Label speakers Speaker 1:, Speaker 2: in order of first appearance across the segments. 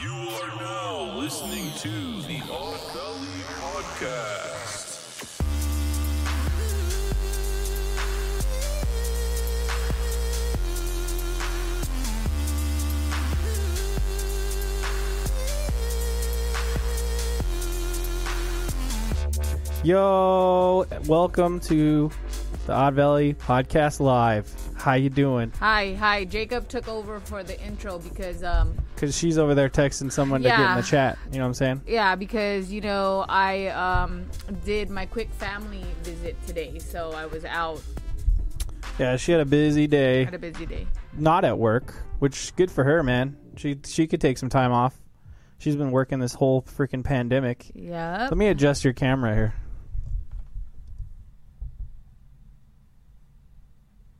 Speaker 1: You are now listening to the Odd Valley Podcast.
Speaker 2: Yo, welcome to the Odd Valley Podcast Live. How you doing?
Speaker 3: Hi, hi. Jacob took over for the intro because, um,
Speaker 2: Because she's over there texting someone to get in
Speaker 3: Yeah.
Speaker 2: the chat. You know what I'm saying?
Speaker 3: yeah, because you know I um did my quick family visit today, so I was out.
Speaker 2: Yeah, she had a busy day,
Speaker 3: Had a busy day.
Speaker 2: not at work, which good for her, man. She she could take some time off. She's been working this whole freaking pandemic.
Speaker 3: Yeah.
Speaker 2: Let me adjust your camera here.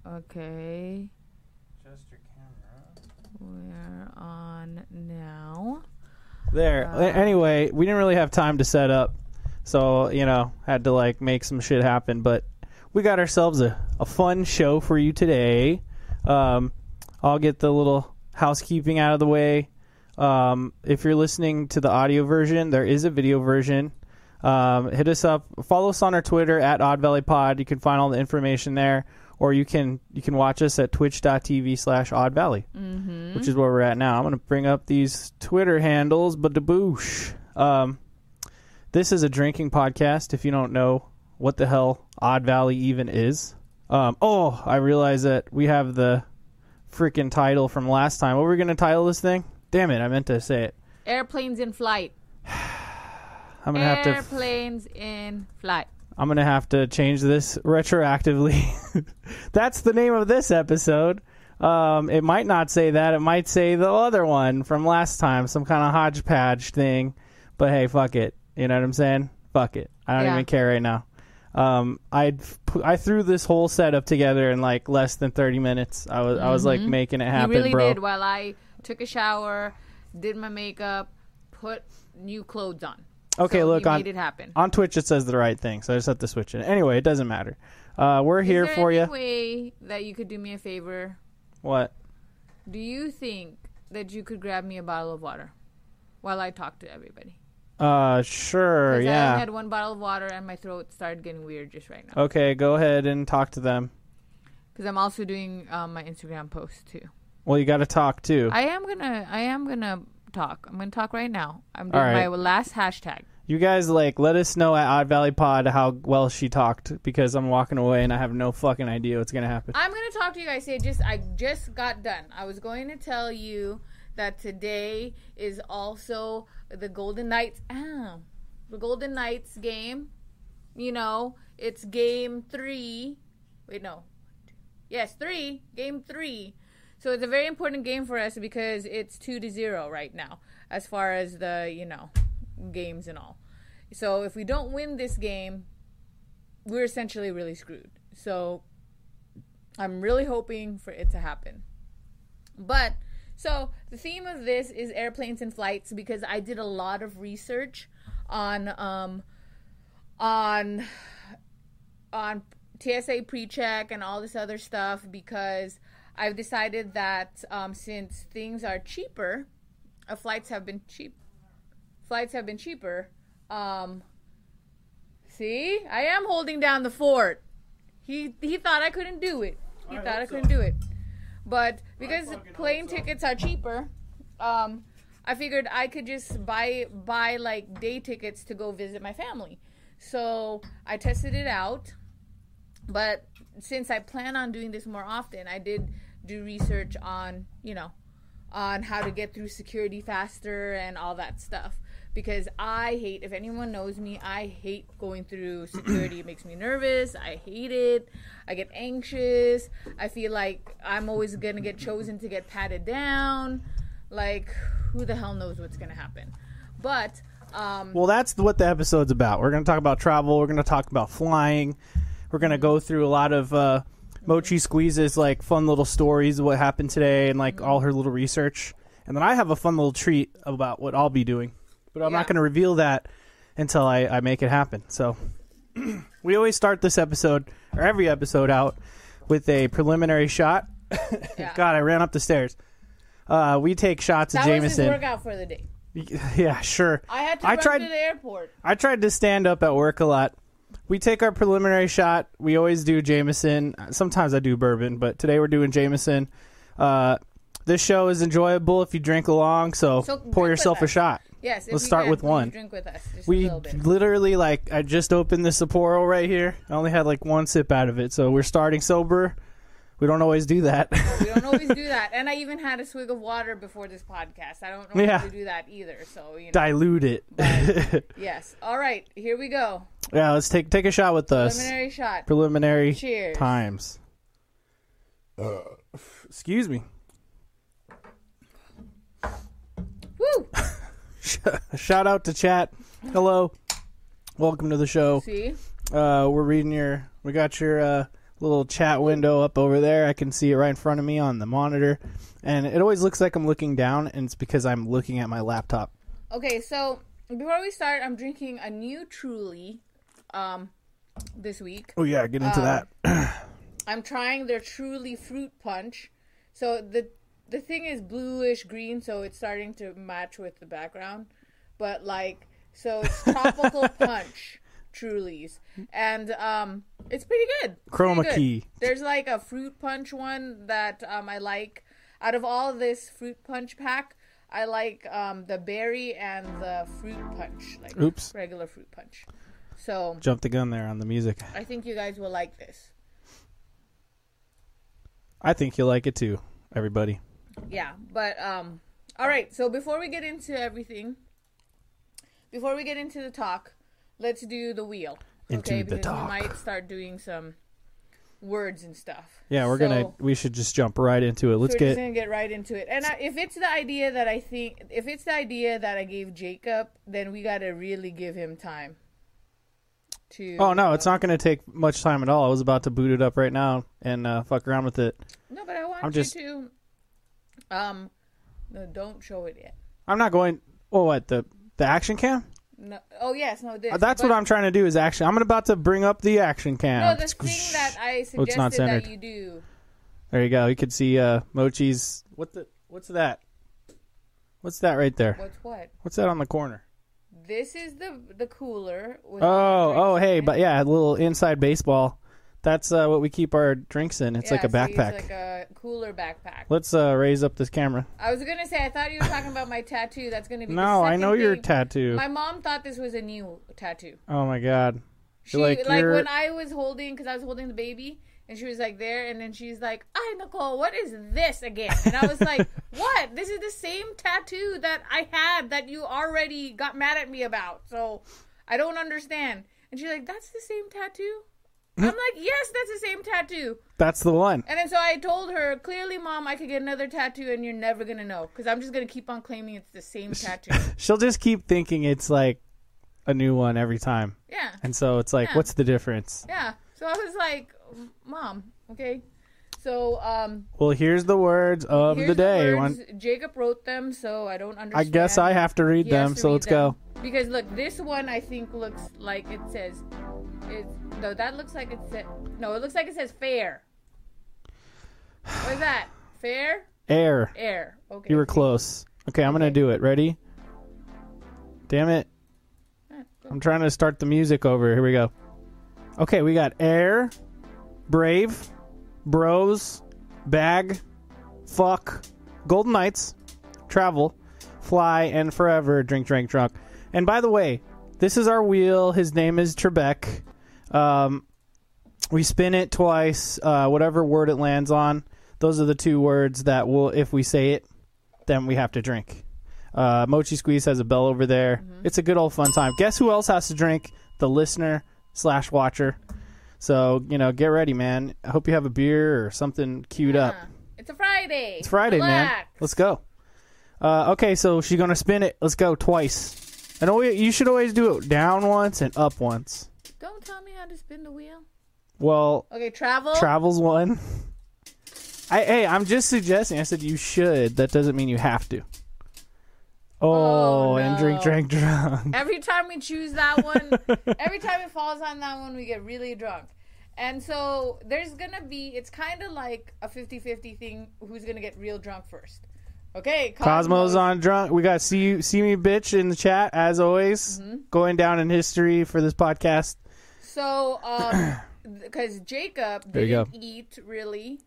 Speaker 3: Okay,
Speaker 2: Adjust your camera.
Speaker 3: we're on now.
Speaker 2: There. anyway, we didn't really have time to set up, so you know had to like make some shit happen. But we got ourselves a, a fun show for you today. Um, I'll get the little housekeeping out of the way. Um, if you're listening to the audio version, there is a video version. Um, hit us up. Follow us on our Twitter at Odd Valley Pod. You can find all the information there, or you can you can watch us at twitch.tv slash Odd Valley, mm-hmm. which is where we're at now. I'm going to bring up these Twitter handles, but deboosh. Um, this is a drinking podcast. If you don't know what the hell Odd Valley even is, um, oh, I realize that we have the freaking title from last time. What were we going to title this thing? Damn it, I meant to say it.
Speaker 3: Airplanes in flight.
Speaker 2: I'm gonna have to.
Speaker 3: Airplanes in flight.
Speaker 2: I'm gonna have to change this retroactively. That's the name of this episode. Um, it might not say that. It might say the other one from last time, some kind of hodgepodge thing. But hey, fuck it. You know what I'm saying? Fuck it. I don't
Speaker 3: Yeah.
Speaker 2: even care right now. Um, I I threw this whole setup together in like less than 30 minutes. I was I was like making it happen,
Speaker 3: Mm-hmm. you really
Speaker 2: bro.
Speaker 3: did. While I took a shower, did my makeup, put new clothes on.
Speaker 2: Okay,
Speaker 3: So
Speaker 2: look
Speaker 3: he
Speaker 2: on
Speaker 3: made it happen.
Speaker 2: on Twitch. It says the right thing, so I just have to switch it. Anyway, it doesn't matter. Uh, we're here
Speaker 3: Is there
Speaker 2: for
Speaker 3: any
Speaker 2: you.
Speaker 3: Way that you could do me a favor.
Speaker 2: what?
Speaker 3: Do you think that you could grab me a bottle of water while I talk to everybody?
Speaker 2: Uh, sure.
Speaker 3: 'Cause I
Speaker 2: Yeah. Oh.
Speaker 3: only had one bottle of water and my throat started getting weird just right now.
Speaker 2: Okay, go ahead and talk to them.
Speaker 3: Because I'm also doing um, my Instagram post too.
Speaker 2: Well, you got to talk too.
Speaker 3: I am gonna, I am gonna talk. I'm gonna talk right now. I'm
Speaker 2: All
Speaker 3: doing
Speaker 2: right.
Speaker 3: my last hashtag.
Speaker 2: you guys like let us know at Odd Valley Pod how well she talked because I'm walking away and I have no fucking idea what's gonna happen.
Speaker 3: I'm gonna talk to you guys. Say just, I just got done. I was going to tell you that today is also the Golden Knights. Ah, the Golden Knights game. You know, it's game three. Wait, no. Yes, three. Game three. So it's a very important game for us because it's two to zero right now, as far as the you know games and all. So if we don't win this game, we're essentially really screwed. So I'm really hoping for it to happen. But so the theme of this is airplanes and flights because I did a lot of research on um on on TSA pre-check and all this other stuff because I've decided that um, since things are cheaper, uh, flights have been cheap. Flights have been cheaper. Um, see, I am holding down the fort. He he thought I couldn't do it. He thought I couldn't do it. But because plane tickets are cheaper, um, I figured I could just buy buy like day tickets to go visit my family. So I tested it out, but since I plan on doing this more often, I did do research on you know on how to get through security faster and all that stuff because I hate if anyone knows me I hate going through security it makes me nervous I hate it I get anxious I feel like I'm always going to get chosen to get patted down like who the hell knows what's going to happen but um
Speaker 2: Well, that's what the episode's about. We're gonna talk about travel. We're gonna talk about flying. We're gonna go through a lot of uh, Mochi Squeeze's like fun little stories of what happened today and like all her little research. And then I have a fun little treat about what I'll be doing, but I'm not
Speaker 3: Yeah.
Speaker 2: gonna reveal that until I, I make it happen. So we always start this episode or every episode out with a preliminary shot.
Speaker 3: yeah.
Speaker 2: God, I ran up the stairs. Uh, we take shots
Speaker 3: That
Speaker 2: of
Speaker 3: was his
Speaker 2: Jameson.
Speaker 3: workout for the day.
Speaker 2: Yeah, sure.
Speaker 3: I had to
Speaker 2: I
Speaker 3: run
Speaker 2: tried-
Speaker 3: to the airport.
Speaker 2: I tried to stand up at work a lot. We take our preliminary shot. We always do Jameson. Sometimes I do bourbon, but today we're doing Jameson. Uh, this show is enjoyable if you drink along, so,
Speaker 3: So drink
Speaker 2: pour
Speaker 3: with
Speaker 2: yourself a
Speaker 3: us.
Speaker 2: shot.
Speaker 3: Yes. if
Speaker 2: Let's
Speaker 3: you
Speaker 2: start
Speaker 3: can,
Speaker 2: with
Speaker 3: please
Speaker 2: one.
Speaker 3: Drink with us. Just a
Speaker 2: We
Speaker 3: little bit.
Speaker 2: literally like I just opened the Sapporo right here. I only had like one sip out of it, so we're starting sober. We don't always do that.
Speaker 3: We don't always do that. And I even had a swig of water before this podcast. I don't normally
Speaker 2: Yeah.
Speaker 3: do that either. So, you know.
Speaker 2: Dilute it.
Speaker 3: yes. All right. Here we go.
Speaker 2: yeah, let's take take a shot with us.
Speaker 3: Preliminary shot.
Speaker 2: preliminary
Speaker 3: Cheers.
Speaker 2: times. Uh, Excuse me.
Speaker 3: Woo!
Speaker 2: Shout out to chat. Hello. Welcome to the show.
Speaker 3: See?
Speaker 2: Uh, we're reading your. We got your uh, little chat window up over there. I can see it right in front of me on the monitor, and it always looks like I'm looking down, and it's because I'm looking at my laptop.
Speaker 3: Okay, so before we start, I'm drinking a new Truly um this week.
Speaker 2: Oh yeah, get into that.
Speaker 3: I'm trying their Truly fruit punch. So the the thing is bluish green, so it's starting to match with the background. But like, so it's tropical punch Trulies, and um, it's pretty good. It's pretty
Speaker 2: Chroma
Speaker 3: good.
Speaker 2: key.
Speaker 3: There's like a fruit punch one that um I like. Out of all this fruit punch pack, I like um the berry and the fruit punch, like
Speaker 2: Oops.
Speaker 3: regular fruit punch. So
Speaker 2: Jump the gun there on the music.
Speaker 3: I think you guys will like this.
Speaker 2: I think you'll like it too, everybody.
Speaker 3: yeah but um all right so before we get into everything before we get into the talk let's do the wheel
Speaker 2: Into the
Speaker 3: because
Speaker 2: talk.
Speaker 3: we might start doing some words and stuff
Speaker 2: Yeah, we're
Speaker 3: So,
Speaker 2: gonna. We should just jump right into it. Let's
Speaker 3: we're
Speaker 2: get.
Speaker 3: just gonna get right into it and I, if it's the idea that i think if it's the idea that i gave jacob then we gotta really give him time to
Speaker 2: Oh no, it's not going to take much time at all. I was about to boot it up right now and uh, fuck around with it.
Speaker 3: no but i want
Speaker 2: I'm
Speaker 3: you
Speaker 2: just-
Speaker 3: to um no don't show it yet
Speaker 2: I'm not going. Oh, what the the action cam?
Speaker 3: no oh yes no this,
Speaker 2: Uh, That's
Speaker 3: but-
Speaker 2: what I'm trying to do is action. I'm about to bring up the action
Speaker 3: No,
Speaker 2: cam.
Speaker 3: the thing that I
Speaker 2: Oh, it's not
Speaker 3: suggested that
Speaker 2: centered.
Speaker 3: you do.
Speaker 2: there you go. You could see uh, Mochi's. What the? What's that? What's that right there?
Speaker 3: What's what?
Speaker 2: What's that on the corner?
Speaker 3: This is the the cooler. With
Speaker 2: Oh, oh, hey,
Speaker 3: and-
Speaker 2: but yeah, a little inside baseball. That's uh, what we keep our drinks in. It's
Speaker 3: Yeah,
Speaker 2: like a
Speaker 3: so it's
Speaker 2: backpack.
Speaker 3: like a cooler backpack.
Speaker 2: Let's uh, raise up this camera.
Speaker 3: I was gonna say I thought you were talking about my tattoo. That's gonna be the
Speaker 2: No, I
Speaker 3: second
Speaker 2: know your
Speaker 3: thing-
Speaker 2: tattoo.
Speaker 3: My mom thought this was a new tattoo.
Speaker 2: Oh my god.
Speaker 3: She
Speaker 2: like,
Speaker 3: like,
Speaker 2: you're-
Speaker 3: when I was holding because I was holding the baby and she was like there and then she's like, "Ay Nicole, what is this again?" And I was like, "What? This is the same tattoo that I had that you already got mad at me about." So I don't understand. And she's like, "That's the same tattoo." I'm like, "Yes, that's the same tattoo."
Speaker 2: That's the one.
Speaker 3: And then so I told her clearly, "Mom, I could get another tattoo, and you're never gonna know because I'm just gonna keep on claiming it's the same tattoo."
Speaker 2: she'll just keep thinking it's like a new one every time.
Speaker 3: Yeah.
Speaker 2: And so it's like,
Speaker 3: Yeah.
Speaker 2: what's the difference?
Speaker 3: Yeah. So I was like, "Mom, okay." So um
Speaker 2: Well, here's the words of
Speaker 3: Here's
Speaker 2: the day.
Speaker 3: words.
Speaker 2: One-
Speaker 3: Jacob wrote them, so I don't understand.
Speaker 2: I guess I have to read
Speaker 3: He has
Speaker 2: them,
Speaker 3: to
Speaker 2: so
Speaker 3: read
Speaker 2: let's
Speaker 3: them.
Speaker 2: go.
Speaker 3: Because look, this one I think looks like it says, it, no, that looks like it said, no, it looks like it says fair. What is that? Fair?
Speaker 2: Air.
Speaker 3: Air. Okay.
Speaker 2: You were close. Okay, I'm going to do it. Ready? Damn it.
Speaker 3: Ah,
Speaker 2: I'm trying to start the music over. Here we go. Okay, we got air, brave, bros, bag, fuck, golden knights, travel, fly, and forever. Drink, drink, drunk. And by the way, this is our wheel. His name is Trebek. Um, we spin it twice. Uh, whatever word it lands on, those are the two words that will, if we say it, then we have to drink. Uh, Mochi Squeeze has a bell over there. It's a good old fun time. Guess who else has to drink? The listener slash watcher. So you know, get ready, man. I hope you have a beer or something queued up.
Speaker 3: Huh. Ah. It's a Friday.
Speaker 2: It's Friday, man. Let's go. Uh, okay, so she's gonna spin it. Let's go twice. And always, you should always do it down once and up once.
Speaker 3: Don't tell me how to spin the wheel.
Speaker 2: Well,
Speaker 3: Okay, travel.
Speaker 2: travels one. I hey, I'm just suggesting. I said you should. That doesn't mean you have to. Oh,
Speaker 3: Oh,
Speaker 2: and drink,
Speaker 3: no.
Speaker 2: drink, drunk.
Speaker 3: Every time we choose that one, every time it falls on that one, we get really drunk. And so there's going to be, it's kind of like a 50 50 thing who's going to get real drunk first. Okay,
Speaker 2: Cosmo's on drunk. We got see you, see me, bitch, in the chat as always.
Speaker 3: Mm-hmm.
Speaker 2: Going down in history for this podcast.
Speaker 3: So, um, because Jacob
Speaker 2: There you
Speaker 3: didn't eat really.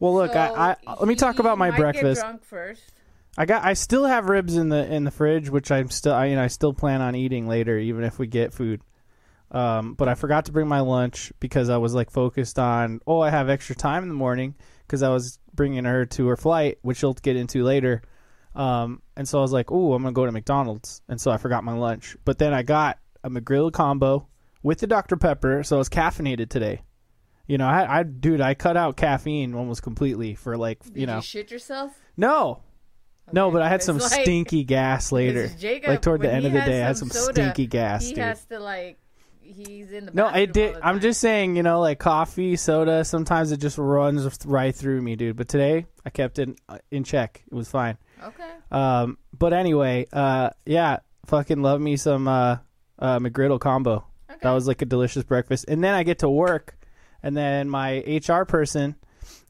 Speaker 2: Well, look,
Speaker 3: so
Speaker 2: I, I let me talk
Speaker 3: he
Speaker 2: about my
Speaker 3: might
Speaker 2: breakfast.
Speaker 3: Get drunk first.
Speaker 2: I got I still have ribs in the in the fridge, which I'm still I you know, I still plan on eating later, even if we get food. Um, but I forgot to bring my lunch because I was like focused on oh I have extra time in the morning because I was bringing her to her flight, which she'll get into later. Um, and so I was like, oh I'm gonna go to McDonald's, and so I forgot my lunch. But then I got a McGrill combo with the Dr Pepper, so I was caffeinated today. You know, I, I dude, I cut out caffeine almost completely for like
Speaker 3: Did
Speaker 2: you know
Speaker 3: shit yourself?
Speaker 2: no. No,
Speaker 3: Okay,
Speaker 2: but I had
Speaker 3: it's
Speaker 2: some
Speaker 3: like-
Speaker 2: stinky gas later.
Speaker 3: 'Cause Jacob,
Speaker 2: like toward the
Speaker 3: when
Speaker 2: end of
Speaker 3: he
Speaker 2: the
Speaker 3: has
Speaker 2: day, I had some
Speaker 3: soda,
Speaker 2: stinky gas,
Speaker 3: He
Speaker 2: dude.
Speaker 3: has to like, he's in the
Speaker 2: no,
Speaker 3: bathroom
Speaker 2: it did.
Speaker 3: all the
Speaker 2: I'm
Speaker 3: time.
Speaker 2: just saying, you know, like coffee, soda. Sometimes it just runs right through me, dude. But today, I kept it in check. It was fine.
Speaker 3: okay.
Speaker 2: Um, but anyway, uh, yeah, fucking love me some uh, uh, McGriddle combo. That was like a delicious breakfast. And then I get to work, and then my HR person,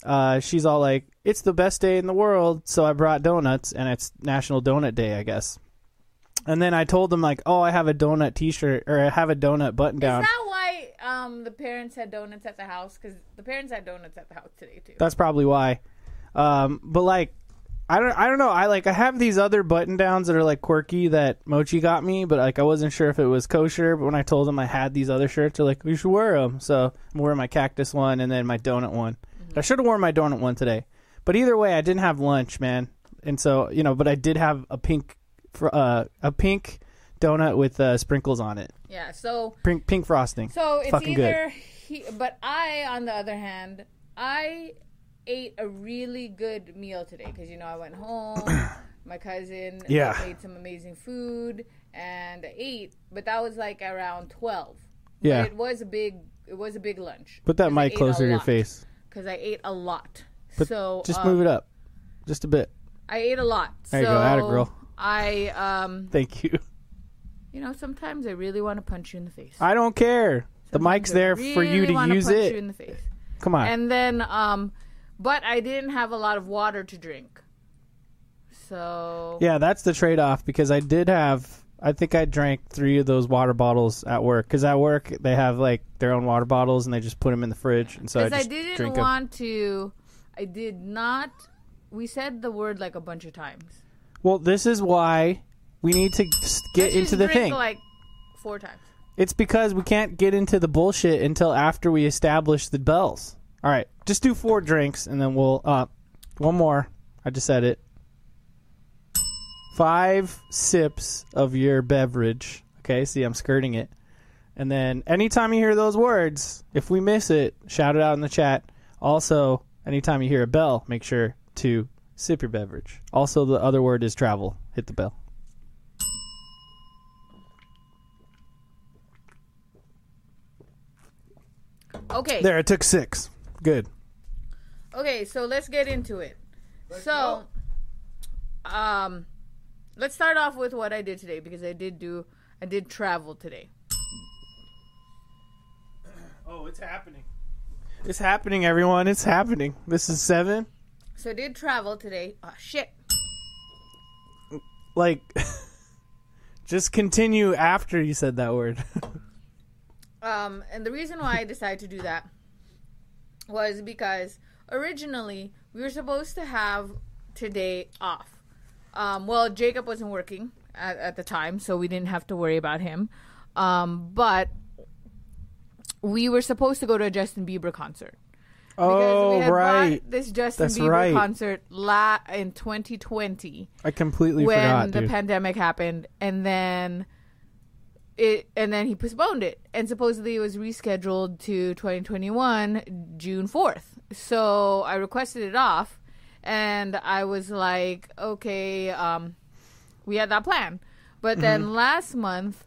Speaker 2: uh, she's all like, "It's the best day in the world," so I brought donuts, and it's National Donut Day, I guess. And then I told them like, "Oh, I have a donut T-shirt, or I have a donut button-down."
Speaker 3: Is that why um, the parents had donuts at the house? Because the parents had donuts at the house today too.
Speaker 2: That's probably why. Um, but like, I don't, I don't know. I like, I have these other button downs that are like quirky that Mochi got me, but like, I wasn't sure if it was kosher. But when I told them I had these other shirts, they're like, "You should wear them." So I'm wearing my cactus one and then my donut one.
Speaker 3: Mm-hmm.
Speaker 2: I should have worn my donut one today, but either way, I didn't have lunch, man. And so you know, but I did have a pink, fr- uh, a pink donut with uh, sprinkles on it,
Speaker 3: yeah. So
Speaker 2: pink, pink frosting.
Speaker 3: So it's
Speaker 2: fucking good.
Speaker 3: either he, but I, on the other hand, I ate a really good meal today because you know I went home. my cousin
Speaker 2: Yeah.
Speaker 3: made some amazing food and I ate, but that was like around twelve. But
Speaker 2: Yeah.
Speaker 3: it was a big, it was a big lunch.
Speaker 2: Put that mic closer to your face.
Speaker 3: because I ate a lot.
Speaker 2: But
Speaker 3: so
Speaker 2: just
Speaker 3: uh,
Speaker 2: move it up, just a bit.
Speaker 3: I ate a lot.
Speaker 2: There you
Speaker 3: so
Speaker 2: go. Atta girl.
Speaker 3: I, um,
Speaker 2: Thank you.
Speaker 3: you know, sometimes I really want to punch you in the face.
Speaker 2: I don't care. Uh, The mic's
Speaker 3: Sometimes I
Speaker 2: there for you
Speaker 3: really
Speaker 2: to
Speaker 3: wanna
Speaker 2: use
Speaker 3: punch You in
Speaker 2: it.
Speaker 3: the face.
Speaker 2: Come on.
Speaker 3: and then um but i didn't have a lot of water to drink so
Speaker 2: yeah, that's the trade off because I did have, I think I drank three of those water bottles at work because at work they have like their own water bottles and they just put them in the fridge. And so I
Speaker 3: because
Speaker 2: just
Speaker 3: I,
Speaker 2: drink
Speaker 3: didn't
Speaker 2: 'em.
Speaker 3: want to i did not we said the word like a bunch of times
Speaker 2: Well, this is why we need to s- get
Speaker 3: Let's
Speaker 2: into
Speaker 3: just
Speaker 2: the
Speaker 3: drink,
Speaker 2: thing.
Speaker 3: like four times
Speaker 2: It's because we can't get into the bullshit until after we establish the bells. All right, just do four drinks and then we'll uh one more. I just said it. Five sips of your beverage. Okay, see I'm skirting it. And then anytime you hear those words, if we miss it, shout it out in the chat. Also, anytime you hear a bell, make sure to sip your beverage. Also the other word is travel. Hit the bell.
Speaker 3: okay
Speaker 2: There, I took 6. Good.
Speaker 3: okay so let's get into it so um let's start off with what i did today because i did do i did travel today
Speaker 2: Oh, it's happening. It's happening, everyone. It's happening. This is seven.
Speaker 3: so i did travel today oh shit
Speaker 2: Like, just continue after you said that word.
Speaker 3: Um, and the reason why I decided to do that was because originally we were supposed to have today off. Um, well, Jacob wasn't working at, at the time, so we didn't have to worry about him. Um, but we were supposed to go to a Justin Bieber concert. Because we
Speaker 2: oh,
Speaker 3: had
Speaker 2: right.
Speaker 3: bought this Justin
Speaker 2: That's
Speaker 3: Bieber
Speaker 2: right.
Speaker 3: concert la- in 2020
Speaker 2: I completely
Speaker 3: when
Speaker 2: forgot,
Speaker 3: the
Speaker 2: dude.
Speaker 3: pandemic happened and then it and then he postponed it and supposedly it was rescheduled to 2021 June 4th so i requested it off and i was like okay um we had that plan but then
Speaker 2: Mm-hmm.
Speaker 3: last month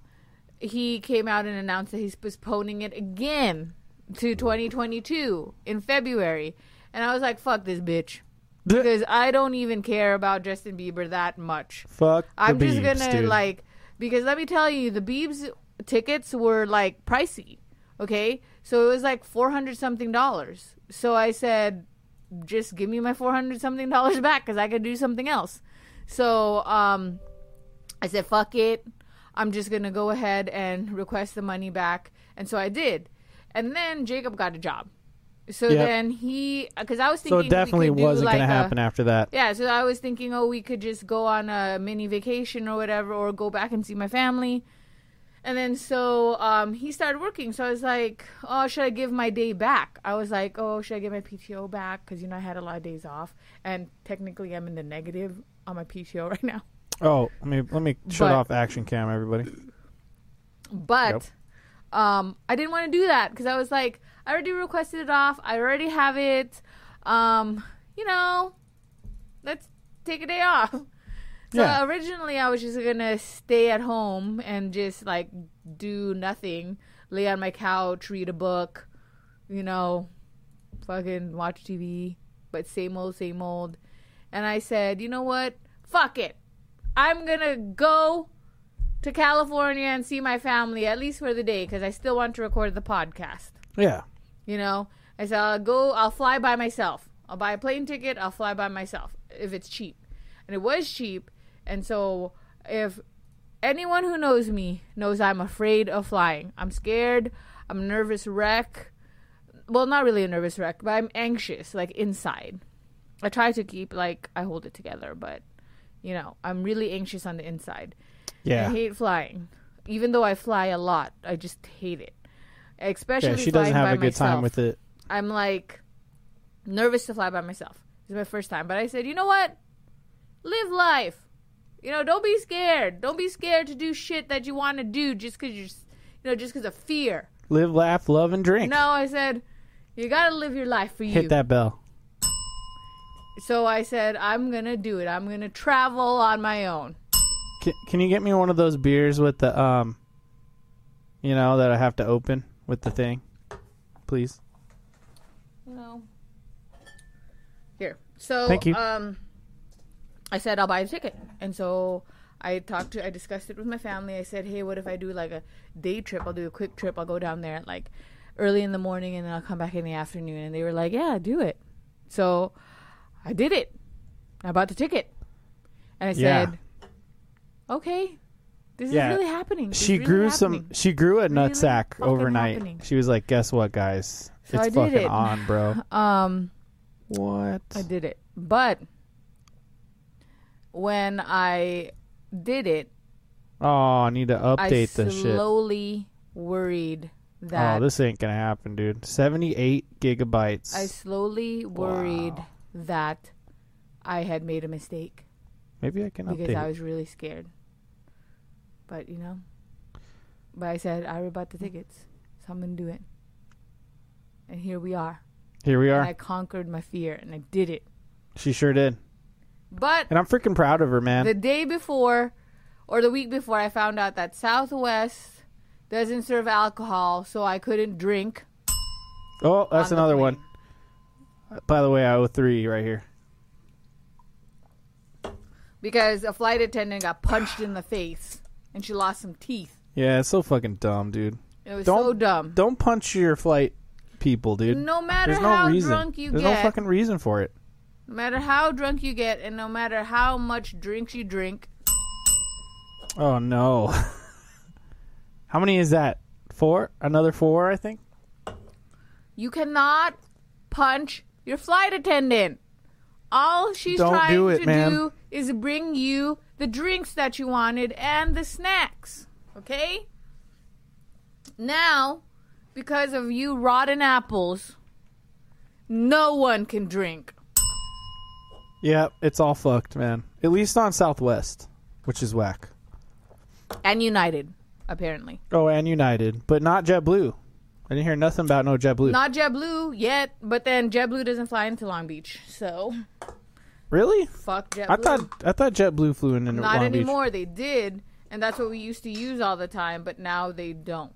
Speaker 3: he came out and announced that he's postponing it again to 2022 in february and i was like fuck this bitch because I don't even care about Justin Bieber that much.
Speaker 2: Fuck the
Speaker 3: I'm just
Speaker 2: Biebs,
Speaker 3: gonna
Speaker 2: dude.
Speaker 3: like because let me tell you, the Biebs tickets were like pricey. Okay, so it was like four hundred something dollars. So I said, just give me my 400 something dollars back because I could do something else. So um, I said, fuck it. I'm just going to go ahead and request the money back. And so I did. And then Jacob got a job. So
Speaker 2: Yep.
Speaker 3: then he, because I was
Speaker 2: So
Speaker 3: thinking,
Speaker 2: it definitely
Speaker 3: we could do
Speaker 2: wasn't
Speaker 3: like
Speaker 2: going to
Speaker 3: a-
Speaker 2: happen after that.
Speaker 3: yeah, so I was thinking, oh, we could just go on a mini vacation or whatever, or go back and see my family. And then so um, he started working. So I was like, oh, should I give my day back? I was like, oh, should I give my PTO back? Because, you know, I had a lot of days off. And technically, I'm in the negative on my PTO right now.
Speaker 2: Oh, let me let me shut
Speaker 3: But-
Speaker 2: off action cam, everybody.
Speaker 3: But um, I didn't want to do that because I was like, I already requested it off. I already have it. Um, you know, let's take a day off. So
Speaker 2: Yeah.
Speaker 3: originally, I was just gonna stay at home and just like do nothing, lay on my couch, read a book, you know, fucking watch TV. But same old, same old. And I said, you know what? Fuck it. I'm gonna go to California and see my family at least for the day because I still want to record the podcast.
Speaker 2: Yeah.
Speaker 3: You know, I said I'll go. I'll fly by myself. I'll buy a plane ticket. I'll fly by myself if it's cheap, and it was cheap. And so, if anyone who knows me knows I'm afraid of flying, I'm scared. I'm a nervous wreck. Well, not really a nervous wreck, but I'm anxious, like inside. I try to keep like I hold it together, but you know, I'm really anxious on the inside.
Speaker 2: Yeah.
Speaker 3: I hate flying. Even though I fly a lot, I just hate it. Especially
Speaker 2: yeah, she
Speaker 3: flying
Speaker 2: doesn't have
Speaker 3: by
Speaker 2: a good
Speaker 3: myself.
Speaker 2: time with it.
Speaker 3: I'm like nervous to fly by myself. It's my first time, but I said, you know what? Live life. You know, don't be scared. Don't be scared to do shit that you want to do just because you're, s- you know, just because of fear.
Speaker 2: Live, laugh, love, and drink.
Speaker 3: No, I said, you gotta live your life for you.
Speaker 2: Hit that bell.
Speaker 3: So I said, I'm gonna do it. I'm gonna travel on my own.
Speaker 2: Can, can you get me one of those beers with the um, you know that I have to open with the thing, please?
Speaker 3: No. Oh. Here. So
Speaker 2: Thank you.
Speaker 3: um I said I'll buy a ticket. And so I talked to I discussed it with my family. I said, "Hey, what if I do like a day trip? I'll do a quick trip. I'll go down there at like early in the morning and then I'll come back in the afternoon." And they were like, "Yeah, do it." So I did it. I bought the ticket. And I
Speaker 2: Yeah.
Speaker 3: said, "Okay. This
Speaker 2: Yeah.
Speaker 3: is really happening." This is
Speaker 2: She
Speaker 3: really
Speaker 2: grew
Speaker 3: happening.
Speaker 2: some. She grew a nutsack
Speaker 3: fucking
Speaker 2: overnight.
Speaker 3: happening.
Speaker 2: She was like, "Guess what, guys? it's
Speaker 3: So I did
Speaker 2: fucking
Speaker 3: it.
Speaker 2: on, bro."
Speaker 3: um
Speaker 2: What?
Speaker 3: I did it. But when I did it,
Speaker 2: Oh, I need to
Speaker 3: I
Speaker 2: update this shit.
Speaker 3: slowly worried that
Speaker 2: Oh, this ain't gonna happen, dude. Seventy-eight gigabytes.
Speaker 3: I slowly worried that I had made a mistake
Speaker 2: Maybe I can
Speaker 3: because
Speaker 2: update.
Speaker 3: I
Speaker 2: it.
Speaker 3: was really scared. But you know, but I said I already bought the tickets, so I'm gonna do it. And here we are.
Speaker 2: Here we
Speaker 3: And I
Speaker 2: are.
Speaker 3: conquered my fear and I did it.
Speaker 2: She sure did,
Speaker 3: But
Speaker 2: and I'm freaking proud of her, man.
Speaker 3: the day before or the week before I found out that Southwest doesn't serve alcohol, so I couldn't drink.
Speaker 2: oh, that's
Speaker 3: on the
Speaker 2: another
Speaker 3: plane.
Speaker 2: one. By the way, I owe three right here.
Speaker 3: Because a flight attendant got punched in the face and she lost some teeth.
Speaker 2: Yeah, it's so fucking dumb, dude.
Speaker 3: It was
Speaker 2: Don't-
Speaker 3: so dumb.
Speaker 2: Don't punch your flight people, dude.
Speaker 3: No matter
Speaker 2: There's no
Speaker 3: how
Speaker 2: reason.
Speaker 3: drunk you
Speaker 2: There's
Speaker 3: get,
Speaker 2: no fucking reason for it.
Speaker 3: no matter how drunk you get, and no matter how much drinks you drink,
Speaker 2: Oh no. how many is that? Four? Another four, I think.
Speaker 3: you cannot punch your flight attendant. All she's
Speaker 2: Don't
Speaker 3: trying
Speaker 2: do it,
Speaker 3: to
Speaker 2: ma'am.
Speaker 3: do is bring you the drinks that you wanted and the snacks. Okay? Now, because of you rotten apples, no one can drink.
Speaker 2: Yeah, it's all fucked, man. At least on Southwest, which is whack.
Speaker 3: And United, apparently.
Speaker 2: Oh, and United, but not JetBlue. I didn't hear nothing about no JetBlue.
Speaker 3: Not JetBlue yet, but then JetBlue doesn't fly into Long Beach. So,
Speaker 2: really?
Speaker 3: fuck JetBlue.
Speaker 2: I thought I thought JetBlue flew in into
Speaker 3: Not
Speaker 2: Long Beach.
Speaker 3: anymore. They did, and that's what we used to use all the time. But now they don't.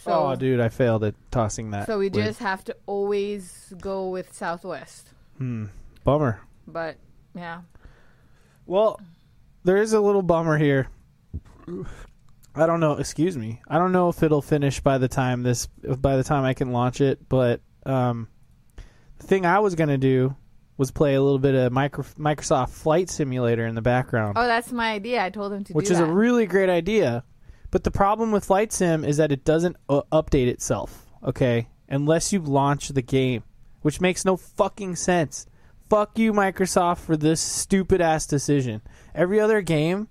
Speaker 3: So,
Speaker 2: Oh, dude, I failed at tossing that.
Speaker 3: so we
Speaker 2: Weird.
Speaker 3: just have to always go with Southwest.
Speaker 2: bummer.
Speaker 3: But yeah,
Speaker 2: Well, there is a little bummer here. I don't know. Excuse me. I don't know if it'll finish by the time this by the time I can launch it, but um, The thing I was gonna do was play a little bit of micro- Microsoft Flight Simulator in the background,
Speaker 3: Oh, that's my idea. I told him to
Speaker 2: which
Speaker 3: do
Speaker 2: is
Speaker 3: that.
Speaker 2: a really great idea. But the problem with Flight Sim is that it doesn't uh, update itself. Okay, unless you launch the game, which makes no fucking sense. Fuck you, Microsoft, for this stupid ass decision. Every other game,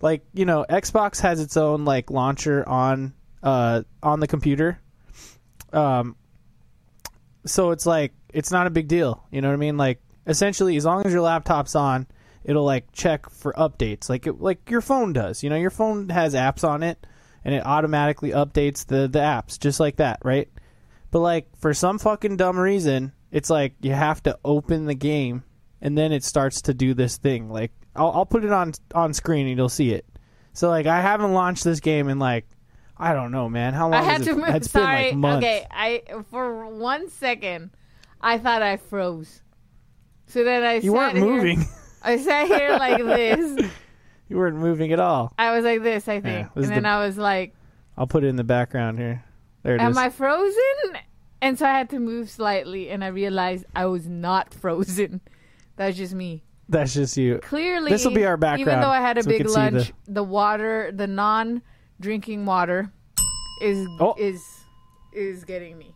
Speaker 2: like you know, Xbox has its own like launcher on uh on the computer. Um, so it's like it's not a big deal you know what i mean like essentially as long as your laptop's on it'll like check for updates like it, like your phone does you know your phone has apps on it and it automatically updates the the apps just like that right but like for some fucking dumb reason it's like you have to open the game and then it starts to do this thing like i'll, I'll put it on on screen and you'll see it so like i haven't launched this game in like i don't know man how long
Speaker 3: I
Speaker 2: has
Speaker 3: had
Speaker 2: it,
Speaker 3: to move.
Speaker 2: it's been,
Speaker 3: Sorry.
Speaker 2: like, months.
Speaker 3: okay, I for one second, I thought I froze. So then I
Speaker 2: you weren't
Speaker 3: sat here-
Speaker 2: moving
Speaker 3: I sat here like this.
Speaker 2: You weren't moving at all.
Speaker 3: I was like this, I think,
Speaker 2: Yeah, this is
Speaker 3: and then
Speaker 2: the-
Speaker 3: I was like,
Speaker 2: I'll put it in the background here. There it is.
Speaker 3: "Am I frozen?" And so I had to move slightly, and I realized I was not frozen. That's just me.
Speaker 2: That's just you.
Speaker 3: Clearly,
Speaker 2: This'll be our
Speaker 3: Even
Speaker 2: background,
Speaker 3: though I had a
Speaker 2: so we
Speaker 3: big
Speaker 2: can see the-
Speaker 3: lunch, the... water, the non-drinking water, is
Speaker 2: Oh.
Speaker 3: is is getting me.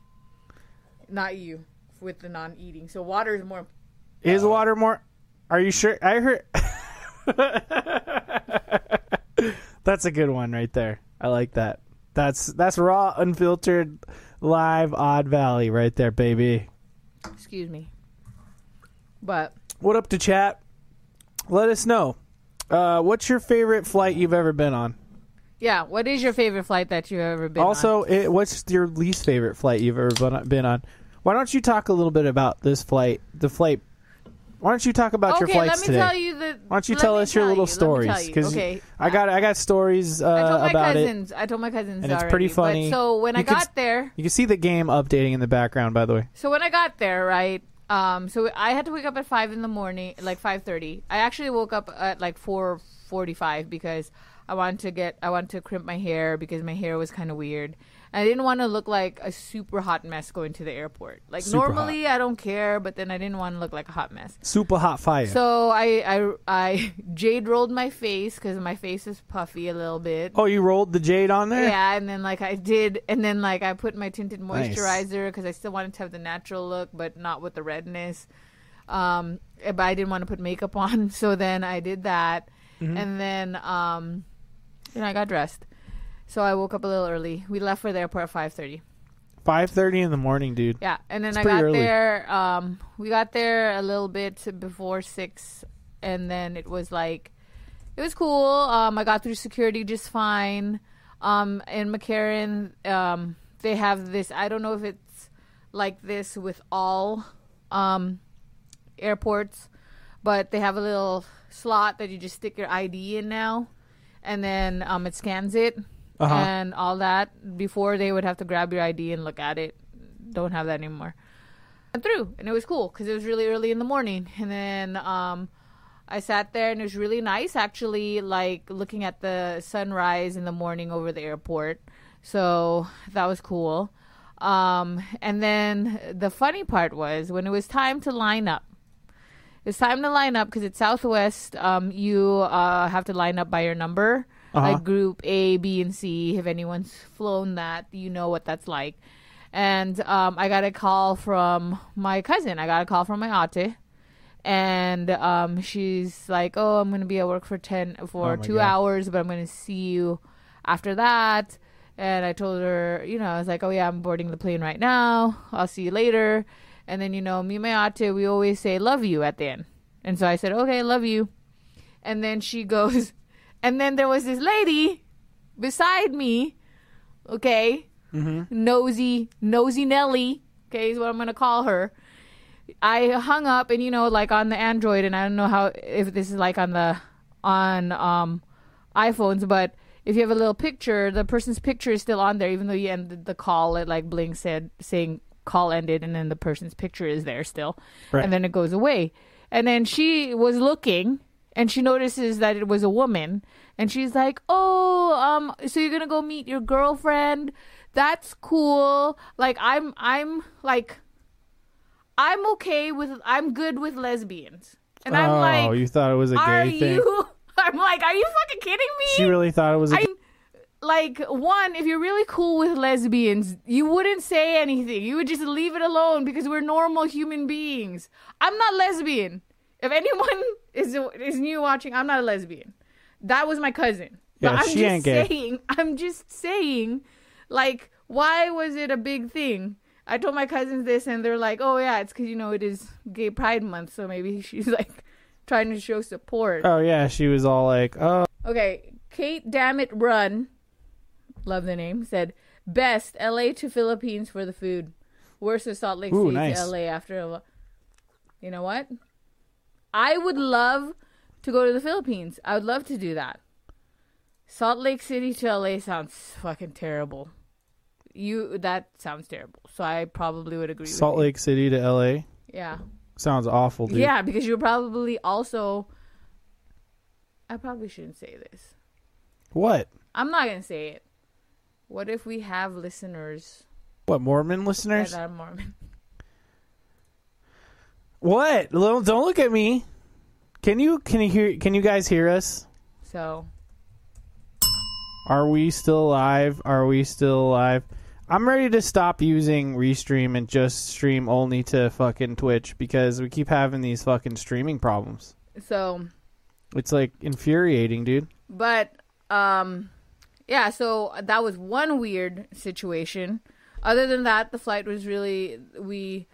Speaker 3: Not you with the non-eating. So water is more.
Speaker 2: Is water more? Are you sure? I heard. that's a good one right there. I like that. That's that's raw, unfiltered, live Odd Valley right there, baby.
Speaker 3: Excuse me. But
Speaker 2: What up to chat? Let us know. Uh, what's your favorite flight you've ever been on?
Speaker 3: yeah, what is your favorite flight that you've ever been? on?
Speaker 2: also, it, what's your least favorite flight you've ever been- been on? Why don't you talk a little bit about this flight? The flight. Why don't you talk about your
Speaker 3: okay,
Speaker 2: flights
Speaker 3: let me
Speaker 2: today?
Speaker 3: tell you the.
Speaker 2: Why don't you
Speaker 3: let
Speaker 2: tell
Speaker 3: me
Speaker 2: us your little
Speaker 3: you, let me tell
Speaker 2: stories?
Speaker 3: you.
Speaker 2: Because
Speaker 3: okay,
Speaker 2: I got I got stories uh,
Speaker 3: I told my
Speaker 2: about it.
Speaker 3: cousins. I told my cousins
Speaker 2: and it's
Speaker 3: already,
Speaker 2: pretty
Speaker 3: but
Speaker 2: funny.
Speaker 3: so when I
Speaker 2: You could
Speaker 3: got
Speaker 2: s-
Speaker 3: there,
Speaker 2: You can see the game updating in the background, by the way.
Speaker 3: So when I got there, right? Um, so I had to wake up at five in the morning, like five thirty. I actually woke up at like four forty-five because I wanted to get, I wanted to crimp my hair because my hair was kind of weird. I didn't want to look like a super hot mess going to the airport. Like
Speaker 2: Super
Speaker 3: normally I don't care, but then I didn't want to look like a hot mess.
Speaker 2: Super hot fire.
Speaker 3: So I, I, I jade rolled my face because my face is puffy a little bit.
Speaker 2: oh, you rolled the jade on there.
Speaker 3: Yeah, and then like I did, and then like I put my tinted
Speaker 2: Nice.
Speaker 3: moisturizer because I still wanted to have the natural look, but not with the redness. Um, eh, but I didn't want to put makeup on, so then I did that, and then um, you know I got dressed. So I woke up a little early. We left for the airport at five thirty.
Speaker 2: Five thirty in the morning, dude.
Speaker 3: Yeah, and then I
Speaker 2: pretty
Speaker 3: got
Speaker 2: early.
Speaker 3: there. Um, we got there a little bit before six, and then it was like, it was cool. Um, I got through security just fine. Um, in McCarran, um, they have this. I don't know if it's like this with all um, airports, but they have a little slot that you just stick your ID in now, and then um, it scans it
Speaker 2: Uh-huh.
Speaker 3: and all that. Before they would have to grab your ID and look at it. Don't have that anymore. I through, and it was cool because it was really early in the morning, and then um, I sat there and it was really nice actually, like looking at the sunrise in the morning over the airport. So that was cool. Um, and then the funny part was when it was time to line up. It's time to line up because it's Southwest. Um, you uh, have to line up by your number, like group A, B, and C. If anyone's flown that, you know what that's like. And um, I got a call from my cousin. I got a call from my auntie and um, she's like, "Oh, I'm gonna be at work for ten for
Speaker 2: Oh my
Speaker 3: two
Speaker 2: God.
Speaker 3: hours, but I'm gonna see you after that." And I told her, you know, I was like, "Oh yeah, I'm boarding the plane right now. I'll see you later." And then you know, me and my auntie, we always say "love you" at the end, and so I said, "Okay, love you." And then she goes, and then there was this lady beside me, okay,
Speaker 2: Mm-hmm.
Speaker 3: nosy, nosy Nelly, okay, is what I'm gonna call her. I hung up and you know like on the Android and I don't know how if this is like on the on um iPhones but if you have a little picture the person's picture is still on there even though you ended the call it like Bling said saying call ended and then the person's picture is there still
Speaker 2: Right.
Speaker 3: and then it goes away and then she was looking and she notices that it was a woman and she's like oh um so you're gonna go meet your girlfriend that's cool like i'm i'm like I'm okay with I'm good with lesbians. And
Speaker 2: oh,
Speaker 3: I'm like
Speaker 2: you thought it was a
Speaker 3: Are
Speaker 2: gay thing.
Speaker 3: you I'm like, are you fucking kidding me?
Speaker 2: She really thought it was a
Speaker 3: I like one, if you're really cool with lesbians, you wouldn't say anything. You would just leave it alone because we're normal human beings. I'm not lesbian. If anyone is is new watching, I'm not a lesbian. That was my cousin.
Speaker 2: Yeah,
Speaker 3: but I'm
Speaker 2: she
Speaker 3: just
Speaker 2: ain't gay.
Speaker 3: saying, I'm just saying, like, why was it a big thing? I told my cousins this, and they're like, "Oh yeah, it's because you know it is Gay Pride Month, so maybe she's like trying to show support."
Speaker 2: Oh yeah, she was all like, "Oh,
Speaker 3: Okay, Kate Dammit Run, love the name, said best LA to Philippines for the food. Worst of Salt Lake
Speaker 2: Ooh,
Speaker 3: City
Speaker 2: nice.
Speaker 3: to LA after a while. You know what? I would love to go to the Philippines. I would love to do that. Salt Lake City to LA sounds fucking terrible. You that sounds terrible. So I probably would agree
Speaker 2: Salt
Speaker 3: with
Speaker 2: Lake City to L.A.
Speaker 3: you. Yeah.
Speaker 2: sounds awful, dude."
Speaker 3: Yeah, because you're probably also I probably shouldn't say this.
Speaker 2: What?
Speaker 3: I'm not gonna say it. What if we have listeners
Speaker 2: What Mormon listeners?
Speaker 3: that are Mormon?
Speaker 2: What? Little, don't look at me. Can you can you hear can you guys hear us?
Speaker 3: So
Speaker 2: Are we still alive? Are we still alive? I'm ready to stop using Restream and just stream only to fucking Twitch because we keep having these fucking streaming problems.
Speaker 3: so
Speaker 2: It's like infuriating, dude.
Speaker 3: but um yeah, so that was one weird situation. Other than that, the flight was really we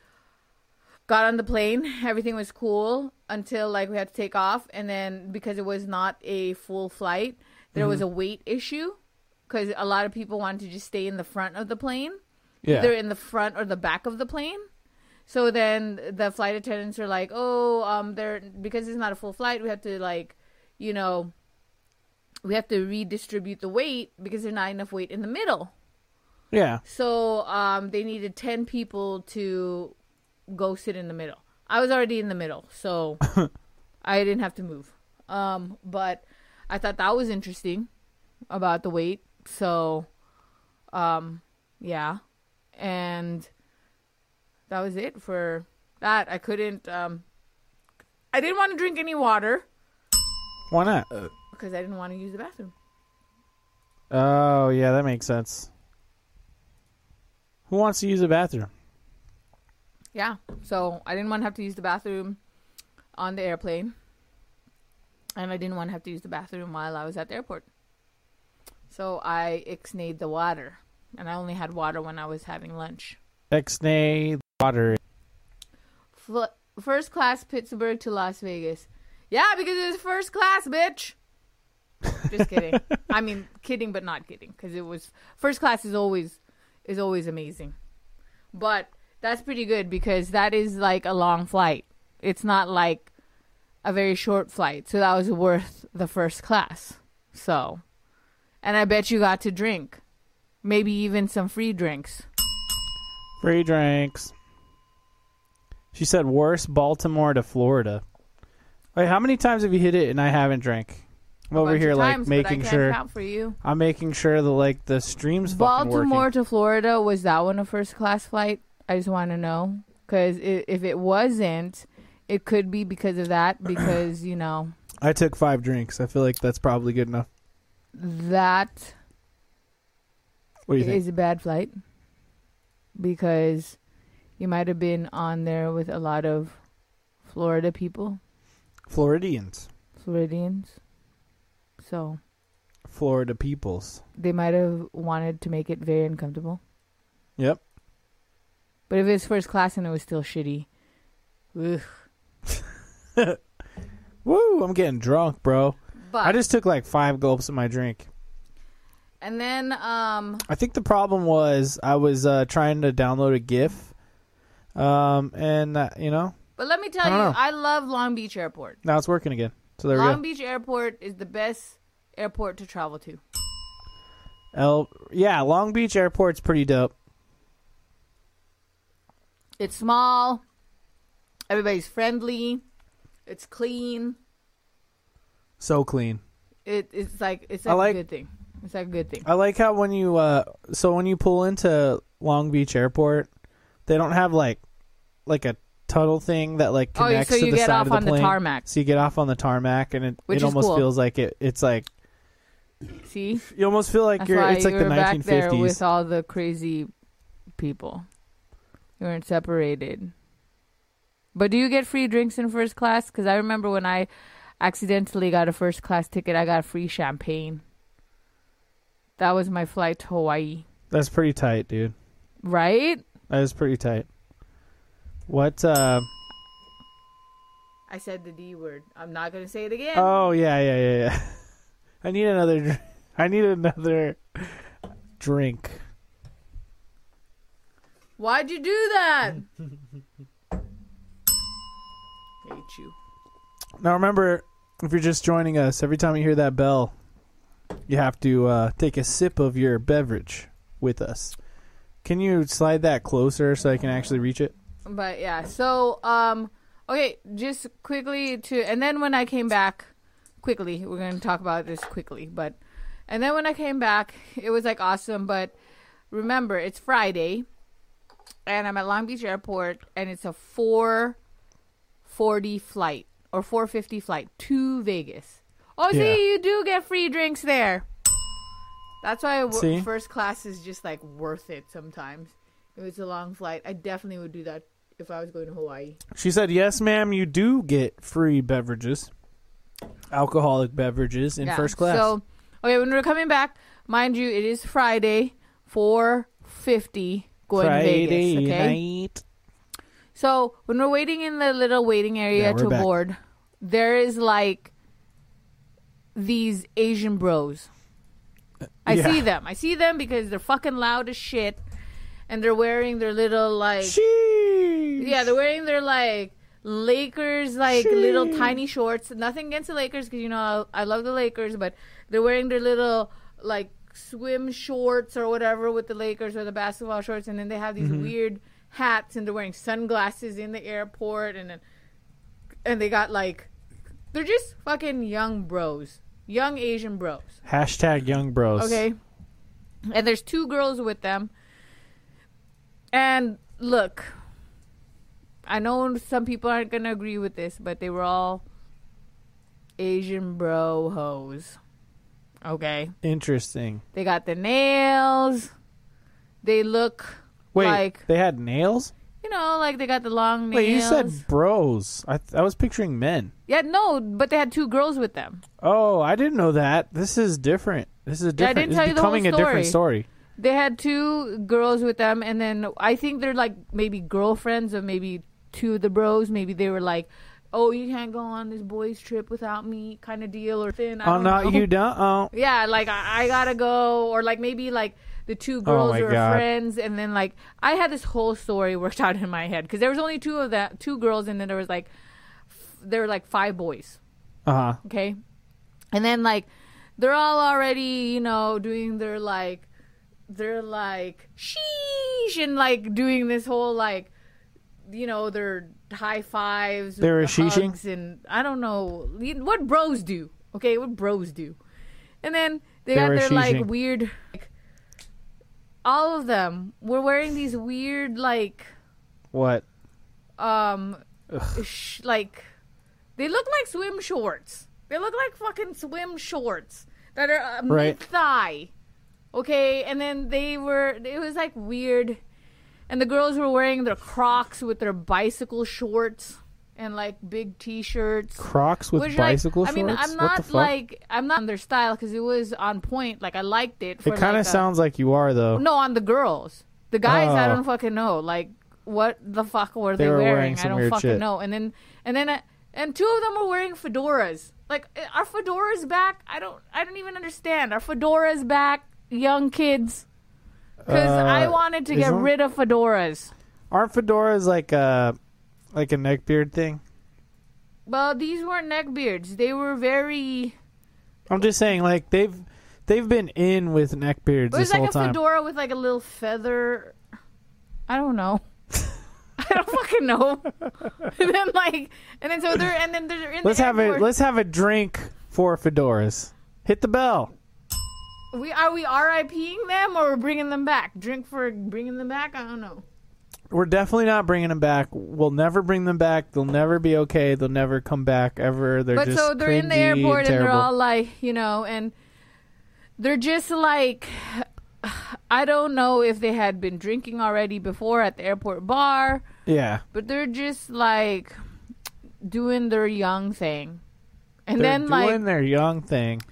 Speaker 3: got on the plane, everything was cool until like we had to take off and then because it was not a full flight, there was a weight issue cuz a lot of people wanted to just stay in the front of the plane.
Speaker 2: Yeah.
Speaker 3: either in the front or the back of the plane. So then the flight attendants are like, "Oh, um, they're because it's not a full flight. We have to like, you know, we have to redistribute the weight because there's not enough weight in the middle.
Speaker 2: yeah.
Speaker 3: So um, they needed ten people to go sit in the middle. I was already in the middle, so I didn't have to move. Um, but I thought that was interesting about the weight. So, um, yeah, and that was it for that. I couldn't. Um, I didn't want to drink any water
Speaker 2: Why not?
Speaker 3: because I didn't want to use the bathroom.
Speaker 2: Oh, yeah, that makes sense. Who wants to use a bathroom?
Speaker 3: Yeah. So I didn't want to have to use the bathroom on the airplane. And I didn't want to have to use the bathroom while I was at the airport. So I ixnayed the water. And I only had water when I was having lunch.
Speaker 2: Exnay water.
Speaker 3: Fl- first class Pittsburgh to Las Vegas. Yeah, because it was first class, bitch. Just kidding. I mean, kidding, but not kidding, because it was first class is always is always amazing. But that's pretty good because that is like a long flight. It's not like a very short flight, so that was worth the first class. So, and I bet you got to drink, maybe even some free drinks.
Speaker 2: Free drinks. She said worst Baltimore to Florida. Wait, how many times have you hit it and I haven't drank? I'm over
Speaker 3: Bunch of
Speaker 2: here like
Speaker 3: times, but I
Speaker 2: making
Speaker 3: can't
Speaker 2: sure
Speaker 3: count for you.
Speaker 2: I'm making sure the like the stream's fucking working.
Speaker 3: Baltimore to Florida was that one a first class flight? I just want to know because if it wasn't, it could be because of that. Because you know
Speaker 2: I took five drinks. I feel like that's probably good enough.
Speaker 3: that
Speaker 2: What do you think?
Speaker 3: is a bad flight because you might have been on there with a lot of Florida people,
Speaker 2: Floridians,
Speaker 3: Floridians, so
Speaker 2: Florida peoples.
Speaker 3: they might have wanted to make it very uncomfortable.
Speaker 2: Yep.
Speaker 3: But if it's first class and it was still shitty, ugh.
Speaker 2: Woo! I'm getting drunk, bro.
Speaker 3: But
Speaker 2: I just took like five gulps of my drink.
Speaker 3: and then um
Speaker 2: I think the problem was I was uh, trying to download a GIF, um, and uh, you know
Speaker 3: But let me tell
Speaker 2: I
Speaker 3: you,
Speaker 2: don't know.
Speaker 3: I love Long Beach Airport.
Speaker 2: now it's working again. So there
Speaker 3: Long
Speaker 2: we go.
Speaker 3: Beach Airport is the best airport to travel to.
Speaker 2: El- yeah, Long Beach Airport's pretty dope.
Speaker 3: It's small. Everybody's friendly. It's clean.
Speaker 2: So clean.
Speaker 3: It, it's like it's
Speaker 2: I
Speaker 3: like,
Speaker 2: like-
Speaker 3: a good thing. It's like a good thing.
Speaker 2: I like how when you uh, so when you pull into Long Beach Airport, they don't have like like a tuttle thing that like
Speaker 3: Oh,
Speaker 2: connects
Speaker 3: so
Speaker 2: to
Speaker 3: you
Speaker 2: the
Speaker 3: get
Speaker 2: side
Speaker 3: off
Speaker 2: of the
Speaker 3: on the
Speaker 2: plane.
Speaker 3: tarmac.
Speaker 2: So you get off on the tarmac, and it,
Speaker 3: Which
Speaker 2: it
Speaker 3: is
Speaker 2: almost
Speaker 3: cool.
Speaker 2: feels like it. It's like
Speaker 3: See,
Speaker 2: you almost feel like
Speaker 3: that's
Speaker 2: you're.
Speaker 3: why
Speaker 2: It's like
Speaker 3: you
Speaker 2: the
Speaker 3: were back there
Speaker 2: 1950s.
Speaker 3: with all the crazy people. You weren't separated. But do you get free drinks in first class? Because I remember when I accidentally got a first class ticket, I got free champagne. That was my flight to Hawaii,
Speaker 2: That's pretty tight, dude.
Speaker 3: right?
Speaker 2: That is pretty tight. What? Uh,
Speaker 3: I said the D word. I'm not gonna say it again.
Speaker 2: oh yeah, yeah, yeah, yeah. I need another. dr- I need another drink.
Speaker 3: Why'd you do that? Hate you.
Speaker 2: Now remember, if you're just joining us, every time you hear that bell, you have to uh, take a sip of your beverage with us. Can you slide that closer so I can actually reach it?
Speaker 3: But yeah, so um okay, just quickly to and then when I came back quickly, we're going to talk about this quickly, but and then when I came back, it was like awesome, but remember, it's Friday and I'm at Long Beach Airport and it's a 440 flight or 450 flight to Vegas. Oh,
Speaker 2: Yeah.
Speaker 3: see, you do get free drinks there. That's why w-
Speaker 2: See?
Speaker 3: first class is just like worth it sometimes. If it's a long flight, I definitely would do that if I was going to Hawaii.
Speaker 2: She said, "Yes, ma'am. You do get free beverages, alcoholic beverages in
Speaker 3: Yeah.
Speaker 2: first class."
Speaker 3: So, okay, when we're coming back, mind you, it is Friday, four fifty going
Speaker 2: Friday
Speaker 3: to Vegas. Okay,
Speaker 2: night.
Speaker 3: so when we're waiting in the little waiting area
Speaker 2: Yeah, we're
Speaker 3: to
Speaker 2: back.
Speaker 3: board, there is like these Asian bros. I
Speaker 2: Yeah.
Speaker 3: see them. I see them because they're fucking loud as shit, and they're wearing their little like
Speaker 2: Sheesh.
Speaker 3: yeah, they're wearing their like Lakers like little tiny shorts. Nothing against the Lakers because you know I, I love the Lakers, but they're wearing their little like swim shorts or whatever with the Lakers or the basketball shorts, and then they have these weird hats and they're wearing sunglasses in the airport, and then and they got like they're just fucking young bros, young Asian bros.
Speaker 2: Hashtag young bros.
Speaker 3: Okay. And there's two girls with them. And look, I know some people aren't going to agree with this, but they were all Asian bro hoes. Okay.
Speaker 2: Interesting.
Speaker 3: They got the nails. They look
Speaker 2: Wait,
Speaker 3: like,
Speaker 2: they had nails.
Speaker 3: you know, like they got the long nails.
Speaker 2: Wait, you said bros. I th- I was picturing men.
Speaker 3: Yeah, no, but they had two girls with them.
Speaker 2: Oh, I didn't know that. This is different. This is
Speaker 3: Yeah, I
Speaker 2: different.
Speaker 3: didn't
Speaker 2: It's
Speaker 3: tell you the whole
Speaker 2: becoming a different story.
Speaker 3: They had two girls with them, and then I think they're like maybe girlfriends of maybe two of the bros. Maybe they were like, "Oh, you can't go on this boys' trip without me," kind of deal, or thin. I
Speaker 2: Oh,
Speaker 3: don't
Speaker 2: no,
Speaker 3: know.
Speaker 2: you don't. Oh,
Speaker 3: Yeah, like I, I gotta go, or like maybe like the two girls
Speaker 2: Oh my
Speaker 3: were
Speaker 2: God.
Speaker 3: friends, and then like I had this whole story worked out in my head because there was only two of that, two girls, and then there was like f- there were like five boys.
Speaker 2: uh huh.
Speaker 3: Okay. And then like they're all already, you know, doing their like they're like sheesh and like doing this whole like you know, their high fives
Speaker 2: They were
Speaker 3: hugs,
Speaker 2: sheeshing?
Speaker 3: and I don't know what bros do. Okay, what bros do. And then they,
Speaker 2: They
Speaker 3: got
Speaker 2: were
Speaker 3: their like
Speaker 2: sheeshing.
Speaker 3: weird like, all of them were wearing these weird like
Speaker 2: What?
Speaker 3: um sh- like they look like swim shorts they look like fucking swim shorts that are uh,
Speaker 2: Right.
Speaker 3: mid-thigh okay and then they were it was like weird and the girls were wearing their crocs with their bicycle shorts and like big t-shirts
Speaker 2: Crocs with
Speaker 3: which, like,
Speaker 2: bicycle
Speaker 3: I mean,
Speaker 2: shorts?
Speaker 3: I'm
Speaker 2: what the
Speaker 3: not
Speaker 2: fuck?
Speaker 3: like I'm not on their style because it was on point. Like I liked it. For
Speaker 2: it kind of
Speaker 3: like, a-
Speaker 2: sounds like you are though.
Speaker 3: no, on the girls. The guys, I
Speaker 2: Oh.
Speaker 3: don't fucking know. Like, what the fuck were they,
Speaker 2: were
Speaker 3: wearing?
Speaker 2: wearing some
Speaker 3: I don't
Speaker 2: weird
Speaker 3: fucking
Speaker 2: shit.
Speaker 3: know. And then, and then, uh, and two of them were wearing fedoras. Like, uh, are fedoras back? I don't, I don't even understand. Are fedoras back, young kids? Because
Speaker 2: Uh,
Speaker 3: I wanted to
Speaker 2: is
Speaker 3: get
Speaker 2: them-
Speaker 3: rid of fedoras.
Speaker 2: Aren't fedoras like a like a neck beard thing?
Speaker 3: Well, these weren't neck beards. They were very.
Speaker 2: I'm just saying, like they've they've been in with neck beards
Speaker 3: It was
Speaker 2: this
Speaker 3: like
Speaker 2: whole
Speaker 3: a
Speaker 2: time.
Speaker 3: fedora with like a little feather. I don't know. I don't fucking know. and then like, and then so they're and then they're in.
Speaker 2: Let's
Speaker 3: the
Speaker 2: have a
Speaker 3: airport.
Speaker 2: let's have a drink for fedoras. Hit the bell.
Speaker 3: We are we RIPing them or we're bringing them back? Drink for bringing them back? I don't know.
Speaker 2: we're definitely not bringing them back. We'll never bring them back. They'll never be okay. They'll never come back ever. They're
Speaker 3: But
Speaker 2: just
Speaker 3: so they're in the
Speaker 2: cringy
Speaker 3: airport and they're
Speaker 2: terrible.
Speaker 3: all like, you know, and they're just like, I don't know if they had been drinking already before at the airport bar,
Speaker 2: yeah.
Speaker 3: but they're just like doing their young thing. And
Speaker 2: They're
Speaker 3: then
Speaker 2: doing
Speaker 3: like,
Speaker 2: their young thing.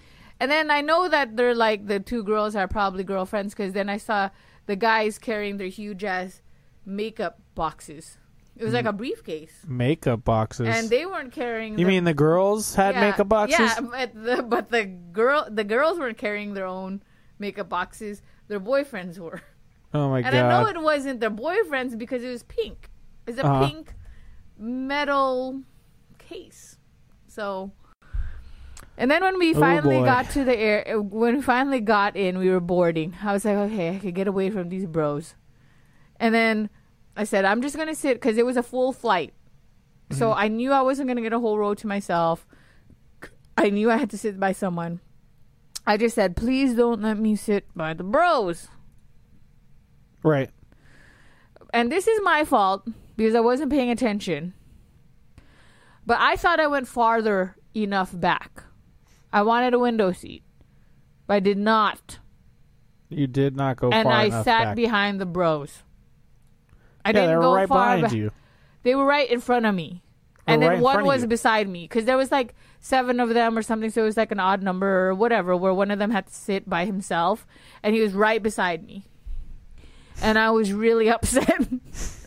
Speaker 3: and then I know that they're like the two girls are probably girlfriends because then I saw the guys carrying their huge ass makeup boxes. It was like a briefcase,
Speaker 2: Makeup boxes.
Speaker 3: and they weren't carrying.
Speaker 2: Mm-hmm. you
Speaker 3: the-
Speaker 2: mean the girls had makeup boxes?
Speaker 3: yeah, but the but the girl the girls weren't carrying their own makeup boxes. Their boyfriends were,
Speaker 2: Oh my
Speaker 3: and
Speaker 2: god.
Speaker 3: I know it wasn't their boyfriends because it was pink. It's a
Speaker 2: Uh-huh.
Speaker 3: pink metal case. So, and then when we
Speaker 2: Oh,
Speaker 3: finally
Speaker 2: boy.
Speaker 3: got to the air, uh, when we finally got in, we were boarding. I was like, okay, I could get away from these bros. And then I said, I'm just gonna sit because it was a full flight, so
Speaker 2: Mm-hmm.
Speaker 3: I knew I wasn't gonna get a whole row to myself. I knew I had to sit by someone. I just said, please don't let me sit by the bros.
Speaker 2: right.
Speaker 3: And this is my fault because I wasn't paying attention. But I thought I went farther enough back. I wanted a window seat, but I did not.
Speaker 2: You did not go
Speaker 3: and
Speaker 2: far
Speaker 3: I
Speaker 2: enough
Speaker 3: sat
Speaker 2: back.
Speaker 3: behind the bros. I
Speaker 2: yeah,
Speaker 3: didn't
Speaker 2: they were
Speaker 3: go
Speaker 2: right
Speaker 3: far
Speaker 2: behind
Speaker 3: ba-
Speaker 2: you.
Speaker 3: They were right in front of me.
Speaker 2: They were
Speaker 3: And
Speaker 2: Oh,
Speaker 3: then
Speaker 2: right in front
Speaker 3: one
Speaker 2: of
Speaker 3: was
Speaker 2: you.
Speaker 3: beside me because there was like seven of them or something. So it was like an odd number or whatever, where one of them had to sit by himself, and he was right beside me. And I was really upset.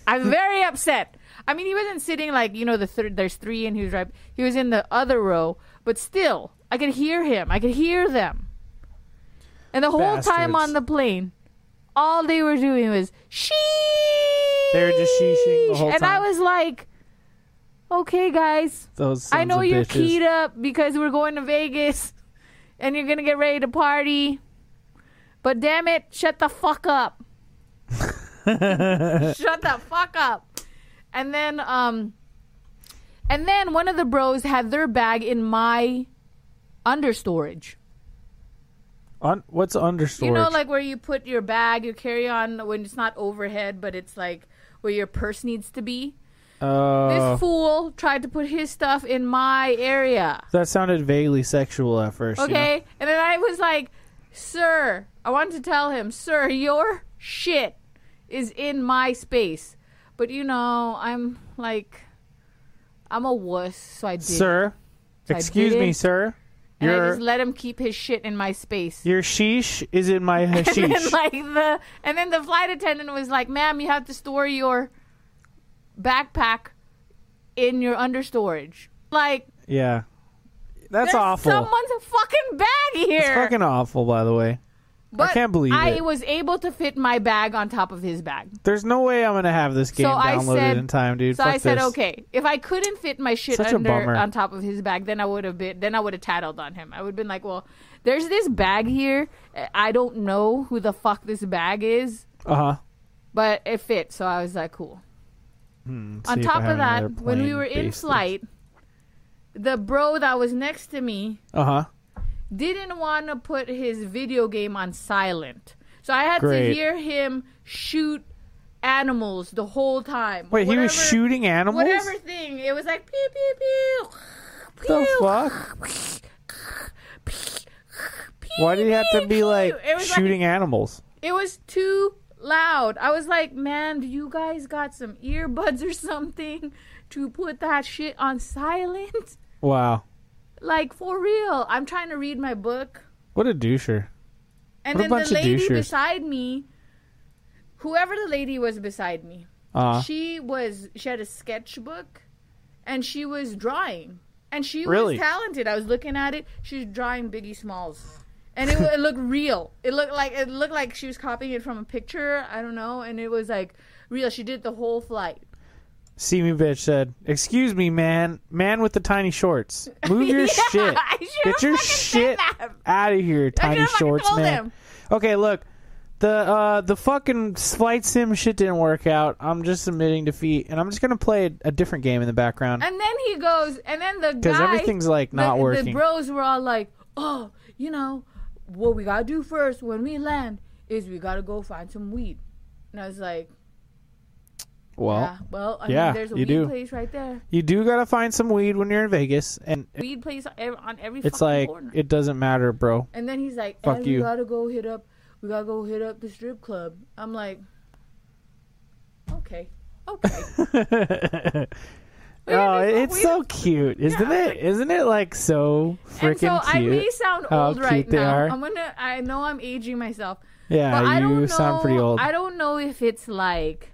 Speaker 3: I'm very upset. I mean, he wasn't sitting like you know the third. There's three, and he was right. He was in the other row, but still, I could hear him. I could hear them. And the whole time
Speaker 2: Bastards.
Speaker 3: on the plane, all they were doing was she.
Speaker 2: They were just sheeshing the whole
Speaker 3: and I
Speaker 2: time.
Speaker 3: was like, okay, guys.
Speaker 2: Those
Speaker 3: I
Speaker 2: sons
Speaker 3: know
Speaker 2: of
Speaker 3: you're
Speaker 2: bitches.
Speaker 3: keyed up because we're going to Vegas and you're going to get ready to party. But damn it, shut the fuck up. shut the fuck up. And then um and then one of the bros had their bag in my understorage.
Speaker 2: Un- what's understorage?
Speaker 3: You know like where you put your bag, your carry-on when it's not overhead but it's like where your purse needs to be.
Speaker 2: Oh,
Speaker 3: This fool tried to put his stuff in my area.
Speaker 2: that sounded vaguely sexual at first. you know?
Speaker 3: Okay. And then I was like, Sir, I wanted to tell him, Sir, your shit is in my space. But you know, I'm like, I'm a wuss, so I did.
Speaker 2: Sir,
Speaker 3: I
Speaker 2: excuse me,
Speaker 3: didn't.
Speaker 2: sir.
Speaker 3: and I
Speaker 2: Your
Speaker 3: just let him keep his shit in my space.
Speaker 2: your sheesh is in my
Speaker 3: And then,
Speaker 2: hashish.
Speaker 3: like the and then the flight attendant was like, "Ma'am, you have to store your backpack in your understorage." Like
Speaker 2: yeah, that's
Speaker 3: there's
Speaker 2: awful.
Speaker 3: Someone's fucking bag here.
Speaker 2: It's fucking awful, by the way.
Speaker 3: But
Speaker 2: can't believe
Speaker 3: I
Speaker 2: it.
Speaker 3: was able to fit my bag on top of his bag.
Speaker 2: There's no way I'm gonna have this game
Speaker 3: so I
Speaker 2: downloaded
Speaker 3: said,
Speaker 2: in time, dude.
Speaker 3: So
Speaker 2: Fuck
Speaker 3: I said,
Speaker 2: this.
Speaker 3: okay, if I couldn't fit my shit
Speaker 2: Such a
Speaker 3: under
Speaker 2: bummer.
Speaker 3: on top of his bag, then I would have been, then I would have tattled on him. I would have been like, well, there's this bag here. I don't know who the fuck this bag is,
Speaker 2: Uh huh.
Speaker 3: but it fits. So I was like, cool. on top of that, when we were in flight, the bro that was next to me
Speaker 2: Uh huh.
Speaker 3: didn't want to put his video game on silent. So I had to
Speaker 2: Great.
Speaker 3: hear him shoot animals the whole time.
Speaker 2: Wait, he was
Speaker 3: Whatever-
Speaker 2: shooting animals.
Speaker 3: Whatever thing. It was like pew pew pew.
Speaker 2: the
Speaker 3: pew,
Speaker 2: fuck?
Speaker 3: pew,
Speaker 2: Why did he have to be
Speaker 3: pew.
Speaker 2: like
Speaker 3: It was
Speaker 2: shooting animals?
Speaker 3: It was too loud. I was like, man, do you guys got some earbuds or something to put that shit on silent?
Speaker 2: Wow,
Speaker 3: Like for real. I'm trying to read my book.
Speaker 2: what a doucher.
Speaker 3: And
Speaker 2: What a
Speaker 3: then
Speaker 2: bunch
Speaker 3: the
Speaker 2: of
Speaker 3: lady
Speaker 2: douchers.
Speaker 3: beside me, whoever the lady was beside me,
Speaker 2: Uh
Speaker 3: she was she had a sketchbook and she was drawing. And she
Speaker 2: Really?
Speaker 3: was talented. I was looking at it. She was drawing Biggie Smalls. And it, it looked real. It looked like it looked like she was copying it from a picture. I don't know. And it was like real. She did the whole flight.
Speaker 2: See me, bitch said, "Excuse me, man. Man with the tiny shorts. Move your shit.
Speaker 3: I should've
Speaker 2: Get your
Speaker 3: fucking said
Speaker 2: shit
Speaker 3: that.
Speaker 2: out of here, tiny
Speaker 3: should've fucking
Speaker 2: shorts,
Speaker 3: told
Speaker 2: man."
Speaker 3: him.
Speaker 2: Okay, look, the uh, the fucking flight sim shit didn't work out. I'm just admitting defeat, and I'm just gonna play a, a different game in the background
Speaker 3: And then he goes, and then the guy.
Speaker 2: because everything's like not
Speaker 3: Uh, the,
Speaker 2: working.
Speaker 3: The bros were all like, "Oh, you know, what we gotta do first when we land is we gotta go find some weed." And I was like,
Speaker 2: Well,
Speaker 3: yeah. "Ah, Well, I
Speaker 2: yeah,
Speaker 3: mean, there's a
Speaker 2: you
Speaker 3: weed
Speaker 2: do.
Speaker 3: place right there.
Speaker 2: you do gotta find some weed when you're in Vegas, and
Speaker 3: Weed place on ev- on every
Speaker 2: it's
Speaker 3: fucking
Speaker 2: like
Speaker 3: corner.
Speaker 2: it doesn't matter, bro.
Speaker 3: and then he's like,
Speaker 2: Fuck
Speaker 3: "Eh,
Speaker 2: you."
Speaker 3: "We gotta go hit up. We gotta go hit up the strip club." I'm like, okay, okay.
Speaker 2: Oh,
Speaker 3: Weed is-
Speaker 2: it's
Speaker 3: weed
Speaker 2: so
Speaker 3: is-
Speaker 2: cute, isn't it? Isn't it like so
Speaker 3: And so
Speaker 2: freaking
Speaker 3: I may
Speaker 2: cute?
Speaker 3: sound
Speaker 2: how
Speaker 3: old
Speaker 2: cute
Speaker 3: right
Speaker 2: they
Speaker 3: now.
Speaker 2: are.
Speaker 3: I'm gonna. I know I'm aging myself, but
Speaker 2: yeah,
Speaker 3: I don't know.
Speaker 2: you sound pretty old.
Speaker 3: I don't know if it's like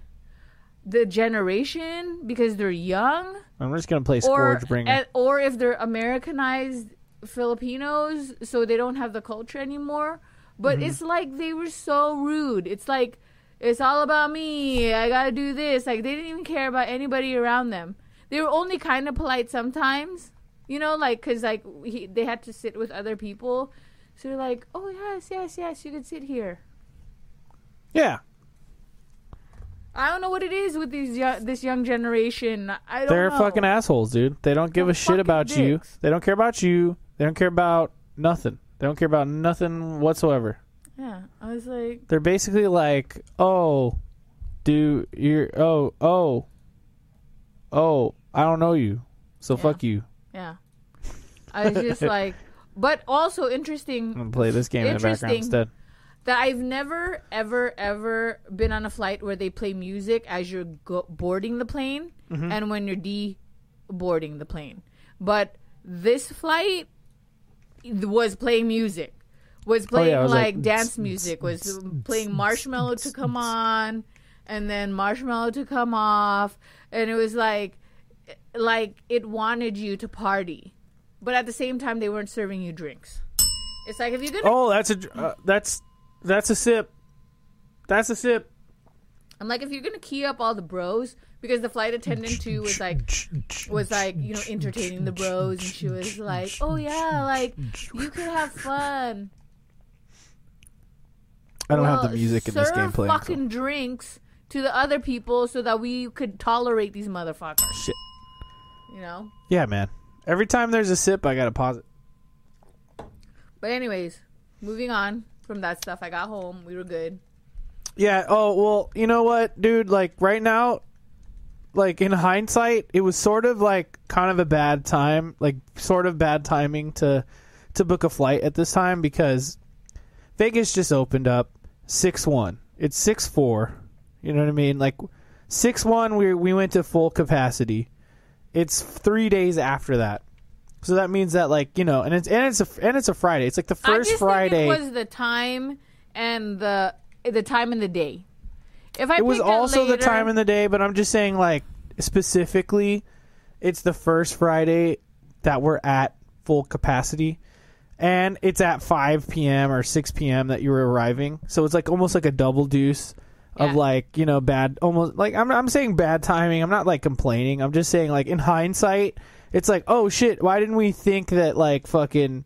Speaker 3: the generation because they're young,
Speaker 2: I'm just gonna play
Speaker 3: or
Speaker 2: Scourgebringer.
Speaker 3: and- or if they're Americanized Filipinos, so they don't have the culture anymore. But
Speaker 2: Mm-hmm.
Speaker 3: it's like they were so rude. It's like it's all about me. I gotta do this. Like they didn't even care about anybody around them. They were only kind of polite sometimes, you know, like because like he, they had to sit with other people. So they're like, oh yes, yes, yes, you can sit here.
Speaker 2: yeah,
Speaker 3: I don't know what it is with these young, this young generation. I don't.
Speaker 2: they're
Speaker 3: know.
Speaker 2: fucking assholes, dude. They don't give
Speaker 3: They're
Speaker 2: a shit
Speaker 3: fucking
Speaker 2: about you.
Speaker 3: dicks.
Speaker 2: They don't care about you. They don't care about nothing. They don't care about nothing whatsoever.
Speaker 3: Yeah, I was like,
Speaker 2: They're basically like, oh, do you're oh oh oh I don't know you, so fuck you.
Speaker 3: Yeah. I was just like, but also
Speaker 2: I'm
Speaker 3: interesting
Speaker 2: gonna play this game in the background
Speaker 3: Interesting.
Speaker 2: instead.
Speaker 3: that I've never, ever, ever been on a flight where they play music as you're go- boarding the plane and when you're de boarding the plane. But this flight was playing music. Was playing
Speaker 2: it was like,
Speaker 3: like, dance music, was playing Marshmallow to come on, and then Marshmallow to come off, and it was like, like it wanted you to party, but at the same time they weren't serving you drinks. It's like if you're gonna
Speaker 2: Oh, that's a dr- uh, that's that's a sip. That's a sip.
Speaker 3: I'm like, if you're gonna key up all the bros, because the flight attendant too was like, was like, you know, entertaining the bros, and she was like, oh yeah, like you could have fun.
Speaker 2: I don't
Speaker 3: Well,
Speaker 2: have the music in this
Speaker 3: serve
Speaker 2: game playing. so-
Speaker 3: fucking drinks to the other people so that we could tolerate these motherfuckers.
Speaker 2: Shit.
Speaker 3: You know.
Speaker 2: Yeah, man. Every time there's a sip, I gotta pause it.
Speaker 3: But anyways, moving on from that stuff. I got home. We were good.
Speaker 2: Yeah. Oh well, you know what, dude? Like right now, like in hindsight, it was sort of like kind of a bad time, like sort of bad timing to to book a flight at this time because Vegas just opened up six one. It's six four. You know what I mean? Like six one, we we went to full capacity. It's three days after that. So that means that, like you know, and it's and it's a and it's a Friday. It's like the
Speaker 3: I
Speaker 2: first
Speaker 3: just
Speaker 2: Friday.
Speaker 3: think it was the time and the the time and the day. If I
Speaker 2: it was
Speaker 3: picked out
Speaker 2: also the
Speaker 3: later-
Speaker 2: time in the day, but I'm just saying, like specifically, it's the first Friday that we're at full capacity, and it's at 5 p.m. or 6 p.m. that you're arriving. So it's like almost like a double deuce of
Speaker 3: Yeah.
Speaker 2: like you know bad, almost like I'm I'm saying bad timing. I'm not like complaining. I'm just saying like in hindsight, it's like oh shit, why didn't we think that like fucking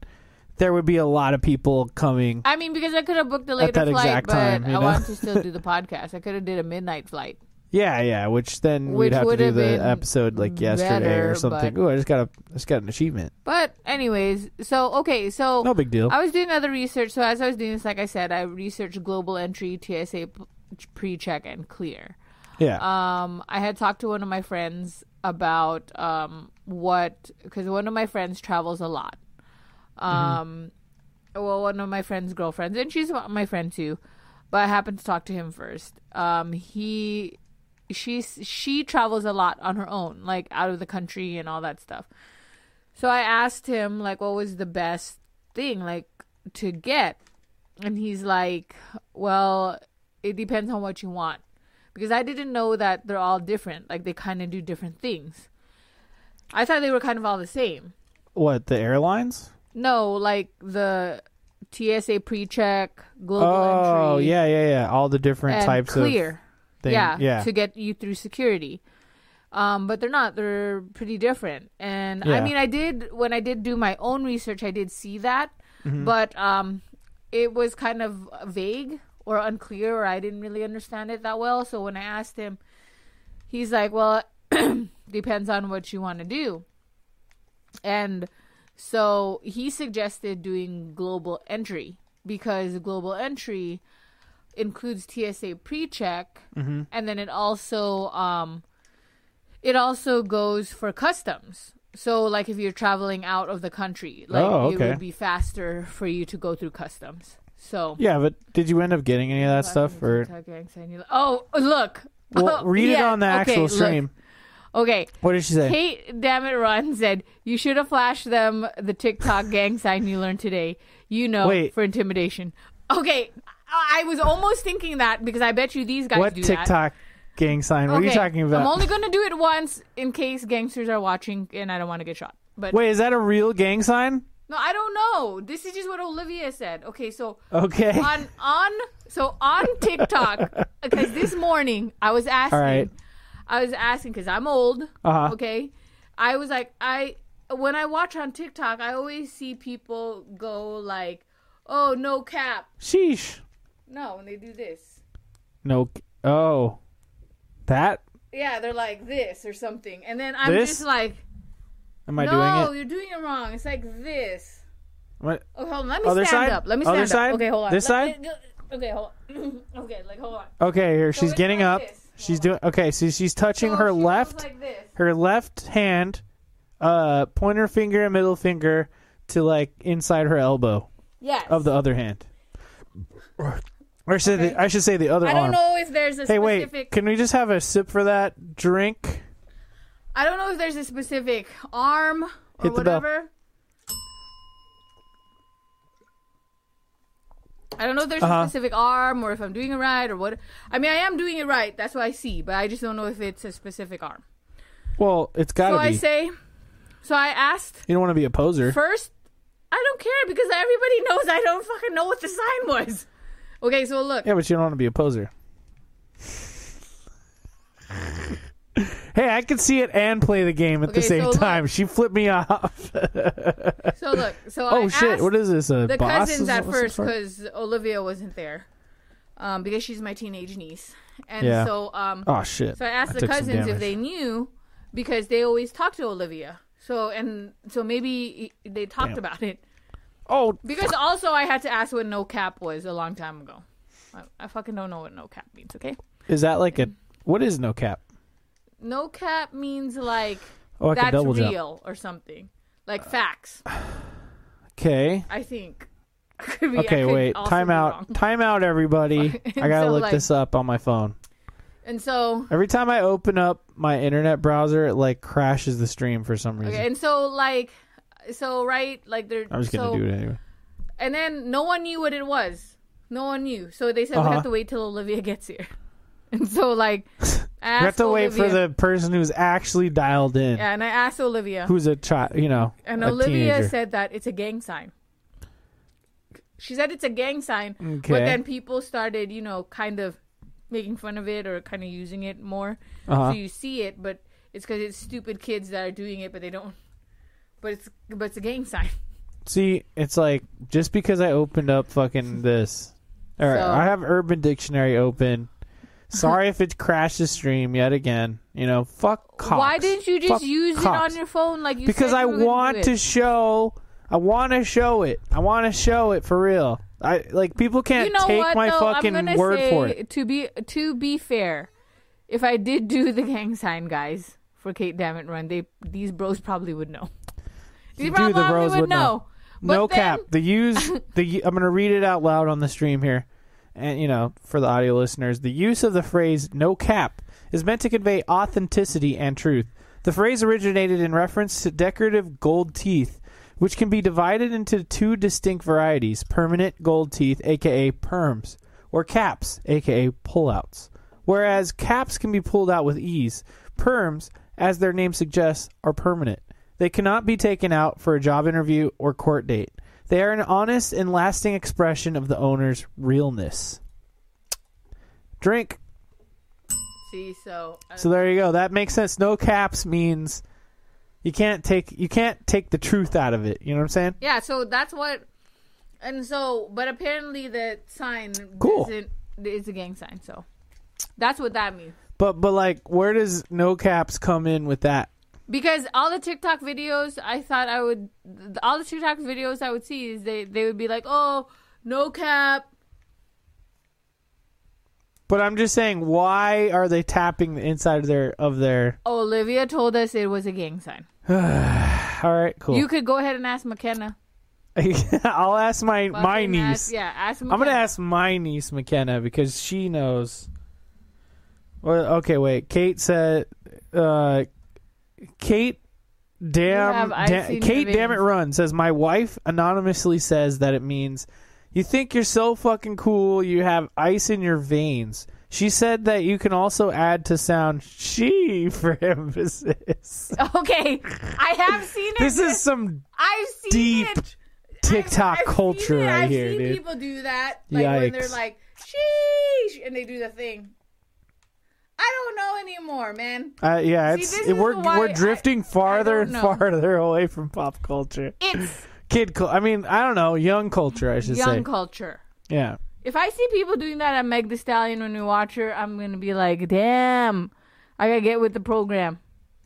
Speaker 2: there would be a lot of people coming?
Speaker 3: I mean, because I could have booked a later
Speaker 2: that
Speaker 3: flight,
Speaker 2: exact
Speaker 3: but
Speaker 2: time, you
Speaker 3: I
Speaker 2: know?
Speaker 3: wanted to still do the podcast. I could have did a midnight flight.
Speaker 2: Yeah, yeah. Which then
Speaker 3: Which
Speaker 2: we'd have to
Speaker 3: would
Speaker 2: do
Speaker 3: have
Speaker 2: the
Speaker 3: been
Speaker 2: episode like yesterday or
Speaker 3: better,
Speaker 2: something.
Speaker 3: but-
Speaker 2: Ooh, I just got a, I just got an achievement.
Speaker 3: But anyways, so okay, so
Speaker 2: No big deal.
Speaker 3: I was doing other research. So as I was doing this, like I said, I researched global entry, TSA pre-check, and clear.
Speaker 2: yeah,
Speaker 3: um, I had talked to one of my friends about um, what because one of my friends travels a lot. Um, Well, one of my friend's girlfriends, and she's my friend too, but I happened to talk to him first. Um, he, she's she travels a lot on her own, like out of the country and all that stuff. So I asked him like, what was the best thing like to get, and he's like, well, it depends on what you want because I didn't know that they're all different. Like they kind of do different things. I thought they were kind of all the same.
Speaker 2: what the airlines?
Speaker 3: No, like the TSA pre-check, global
Speaker 2: Oh,
Speaker 3: entry,
Speaker 2: yeah, yeah, yeah. All the different
Speaker 3: and
Speaker 2: types
Speaker 3: clear.
Speaker 2: of things.
Speaker 3: yeah,
Speaker 2: yeah.
Speaker 3: to get you through security. Um, but they're not. They're pretty different. And I
Speaker 2: Yeah.
Speaker 3: mean, I did when I did do my own research, I did see that,
Speaker 2: Mm-hmm.
Speaker 3: but um, it was kind of vague or unclear, or I didn't really understand it that well. So when I asked him, he's like, "Well, depends on what you want to do," and so he suggested doing global entry because global entry includes TSA pre-check,
Speaker 2: Mm-hmm.
Speaker 3: and then it also um, it also goes for customs. So, like if you're traveling out of the country, like
Speaker 2: Oh,
Speaker 3: it
Speaker 2: okay.
Speaker 3: would be faster for you to go through customs. So,
Speaker 2: Yeah, but did you end up getting any of that stuff? Or
Speaker 3: oh, look.
Speaker 2: well,
Speaker 3: Oh,
Speaker 2: read it
Speaker 3: yeah.
Speaker 2: on the
Speaker 3: Okay,
Speaker 2: actual
Speaker 3: look.
Speaker 2: stream.
Speaker 3: Okay.
Speaker 2: What did she say?
Speaker 3: Kate Damn It Ron said, You should have flashed them the TikTok gang sign you learned today. You know,
Speaker 2: Wait.
Speaker 3: for intimidation. Okay. I I was almost thinking that because I bet you these guys
Speaker 2: what
Speaker 3: do
Speaker 2: TikTok
Speaker 3: that.
Speaker 2: gang sign? What are you
Speaker 3: Okay,
Speaker 2: talking about?
Speaker 3: I'm only going to do it once in case gangsters are watching and I don't want to get shot. But
Speaker 2: Wait, is that a real gang sign?
Speaker 3: no, I don't know. This is just what Olivia said. Okay, so
Speaker 2: Okay.
Speaker 3: on on so on TikTok because this morning I was asking,
Speaker 2: All right.
Speaker 3: I was asking because I'm old.
Speaker 2: Uh-huh.
Speaker 3: Okay, I was like I when I watch on TikTok, I always see people go like, "Oh no cap,"
Speaker 2: Sheesh.
Speaker 3: no, and they do this.
Speaker 2: No. Oh, that.
Speaker 3: Yeah, they're like this or something, and then I'm
Speaker 2: This?
Speaker 3: just like,
Speaker 2: Am I
Speaker 3: "No,
Speaker 2: doing it?
Speaker 3: you're doing it wrong." It's like this.
Speaker 2: What?
Speaker 3: Oh, hold on. Let me
Speaker 2: Other
Speaker 3: stand
Speaker 2: side?
Speaker 3: up. Let me stand
Speaker 2: Other
Speaker 3: up.
Speaker 2: side?
Speaker 3: Okay, hold on.
Speaker 2: This
Speaker 3: Let- Okay, hold. On. okay, like hold on.
Speaker 2: Okay, here she's
Speaker 3: it's
Speaker 2: getting
Speaker 3: like
Speaker 2: up.
Speaker 3: this.
Speaker 2: She's doing okay. So she's touching
Speaker 3: So
Speaker 2: her
Speaker 3: she goes
Speaker 2: left,
Speaker 3: like this.
Speaker 2: her left hand, uh, pointer finger and middle finger to like inside her elbow
Speaker 3: Yes.
Speaker 2: of the other hand, or should the, I should say the other
Speaker 3: I don't
Speaker 2: arm.
Speaker 3: know if there's a
Speaker 2: Hey,
Speaker 3: specific.
Speaker 2: wait! Can we just have a sip for that drink?
Speaker 3: I don't know if there's a specific arm or
Speaker 2: Hit the bell.
Speaker 3: whatever. I don't know if there's
Speaker 2: Uh-huh.
Speaker 3: a specific arm or if I'm doing it right or what. I mean, I am doing it right. That's what I see, but I just don't know if it's a specific arm.
Speaker 2: Well, it's gotta
Speaker 3: So
Speaker 2: be.
Speaker 3: I say. So I asked
Speaker 2: you don't want to be a poser.
Speaker 3: First, I don't care because everybody knows I don't fucking know what the sign was. Okay, so look.
Speaker 2: yeah, but you don't want to be a poser. hey, I can see it and play the game at
Speaker 3: Okay,
Speaker 2: the same
Speaker 3: so look.
Speaker 2: time. She flipped me off.
Speaker 3: So look. So
Speaker 2: Oh
Speaker 3: I
Speaker 2: shit!
Speaker 3: asked
Speaker 2: What is this? A
Speaker 3: the
Speaker 2: boss?
Speaker 3: cousins
Speaker 2: of
Speaker 3: at
Speaker 2: some
Speaker 3: first
Speaker 2: sort?
Speaker 3: because Olivia wasn't there, um, because she's my teenage niece, and
Speaker 2: Yeah.
Speaker 3: so um,
Speaker 2: Oh shit!
Speaker 3: so I asked the
Speaker 2: took some
Speaker 3: cousins if
Speaker 2: damage.
Speaker 3: they knew because they always talk to Olivia. So and so maybe e, they talked
Speaker 2: Damn.
Speaker 3: about it
Speaker 2: Oh,
Speaker 3: because also I had to ask what no cap was a long time ago. I, I fucking don't know what no cap means. Okay,
Speaker 2: is that like a what is no cap?
Speaker 3: no cap means like.
Speaker 2: Oh, I can
Speaker 3: that's
Speaker 2: double
Speaker 3: real
Speaker 2: jump.
Speaker 3: or something like facts
Speaker 2: Okay.
Speaker 3: i think Could be- I
Speaker 2: Okay,
Speaker 3: could
Speaker 2: wait.
Speaker 3: also
Speaker 2: Time
Speaker 3: be
Speaker 2: out.
Speaker 3: wrong.
Speaker 2: Time out, everybody. I gotta
Speaker 3: So,
Speaker 2: look
Speaker 3: like-
Speaker 2: this up on my phone.
Speaker 3: and so
Speaker 2: Every time I open up my internet browser, it like crashes the stream for some reason.
Speaker 3: okay, and so like so right like they're
Speaker 2: I'm just
Speaker 3: so,
Speaker 2: gonna do it anyway.
Speaker 3: and then no one knew what it was no one knew so they said we
Speaker 2: Uh-huh.
Speaker 3: have to wait till olivia gets here and so like i
Speaker 2: We have
Speaker 3: asked
Speaker 2: to wait
Speaker 3: olivia,
Speaker 2: for the person who's actually dialed in,
Speaker 3: yeah and i asked olivia
Speaker 2: who's a child, you know,
Speaker 3: and
Speaker 2: a
Speaker 3: olivia
Speaker 2: teenager.
Speaker 3: said that it's a gang sign she said it's a gang sign but
Speaker 2: Okay.
Speaker 3: then people started you know kind of making fun of it or kind of using it more
Speaker 2: Uh-huh.
Speaker 3: so you see it, but it's because it's stupid kids that are doing it, but they don't. But it's but it's a gang sign.
Speaker 2: See, it's like just because I opened up fucking this, or
Speaker 3: So-
Speaker 2: I have Urban Dictionary open. Sorry if it crashed the stream yet again. You know, fuck Cox.
Speaker 3: Why didn't you just
Speaker 2: Fuck
Speaker 3: use it
Speaker 2: Cox.
Speaker 3: on your phone like you?
Speaker 2: Because
Speaker 3: said
Speaker 2: I
Speaker 3: you were gonna
Speaker 2: want
Speaker 3: do
Speaker 2: to
Speaker 3: it?
Speaker 2: show. I want to show it. I want to show it for real. I like people can't
Speaker 3: you know
Speaker 2: take
Speaker 3: what?
Speaker 2: my
Speaker 3: though?
Speaker 2: fucking
Speaker 3: I'm gonna
Speaker 2: word
Speaker 3: say,
Speaker 2: for it.
Speaker 3: To be to be fair, if I did do the gang sign, guys, for Kate Dammit run, they these bros probably would know. These
Speaker 2: Dude,
Speaker 3: bro-
Speaker 2: the
Speaker 3: probably
Speaker 2: bros would know.
Speaker 3: But
Speaker 2: no
Speaker 3: then-
Speaker 2: cap. The use the I'm going to read it out loud on the stream here, and you know for the audio listeners, the use of the phrase "no cap" is meant to convey authenticity and truth. The phrase originated in reference to decorative gold teeth, which can be divided into two distinct varieties: permanent gold teeth, aka perms, or caps, aka pullouts. Whereas caps can be pulled out with ease, perms, as their name suggests, are permanent. They cannot be taken out for a job interview or court date. They are an honest and lasting expression of the owner's realness. Drink.
Speaker 3: See, so uh, I
Speaker 2: So there you go. That makes sense. No caps means you can't take you can't take the truth out of it. You know what I'm saying?
Speaker 3: Yeah, so that's what. And so, but apparently the sign
Speaker 2: Cool.
Speaker 3: isn't is a gang sign. So that's what that means.
Speaker 2: But but like where does no caps come in with that?
Speaker 3: Because all the TikTok videos, I thought I would, all the TikTok videos I would see is they they would be like, oh, no cap,
Speaker 2: But I'm just saying, why are they tapping the inside of their of their?
Speaker 3: Olivia told us it was a gang sign.
Speaker 2: All right, cool.
Speaker 3: You could go ahead and ask McKenna.
Speaker 2: I'll ask my my
Speaker 3: Fucking
Speaker 2: niece.
Speaker 3: ask- yeah, ask McKenna.
Speaker 2: I'm gonna ask my niece McKenna because she knows. Well, okay, wait. Kate said, uh, "Kate, damn,
Speaker 3: have ice
Speaker 2: da-
Speaker 3: in your
Speaker 2: Kate, damn it,
Speaker 3: veins.
Speaker 2: run." Says my wife anonymously says that it means you think you're so fucking cool. You have ice in your veins. She said that you can also add to sound she for emphasis.
Speaker 3: Okay, I have seen it.
Speaker 2: This is some
Speaker 3: I've seen
Speaker 2: deep
Speaker 3: it.
Speaker 2: TikTok
Speaker 3: I've- I've
Speaker 2: culture
Speaker 3: seen it.
Speaker 2: right
Speaker 3: I've
Speaker 2: here,
Speaker 3: seen
Speaker 2: dude.
Speaker 3: people do that, like when they're
Speaker 2: Yikes.
Speaker 3: like, "Sheesh," and they do the thing. I don't know anymore, man.
Speaker 2: Uh, yeah,
Speaker 3: See,
Speaker 2: it's
Speaker 3: this
Speaker 2: it-
Speaker 3: is
Speaker 2: we're
Speaker 3: why
Speaker 2: we're
Speaker 3: I-
Speaker 2: drifting farther
Speaker 3: don't
Speaker 2: and
Speaker 3: know.
Speaker 2: farther away from pop culture.
Speaker 3: It's
Speaker 2: Kid, cul I mean, I don't know, young culture, I should
Speaker 3: young
Speaker 2: say.
Speaker 3: culture.
Speaker 2: yeah,
Speaker 3: If I see people doing that at Meg the Stallion when we watch her, I'm gonna be like, "Damn, I gotta get with the program."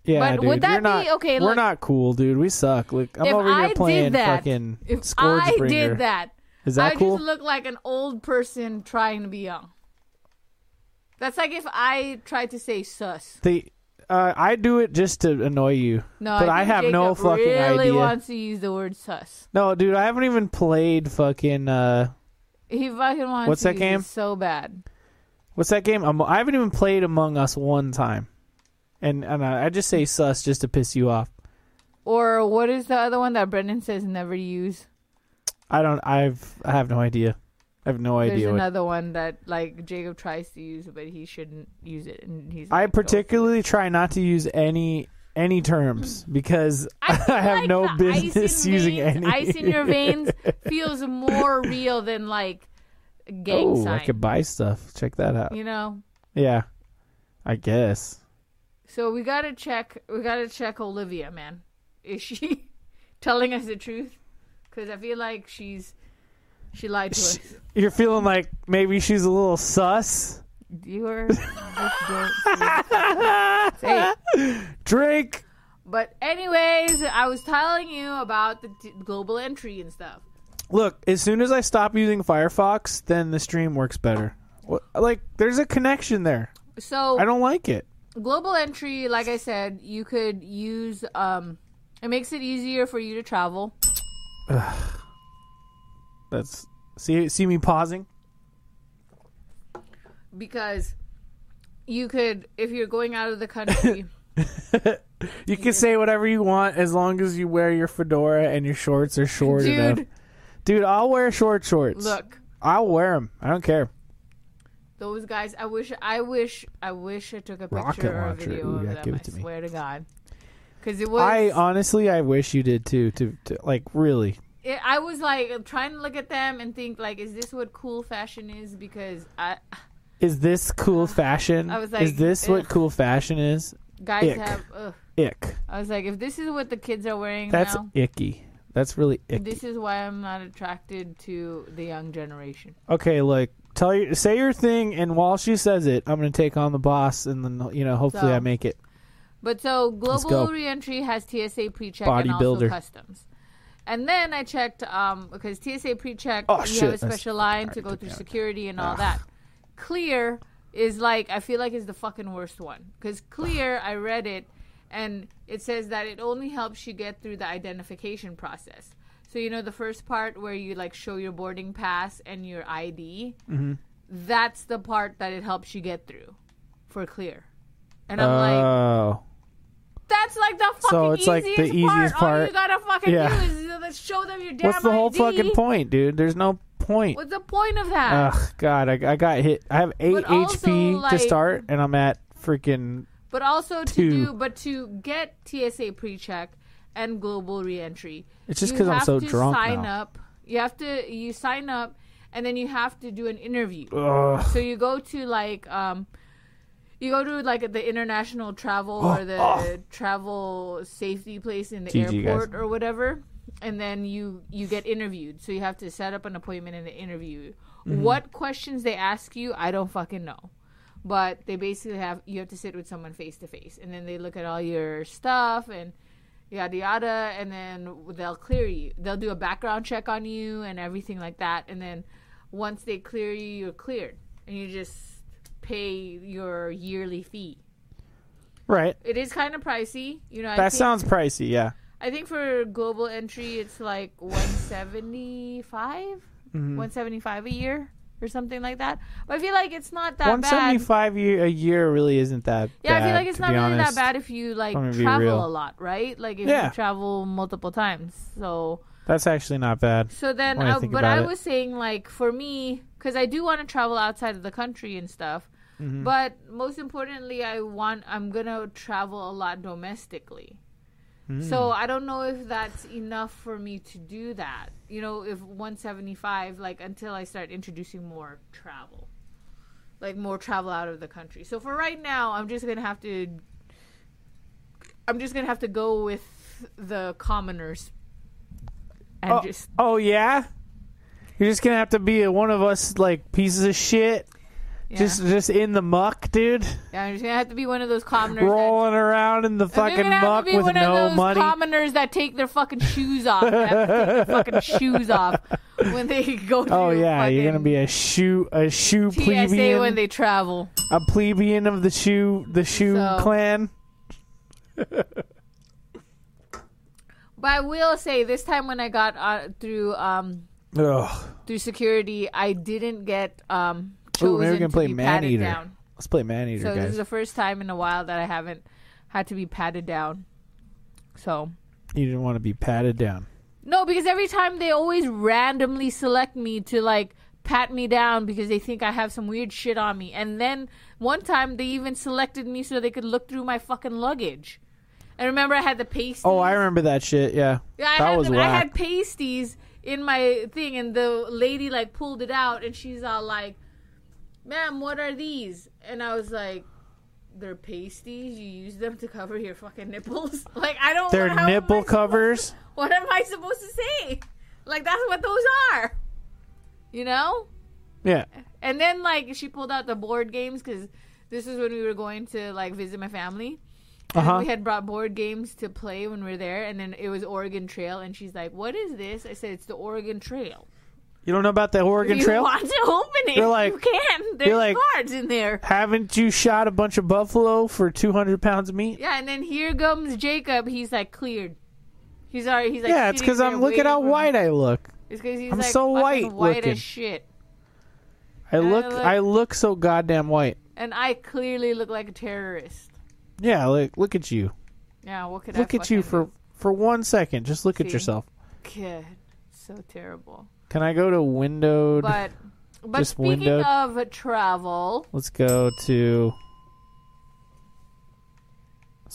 Speaker 2: yeah,
Speaker 3: But
Speaker 2: dude.
Speaker 3: would that
Speaker 2: You're not,
Speaker 3: be- okay,
Speaker 2: We're
Speaker 3: look.
Speaker 2: not cool, dude. We suck. Look, I'm
Speaker 3: if
Speaker 2: over
Speaker 3: I
Speaker 2: here playing
Speaker 3: did that,
Speaker 2: fucking
Speaker 3: if
Speaker 2: Scourge
Speaker 3: I
Speaker 2: Bringer.
Speaker 3: did that,
Speaker 2: Is that
Speaker 3: I
Speaker 2: cool?
Speaker 3: just look like an old person trying to be young. That's like if I tried to say sus.
Speaker 2: The uh, I do it just to annoy you.
Speaker 3: No,
Speaker 2: but I,
Speaker 3: think
Speaker 2: have no
Speaker 3: Jacob
Speaker 2: fucking
Speaker 3: really
Speaker 2: idea.
Speaker 3: wants to use the word sus.
Speaker 2: No, dude, I haven't even played fucking. Uh,
Speaker 3: He fucking wants
Speaker 2: What's
Speaker 3: to
Speaker 2: that
Speaker 3: use
Speaker 2: game?
Speaker 3: it so bad.
Speaker 2: what's that game? Um, I haven't even played Among Us one time, and and I, I just say sus just to piss you off.
Speaker 3: Or what is the other one that Brendan says never use?
Speaker 2: I don't. I've. I have no idea. I have no
Speaker 3: There's
Speaker 2: idea. What,
Speaker 3: another one that like Jacob tries to use, but he shouldn't use it, and he's.
Speaker 2: I
Speaker 3: like, "Don't."
Speaker 2: particularly try not to use any any terms
Speaker 3: Mm.
Speaker 2: because I,
Speaker 3: I, feel
Speaker 2: have
Speaker 3: like
Speaker 2: no
Speaker 3: the
Speaker 2: business
Speaker 3: ice in
Speaker 2: using
Speaker 3: veins,
Speaker 2: any.
Speaker 3: Ice in your veins feels more real than like gang
Speaker 2: oh,
Speaker 3: sign.
Speaker 2: I could buy stuff. Check that out.
Speaker 3: you know.
Speaker 2: Yeah, I guess.
Speaker 3: So we gotta check. We gotta check Olivia, man. Is she telling us the truth? Because I feel like she's she lied to us.
Speaker 2: You're feeling like maybe she's a little sus.
Speaker 3: You are. hey,
Speaker 2: Drake.
Speaker 3: but anyways, I was telling you about the t- global entry and stuff.
Speaker 2: Look, as soon as I stop using Firefox, then the stream works better. Wha- Like, there's a connection there.
Speaker 3: So
Speaker 2: I don't like it.
Speaker 3: global entry, like I said, you could use. Um, it makes it easier for you to travel.
Speaker 2: That's see see me pausing.
Speaker 3: because you could if you're going out of the country
Speaker 2: You can say whatever you want as long as you wear your fedora and your shorts are short enough.
Speaker 3: dude
Speaker 2: Dude, I'll wear short shorts.
Speaker 3: look
Speaker 2: I'll wear them. I don't care.
Speaker 3: those guys i wish i wish i wish i took a
Speaker 2: Rocket
Speaker 3: picture or a
Speaker 2: launcher.
Speaker 3: video
Speaker 2: Ooh,
Speaker 3: of
Speaker 2: yeah,
Speaker 3: them
Speaker 2: give it
Speaker 3: i
Speaker 2: to me.
Speaker 3: swear to god because it was
Speaker 2: I um,
Speaker 3: I,
Speaker 2: honestly, I wish you did too. To, to like really,
Speaker 3: it, I was like trying to look at them and think like is this what cool fashion is because i
Speaker 2: is this cool fashion?
Speaker 3: I was like,
Speaker 2: is this what
Speaker 3: ugh.
Speaker 2: cool fashion is?
Speaker 3: guys
Speaker 2: Ick.
Speaker 3: have ugh.
Speaker 2: Ick.
Speaker 3: i was like if this is what the kids are wearing
Speaker 2: That's
Speaker 3: now
Speaker 2: icky. That's really icky.
Speaker 3: this is why i'm not attracted to the young generation
Speaker 2: okay, like tell you say your thing, and while she says it, I'm gonna take on the boss, and then you know, hopefully,
Speaker 3: So-
Speaker 2: I make it.
Speaker 3: But so
Speaker 2: go.
Speaker 3: global reentry has TSA pre-check and also
Speaker 2: Bodybuilder.
Speaker 3: customs. And then I checked um, because TSA pre-check,
Speaker 2: Oh,
Speaker 3: you
Speaker 2: shit.
Speaker 3: have a
Speaker 2: That's-
Speaker 3: special line to go through security and all that. Clear is like I feel like is the fucking worst one because clear I read it and it says that it only helps you get through the identification process. So you know the first part where you like show your boarding pass and your ID.
Speaker 2: Mm-hmm.
Speaker 3: That's the part that it helps you get through for clear. And I'm like,
Speaker 2: Oh,
Speaker 3: that's like the fucking
Speaker 2: So it's, like,
Speaker 3: easiest,
Speaker 2: the easiest
Speaker 3: All
Speaker 2: part.
Speaker 3: you gotta fucking
Speaker 2: Yeah.
Speaker 3: do is uh, show them your damn
Speaker 2: what's the whole
Speaker 3: ID.
Speaker 2: fucking point, dude? There's no point.
Speaker 3: What's the point of that?
Speaker 2: Ugh, God, I, I got hit. I have eight
Speaker 3: But also,
Speaker 2: HP to
Speaker 3: like-
Speaker 2: start, and I'm at freaking.
Speaker 3: but also to
Speaker 2: Two.
Speaker 3: do, but to get TSA pre-check and global reentry.
Speaker 2: It's just
Speaker 3: you
Speaker 2: 'cause I'm
Speaker 3: have
Speaker 2: so
Speaker 3: to
Speaker 2: drunk
Speaker 3: Sign
Speaker 2: now.
Speaker 3: up. You have to. You sign up, and then you have to do an interview.
Speaker 2: Ugh.
Speaker 3: So you go to like um, you go to like the international travel or the travel safety place in the
Speaker 2: GG, guys.
Speaker 3: airport or whatever, and then you you get interviewed. So you have to set up an appointment and an interview. What questions they ask you, I don't fucking know. But they basically have you have to sit with someone face to face, and then they look at all your stuff and yada yada, and then they'll clear you. They'll do a background check on you and everything like that, and then once they clear you, you're cleared, and you just pay your yearly fee.
Speaker 2: Right.
Speaker 3: It is kind of pricey, you know. I
Speaker 2: That
Speaker 3: think,
Speaker 2: sounds pricey. Yeah.
Speaker 3: I think for global entry, it's like one seventy five,
Speaker 2: Mm-hmm.
Speaker 3: one seventy five a year or something like that. But I feel like it's not that
Speaker 2: One
Speaker 3: bad.
Speaker 2: seventy-five year a year really isn't that.
Speaker 3: Yeah,
Speaker 2: bad,
Speaker 3: I feel like it's
Speaker 2: to
Speaker 3: not
Speaker 2: be
Speaker 3: really
Speaker 2: honest.
Speaker 3: that bad if you like
Speaker 2: I'm gonna be real.
Speaker 3: travel a lot, right? Like if
Speaker 2: Yeah.
Speaker 3: you travel multiple times. So
Speaker 2: That's actually not bad.
Speaker 3: so then,
Speaker 2: When I
Speaker 3: I,
Speaker 2: think
Speaker 3: but
Speaker 2: about
Speaker 3: I
Speaker 2: it.
Speaker 3: was saying like for me, because I do want to travel outside of the country and stuff.
Speaker 2: Mm-hmm.
Speaker 3: But most importantly, I want I'm gonna travel a lot domestically.
Speaker 2: Mm.
Speaker 3: So I don't know if that's enough for me to do that. You know, if 175 like until I start introducing more travel. Like more travel out of the country. So for right now, I'm just going to have to I'm just going to have to go with the commoners and
Speaker 2: Oh,
Speaker 3: just
Speaker 2: oh, yeah. You're just gonna have to be a, one of us like pieces of shit,
Speaker 3: yeah.
Speaker 2: just just in the muck, dude,
Speaker 3: Yeah, I'm just gonna have to be one of those commoners.
Speaker 2: rolling around in the
Speaker 3: that, They're
Speaker 2: fucking
Speaker 3: gonna have
Speaker 2: muck
Speaker 3: to be
Speaker 2: with
Speaker 3: one of
Speaker 2: no
Speaker 3: those
Speaker 2: money.
Speaker 3: commoners that take their fucking shoes off. They have to take their fucking shoes off when they go. To
Speaker 2: Oh yeah, you're gonna
Speaker 3: fucking
Speaker 2: be a shoe a shoe
Speaker 3: TSA
Speaker 2: plebeian,
Speaker 3: when they travel.
Speaker 2: a plebeian of the shoe the shoe
Speaker 3: So-
Speaker 2: clan.
Speaker 3: But I will say this time when I got uh, through um,
Speaker 2: Ugh.
Speaker 3: through security, I didn't get um, chosen
Speaker 2: Ooh, maybe we can
Speaker 3: to
Speaker 2: play
Speaker 3: be
Speaker 2: man
Speaker 3: patted
Speaker 2: eater.
Speaker 3: down.
Speaker 2: Let's play man eater,
Speaker 3: So this is
Speaker 2: guys.
Speaker 3: the first time in a while that I haven't had to be patted down. So
Speaker 2: you didn't want to be patted down.
Speaker 3: No, because every time they always randomly select me to like pat me down because they think I have some weird shit on me. And then one time they even selected me so they could look through my fucking luggage. And remember I had the pasties.
Speaker 2: Oh, I remember that shit. Yeah,
Speaker 3: Yeah, I
Speaker 2: that
Speaker 3: had
Speaker 2: was
Speaker 3: them- I
Speaker 2: whack.
Speaker 3: had pasties in my thing and the lady like pulled it out and she's all like, "Ma'am, what are these?" And I was like, "They're pasties. You use them to cover your fucking nipples." like I don't
Speaker 2: Their
Speaker 3: how am I
Speaker 2: nipple
Speaker 3: supposed-
Speaker 2: covers.
Speaker 3: what am I supposed to say? Like that's what those are, you know.
Speaker 2: Yeah.
Speaker 3: And then like she pulled out the board games because this is when we were going to like visit my family.
Speaker 2: Uh
Speaker 3: And
Speaker 2: huh.
Speaker 3: We had brought board games to play when we were there, and then it was Oregon Trail, and she's like, "What is this?" I said, "It's the Oregon Trail."
Speaker 2: You don't know about the Oregon
Speaker 3: If you
Speaker 2: Trail?
Speaker 3: want to open it?
Speaker 2: You're like-
Speaker 3: you can. There's
Speaker 2: like-
Speaker 3: cards in there.
Speaker 2: Haven't you shot a bunch of buffalo for 200 pounds of meat?
Speaker 3: Yeah, and then here comes Jacob. He's like cleared. He's already. He's like.
Speaker 2: Yeah, it's
Speaker 3: sitting
Speaker 2: because I'm
Speaker 3: there
Speaker 2: look at
Speaker 3: waiting
Speaker 2: how
Speaker 3: for me.
Speaker 2: white I look.
Speaker 3: It's because he's
Speaker 2: I'm
Speaker 3: like
Speaker 2: so
Speaker 3: fucking
Speaker 2: white
Speaker 3: white
Speaker 2: looking.
Speaker 3: as shit.
Speaker 2: I
Speaker 3: I
Speaker 2: look,
Speaker 3: look-
Speaker 2: I look so goddamn white.
Speaker 3: And I clearly look like a terrorist.
Speaker 2: Yeah, like look at you.
Speaker 3: Yeah, what could
Speaker 2: Look
Speaker 3: I
Speaker 2: at you for
Speaker 3: fucking
Speaker 2: for one second. Just look at
Speaker 3: See?
Speaker 2: yourself.
Speaker 3: do? God, so terrible.
Speaker 2: Can I go to windowed?
Speaker 3: But but
Speaker 2: Just
Speaker 3: speaking
Speaker 2: windowed.
Speaker 3: of travel,
Speaker 2: Let's go to 720p.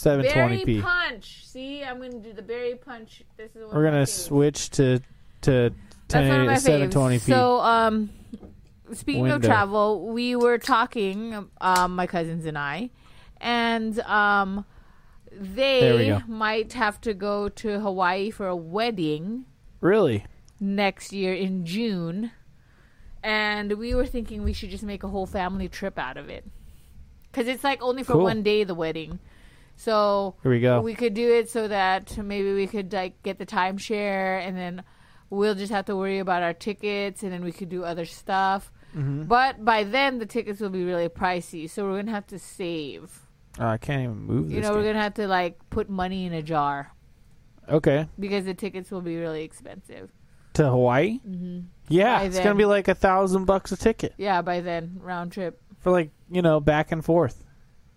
Speaker 3: berry punch. See, I'm gonna do the berry punch. This is one
Speaker 2: We're
Speaker 3: of my
Speaker 2: gonna
Speaker 3: faves.
Speaker 2: switch to to
Speaker 3: That's one of
Speaker 2: 10,
Speaker 3: my faves.
Speaker 2: 720p.
Speaker 3: So um, speaking of
Speaker 2: Window.
Speaker 3: travel, we were talking, um, my cousins and I, and um,
Speaker 2: There we
Speaker 3: they
Speaker 2: go.
Speaker 3: might have to go to Hawaii for a wedding.
Speaker 2: really,
Speaker 3: next year in June. And we were thinking we should just make a whole family trip out of it. Because it's like only for
Speaker 2: Cool.
Speaker 3: one day, the wedding. So
Speaker 2: here we go.
Speaker 3: we could do it so that maybe we could like get the timeshare and then we'll just have to worry about our tickets and then we could do other stuff.
Speaker 2: Mm-hmm.
Speaker 3: But by then, the tickets will be really pricey. So we're going to have to save.
Speaker 2: Oh, I can't even move this.
Speaker 3: You know, we're
Speaker 2: thing.
Speaker 3: going to have to like put money in a jar
Speaker 2: okay,
Speaker 3: because the tickets will be really expensive.
Speaker 2: to Hawaii. Yeah,
Speaker 3: By
Speaker 2: it's
Speaker 3: Mm-hmm. then.
Speaker 2: gonna be like a thousand bucks a ticket
Speaker 3: Yeah, by then, round trip.
Speaker 2: for like you know back and forth,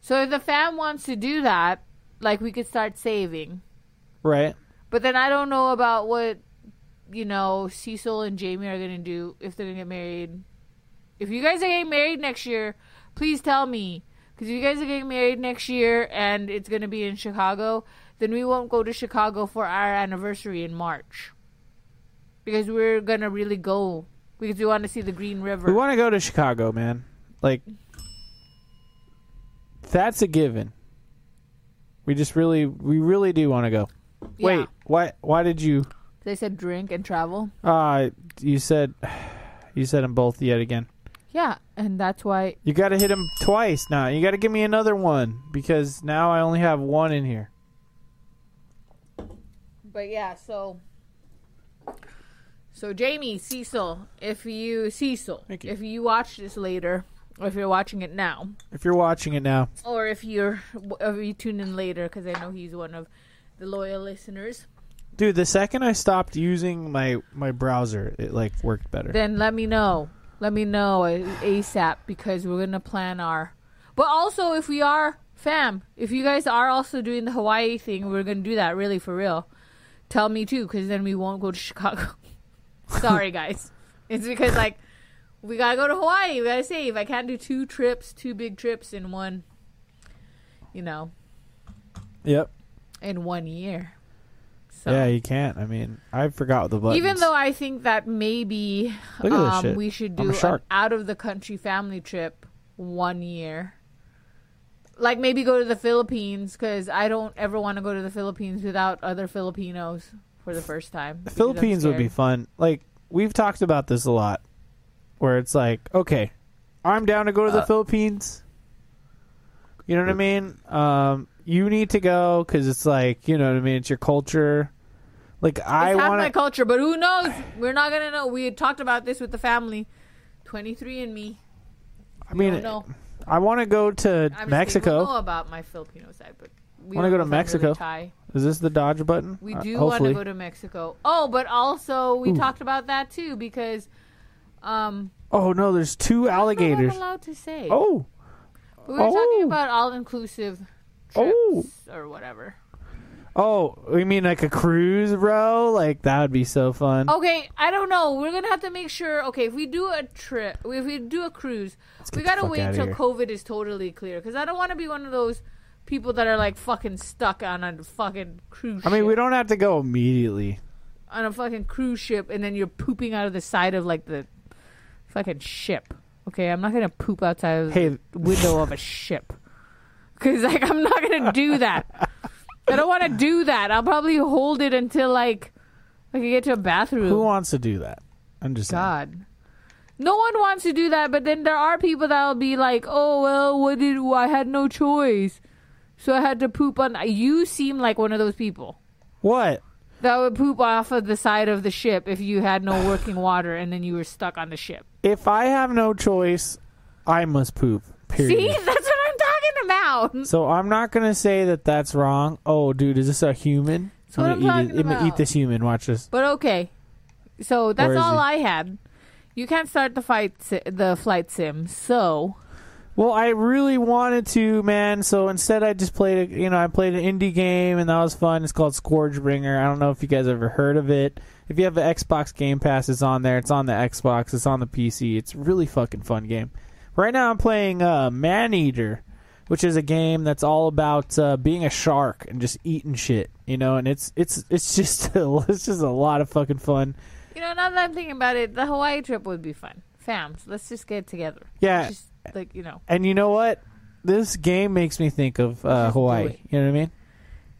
Speaker 3: So if the fam wants to do that, like we could start saving.
Speaker 2: right?
Speaker 3: But then I don't know about what you know Cecil and Jamie are gonna do if they're gonna get married. If you guys are getting married next year, please tell me because you guys are getting married next year and it's gonna be in Chicago. Then we won't go to Chicago for our anniversary in March because we're gonna really go because we want to see the Green River.
Speaker 2: We want to go to Chicago, man. Like that's a given. We just really, we really do want to go.
Speaker 3: Yeah.
Speaker 2: Wait, why? Why did you?
Speaker 3: They said drink and travel.
Speaker 2: Uh you said, you said them both yet again.
Speaker 3: Yeah, and that's why
Speaker 2: You got to hit him twice now. You got to give me another one because now I only have one in here.
Speaker 3: But yeah, so so Jamie Cecil, if you Cecil,
Speaker 2: Thank you.
Speaker 3: if you watch this later, Or if you're watching it now,
Speaker 2: If you're watching it now,
Speaker 3: or if you're or you tune in later, because I know he's one of the loyal listeners.
Speaker 2: dude, the second I stopped using my my browser, it like worked better.
Speaker 3: Then let me know. Let me know ASAP because we're gonna plan our. But also, if we are fam, if you guys are also doing the Hawaii thing, we're gonna do that really for real. Tell me too, because then we won't go to Chicago. Sorry, guys. It's because like we gotta go to Hawaii. We gotta save. I can't do two trips, two big trips in one. You know,
Speaker 2: yep.
Speaker 3: in one year. So.
Speaker 2: Yeah, you can't. I mean, I forgot the buttons.
Speaker 3: Even though I think that maybe
Speaker 2: Look at this
Speaker 3: um,
Speaker 2: shit.
Speaker 3: we should
Speaker 2: I'm a
Speaker 3: do an
Speaker 2: shark.
Speaker 3: out of the country family trip one year. Like maybe go to the Philippines because I don't ever want to go to the Philippines without other Filipinos for the first time.
Speaker 2: the Philippines would be fun. Like we've talked about this a lot, where it's like, okay, I'm down to go to
Speaker 3: Uh,
Speaker 2: the Philippines. You know what I mean? Um, you need to go because it's like, you know what I mean? It's your culture. Like I
Speaker 3: I half
Speaker 2: want
Speaker 3: my culture, but who knows? We're not gonna know. We had talked about this with the family. Twenty three and me.
Speaker 2: I mean,
Speaker 3: don't know.
Speaker 2: I want to go to
Speaker 3: Obviously, We
Speaker 2: Mexico.
Speaker 3: know about my Filipino side, but we
Speaker 2: Wanna
Speaker 3: don't
Speaker 2: go to
Speaker 3: know if I'm
Speaker 2: Mexico?
Speaker 3: really Thai.
Speaker 2: Is this the dodge button?
Speaker 3: We
Speaker 2: Uh,
Speaker 3: do want
Speaker 2: hopefully.
Speaker 3: to go to Mexico. Oh, but also we talked about that too because um
Speaker 2: oh no, there's two
Speaker 3: I'm
Speaker 2: alligators.
Speaker 3: allowed to say.
Speaker 2: Oh,
Speaker 3: But we were
Speaker 2: oh.
Speaker 3: talking about all inclusive trips
Speaker 2: Oh.
Speaker 3: or whatever.
Speaker 2: oh, we mean like a cruise, bro? Like that would be so fun.
Speaker 3: Okay, I don't know. We're gonna have to make sure. Okay, if we do a trip, if we do a cruise,
Speaker 2: get the
Speaker 3: we gotta
Speaker 2: fuck
Speaker 3: wait
Speaker 2: outta
Speaker 3: till
Speaker 2: here.
Speaker 3: COVID is totally clear because I don't want to be one of those people that are like fucking stuck on a fucking cruise.
Speaker 2: I mean,
Speaker 3: ship.
Speaker 2: we don't have to go immediately.
Speaker 3: on a fucking cruise ship and then you're pooping out of the side of like the fucking ship. Okay, I'm not gonna poop outside of
Speaker 2: Hey.
Speaker 3: the window of a ship because like I'm not gonna do that. I don't want to do that. I'll probably hold it until like I can get to a bathroom.
Speaker 2: Who wants to do that? I'm just saying.
Speaker 3: God. No one wants to do that, but then there are people that'll be like, "Oh well, what did I had no choice, so I had to poop on." You seem like one of those people.
Speaker 2: What?
Speaker 3: That would poop off of the side of the ship if you had no working water and then you were stuck on the ship.
Speaker 2: If I have no choice, I must poop. Period.
Speaker 3: See, that's what I'm talking about.
Speaker 2: So I'm not gonna say that that's wrong. Oh, dude, is this a human?
Speaker 3: what I'm
Speaker 2: gonna eat
Speaker 3: talking
Speaker 2: it. I'm gonna eat
Speaker 3: about.
Speaker 2: this human. Watch this.
Speaker 3: But okay, so
Speaker 2: Where
Speaker 3: that's
Speaker 2: is
Speaker 3: all
Speaker 2: he?
Speaker 3: I had. You can't start the fight, si- the flight sim. So
Speaker 2: Well, I really wanted to, man. So instead, I just played. A, you know, I played an indie game, and that was fun. It's called Scourgebringer. I don't know if you guys ever heard of it. If you have an Xbox Game Pass, it's on there. It's on the Xbox. It's on the PC. It's a really fucking fun game. Right now, I'm playing uh, Man Eater, which is a game that's all about uh, being a shark and just eating shit. You know, and it's it's it's just a, it's just a lot of fucking fun.
Speaker 3: you know, now that I'm thinking about it, the Hawaii trip would be fun, fams. Let's just get together.
Speaker 2: Yeah.
Speaker 3: just like you know,
Speaker 2: And you know what? This game makes me think of uh,
Speaker 3: Just do
Speaker 2: Hawaii.
Speaker 3: it.
Speaker 2: You know what I mean?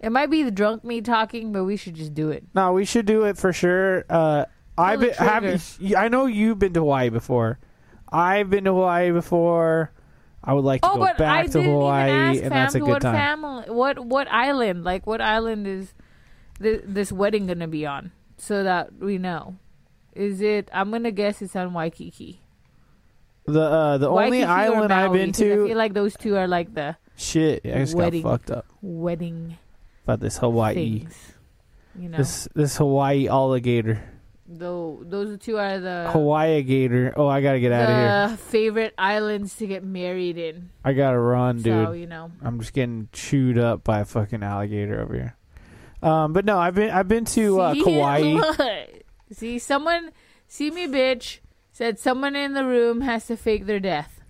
Speaker 3: it might be the drunk me talking, but we should just do it.
Speaker 2: No, we should do it for sure. Uh, I've
Speaker 3: the
Speaker 2: been, have,
Speaker 3: trigger.
Speaker 2: y- I know you've been to Hawaii before. I've been to Hawaii before. I would like to
Speaker 3: Oh,
Speaker 2: go
Speaker 3: but
Speaker 2: back
Speaker 3: I
Speaker 2: to
Speaker 3: didn't
Speaker 2: Hawaii,
Speaker 3: even ask
Speaker 2: and that's a
Speaker 3: fams
Speaker 2: good
Speaker 3: what
Speaker 2: time.
Speaker 3: family, what what island, like what island is th- this wedding gonna be on, so that we know. Is it? I'm gonna guess it's on Waikiki.
Speaker 2: the uh, the only
Speaker 3: Waikiki or
Speaker 2: island I've
Speaker 3: Maui,
Speaker 2: been
Speaker 3: 'cause I
Speaker 2: to.
Speaker 3: feel like those two are like the
Speaker 2: shit, I just
Speaker 3: Wedding.
Speaker 2: got fucked up
Speaker 3: wedding
Speaker 2: about this Hawaii,
Speaker 3: things. You know,
Speaker 2: this this Hawaii alligator,
Speaker 3: though those two are the
Speaker 2: Hawaii gator. Oh, I gotta get out of here.
Speaker 3: Uh, the favorite islands to get married in.
Speaker 2: I gotta run, dude.
Speaker 3: So you know,
Speaker 2: I'm just getting chewed up by a fucking alligator over here. Um, but no, I've been I've been to uh,
Speaker 3: See?
Speaker 2: Kauai.
Speaker 3: Look. See, someone, see me, bitch, said someone in the room has to fake their death.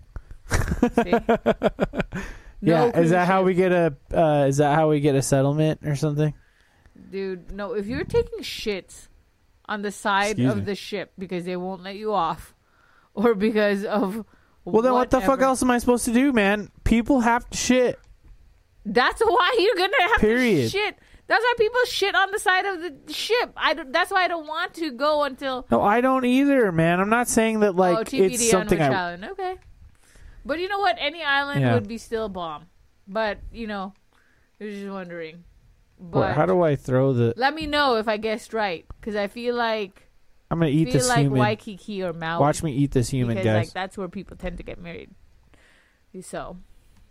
Speaker 3: See? No
Speaker 2: yeah, is that how
Speaker 3: cruise
Speaker 2: we get a uh, is that how we get a settlement or something?
Speaker 3: ship. Dude, no, if you're taking shits on the side
Speaker 2: Excuse
Speaker 3: of
Speaker 2: me.
Speaker 3: the ship because they won't let you off or because of.
Speaker 2: Well, then what the fuck else am I supposed to do, man? People have to shit.
Speaker 3: That's why you're gonna have
Speaker 2: Period.
Speaker 3: to shit. That's why people shit on the side of the ship. I don't, that's why I don't want to go until
Speaker 2: No, I don't either, man. I'm not saying that
Speaker 3: oh,
Speaker 2: like
Speaker 3: TBD
Speaker 2: it's
Speaker 3: on
Speaker 2: something
Speaker 3: which
Speaker 2: I.
Speaker 3: island. Okay. But you know what? Any island
Speaker 2: Yeah.
Speaker 3: would be still bomb. But, you know, I was just wondering. But
Speaker 2: Wait, how do I throw the?
Speaker 3: let me know if I guessed right. Because I feel like
Speaker 2: I'm gonna eat
Speaker 3: feel
Speaker 2: this
Speaker 3: like
Speaker 2: human.
Speaker 3: Waikiki or Maui.
Speaker 2: Watch me eat this human,
Speaker 3: because,
Speaker 2: guys.
Speaker 3: like, that's where people tend to get married. So,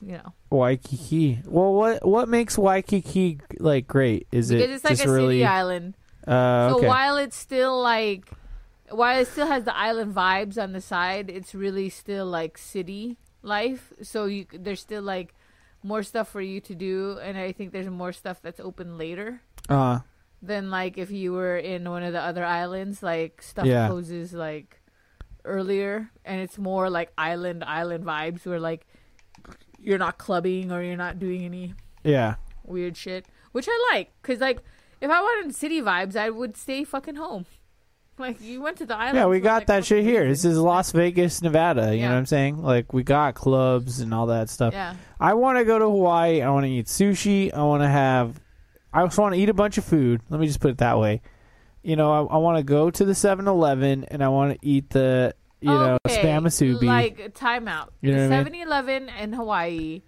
Speaker 3: you know,
Speaker 2: Waikiki. Well, what what makes Waikiki like great? Is it
Speaker 3: because it's like
Speaker 2: just
Speaker 3: a
Speaker 2: really?
Speaker 3: city island.
Speaker 2: uh,
Speaker 3: So
Speaker 2: okay.
Speaker 3: while it's still like, while it still has the island vibes on the side, it's really still like city life. So you c- there's still like more stuff for you to do, and I think there's more stuff that's open later
Speaker 2: uh,
Speaker 3: than like if you were in one of the other islands. Like stuff
Speaker 2: Yeah.
Speaker 3: closes like earlier, and it's more like island island vibes where like you're not clubbing or you're not doing any
Speaker 2: yeah.
Speaker 3: weird shit, which I like. Cause like, if I wanted city vibes, I would stay fucking home. Like you went to the island.
Speaker 2: Yeah, we got that shit here. This is Las Vegas, Nevada. You
Speaker 3: Yeah.
Speaker 2: know what I'm saying? Like we got clubs and all that stuff.
Speaker 3: Yeah.
Speaker 2: I want to go to Hawaii. I want to eat sushi. I want to have. I just want to eat a bunch of food. Let me just put it that way. You know, I, I want to go to the 7-Eleven and I want to eat the you know spam asubi.
Speaker 3: Like timeout.
Speaker 2: You know
Speaker 3: the
Speaker 2: what I mean?
Speaker 3: 7-Eleven in Hawaii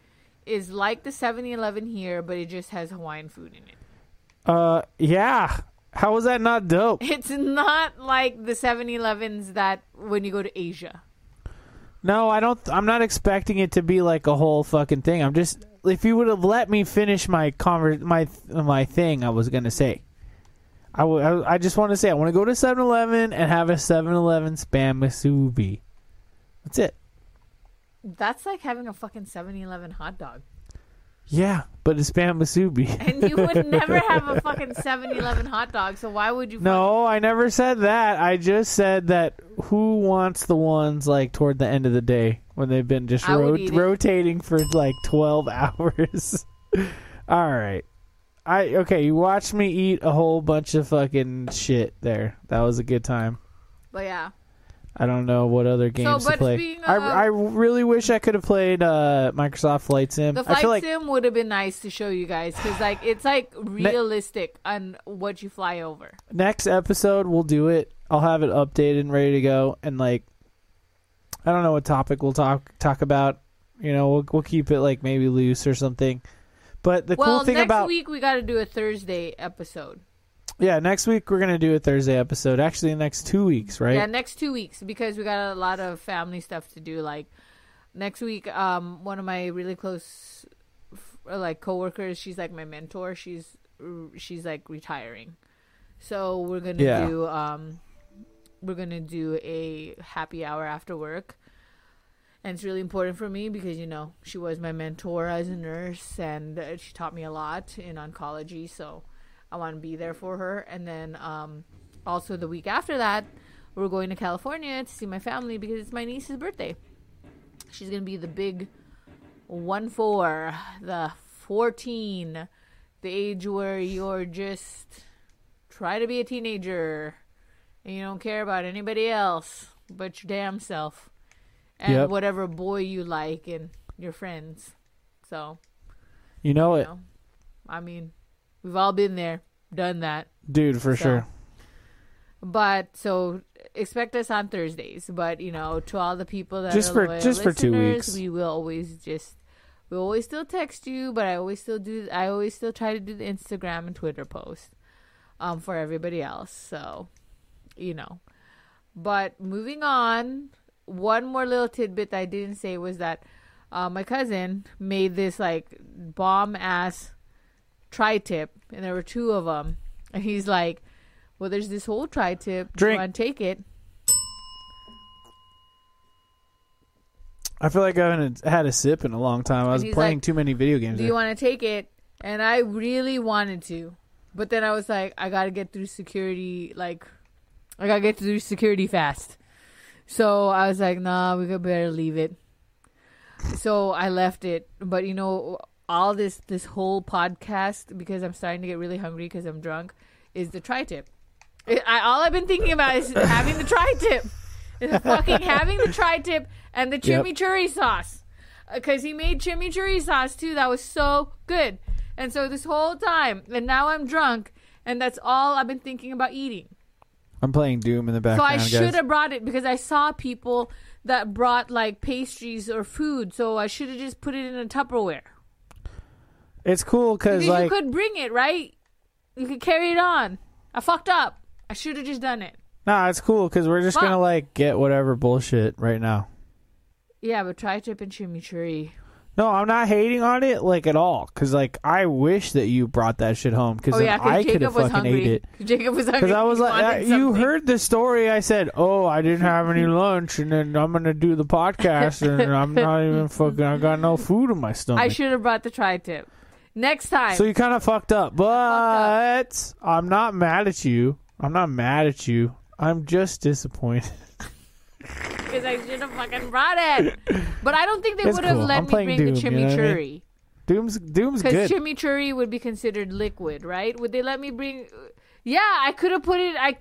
Speaker 3: is like the 7-Eleven here, but it just has Hawaiian food in it.
Speaker 2: uh, yeah. How was that not dope?
Speaker 3: It's not like the 7-Elevens that when you go to Asia.
Speaker 2: No, I don't. I'm not expecting it to be like a whole fucking thing. I'm just. If you would have let me finish my conver- my my thing, I was gonna say. I w- I w- I just want to say I want to go to 7-Eleven and have a 7-Eleven spam masubi. That's it.
Speaker 3: That's like having a fucking 7-Eleven hot dog.
Speaker 2: Yeah, but it's spam masubi.
Speaker 3: And you would never have a fucking 7-Eleven hot dog, so why would you
Speaker 2: no, I never said that. I just said that who wants the ones like toward the end of the day when they've been just
Speaker 3: I would
Speaker 2: ro-
Speaker 3: eat it.
Speaker 2: rotating for like 12 hours. All right. I okay, you watched me eat a whole bunch of fucking shit there. That was a good time.
Speaker 3: But yeah.
Speaker 2: I don't know what other games
Speaker 3: but uh,
Speaker 2: to play.
Speaker 3: speaking
Speaker 2: I,
Speaker 3: of-
Speaker 2: I really wish I could have played uh, Microsoft Flight Sim.
Speaker 3: The
Speaker 2: I
Speaker 3: flight
Speaker 2: feel like
Speaker 3: sim would have been nice to show you guys because like it's like realistic on what you fly over.
Speaker 2: next episode we'll do it. I'll have it updated and ready to go. And like, I don't know what topic we'll talk talk about. You know, we'll we'll keep it like maybe loose or something. But the
Speaker 3: well,
Speaker 2: cool thing
Speaker 3: next
Speaker 2: about
Speaker 3: week we got to do a Thursday episode.
Speaker 2: yeah, next week we're gonna do a Thursday episode. Actually, the next two weeks, right?
Speaker 3: Yeah, next two weeks because we got a lot of family stuff to do. Like next week, um, one of my really close f- like coworkers, she's like my mentor. She's she's like retiring, so we're gonna
Speaker 2: Yeah.
Speaker 3: do um, we're gonna do a happy hour after work. And it's really important for me because you know she was my mentor as a nurse, and uh, she taught me a lot in oncology. So I want to be there for her. And then um, also the week after that, we're going to California to see my family because it's my niece's birthday. She's gonna be the big one four, the fourteen, the age where you're just try to be a teenager and you don't care about anybody else but your damn self and
Speaker 2: Yep.
Speaker 3: whatever boy you like and your friends. So
Speaker 2: you know it,
Speaker 3: know. I mean, we've all been there, done that.
Speaker 2: dude, for
Speaker 3: So-
Speaker 2: sure.
Speaker 3: But so expect us on Thursdays. But you know, to all the people that
Speaker 2: Just
Speaker 3: are
Speaker 2: for-
Speaker 3: loyal
Speaker 2: just for two
Speaker 3: listeners,
Speaker 2: weeks.
Speaker 3: we will always just we always still text you. But I always still do. I always still try to do the Instagram and Twitter post um, for everybody else. So you know. But moving on, one more little tidbit that I didn't say was that uh, my cousin made this like bomb ass tri tip, and there were two of them. And he's like, "Well, there's this whole tri tip.
Speaker 2: Drink.
Speaker 3: want to take it?"
Speaker 2: I feel like I haven't had a sip in a long time. I was
Speaker 3: he's
Speaker 2: playing
Speaker 3: like,
Speaker 2: too many video games.
Speaker 3: Do you want to take it? And I really wanted to, but then I was like, I gotta get through security. Like, I gotta get through security fast. So I was like, Nah, we could better leave it. So I left it. But you know, all this this whole podcast because I'm starting to get really hungry because I'm drunk is the tri tip. I, I- all I've been thinking about is having the tri tip, fucking having the tri tip and the
Speaker 2: Yep.
Speaker 3: chimichurri sauce because he made chimichurri sauce too. That was so good. And so this whole time, and now I'm drunk, and that's all I've been thinking about eating.
Speaker 2: I'm playing Doom in the
Speaker 3: So
Speaker 2: background,
Speaker 3: I should
Speaker 2: guys.
Speaker 3: have brought it because I saw people that brought like pastries or food. So I should have just put it in a Tupperware.
Speaker 2: It's cool because
Speaker 3: Because you
Speaker 2: like
Speaker 3: could bring it, right? You could carry it on. I fucked up. I should have just done it.
Speaker 2: Nah, it's cool because we're just
Speaker 3: Fuck.
Speaker 2: gonna like get whatever bullshit right now.
Speaker 3: Yeah, but try trip and chimichurri.
Speaker 2: No, I'm not hating on it like at all. Cause like I wish that you brought that shit home. Cause
Speaker 3: Oh
Speaker 2: then
Speaker 3: yeah,
Speaker 2: I
Speaker 3: because
Speaker 2: could have
Speaker 3: Jacob was
Speaker 2: fucking
Speaker 3: hungry.
Speaker 2: ate it.
Speaker 3: Jacob was hungry.
Speaker 2: Because I
Speaker 3: He
Speaker 2: was like,
Speaker 3: wanted
Speaker 2: uh, you
Speaker 3: something.
Speaker 2: heard the story. I said, "Oh, I didn't have any lunch, and then I'm gonna do the podcast, and I'm not even fucking. I got no food in my stomach."
Speaker 3: I should have brought the tri tip. Next time.
Speaker 2: so you kind of fucked up, but I'm not mad at you. I'm not mad at you. I'm just disappointed.
Speaker 3: because I should have fucking brought it. But I don't think they
Speaker 2: It's
Speaker 3: would have
Speaker 2: cool.
Speaker 3: let
Speaker 2: I'm
Speaker 3: me
Speaker 2: playing
Speaker 3: bring the
Speaker 2: Doom, you know what I mean?
Speaker 3: chimichurri
Speaker 2: Doom's Doom's
Speaker 3: because
Speaker 2: good.
Speaker 3: chimichurri would be considered liquid, right? Would they let me bring? Yeah, I could have put it. I,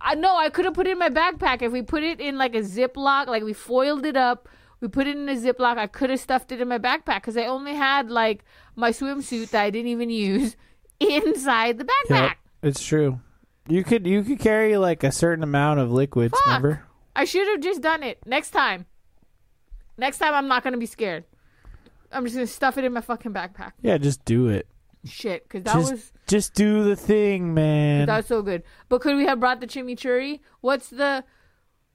Speaker 3: I no, I could have put it in my backpack if we put it in like a Ziploc, like we foiled it up. We put it in a Ziploc. I could have stuffed it in my backpack because I only had like my swimsuit that I didn't even use inside the backpack.
Speaker 2: Yep, it's true. You could you could carry like a certain amount of liquids.
Speaker 3: Fuck.
Speaker 2: Remember?
Speaker 3: I should have just done it. Next time. Next time, I'm not going to be scared. I'm just going to stuff it in my fucking backpack.
Speaker 2: Yeah, just do it.
Speaker 3: Shit, because that
Speaker 2: just
Speaker 3: was
Speaker 2: just do the thing, man.
Speaker 3: that was so good. But could we have brought the chimichurri? What's the,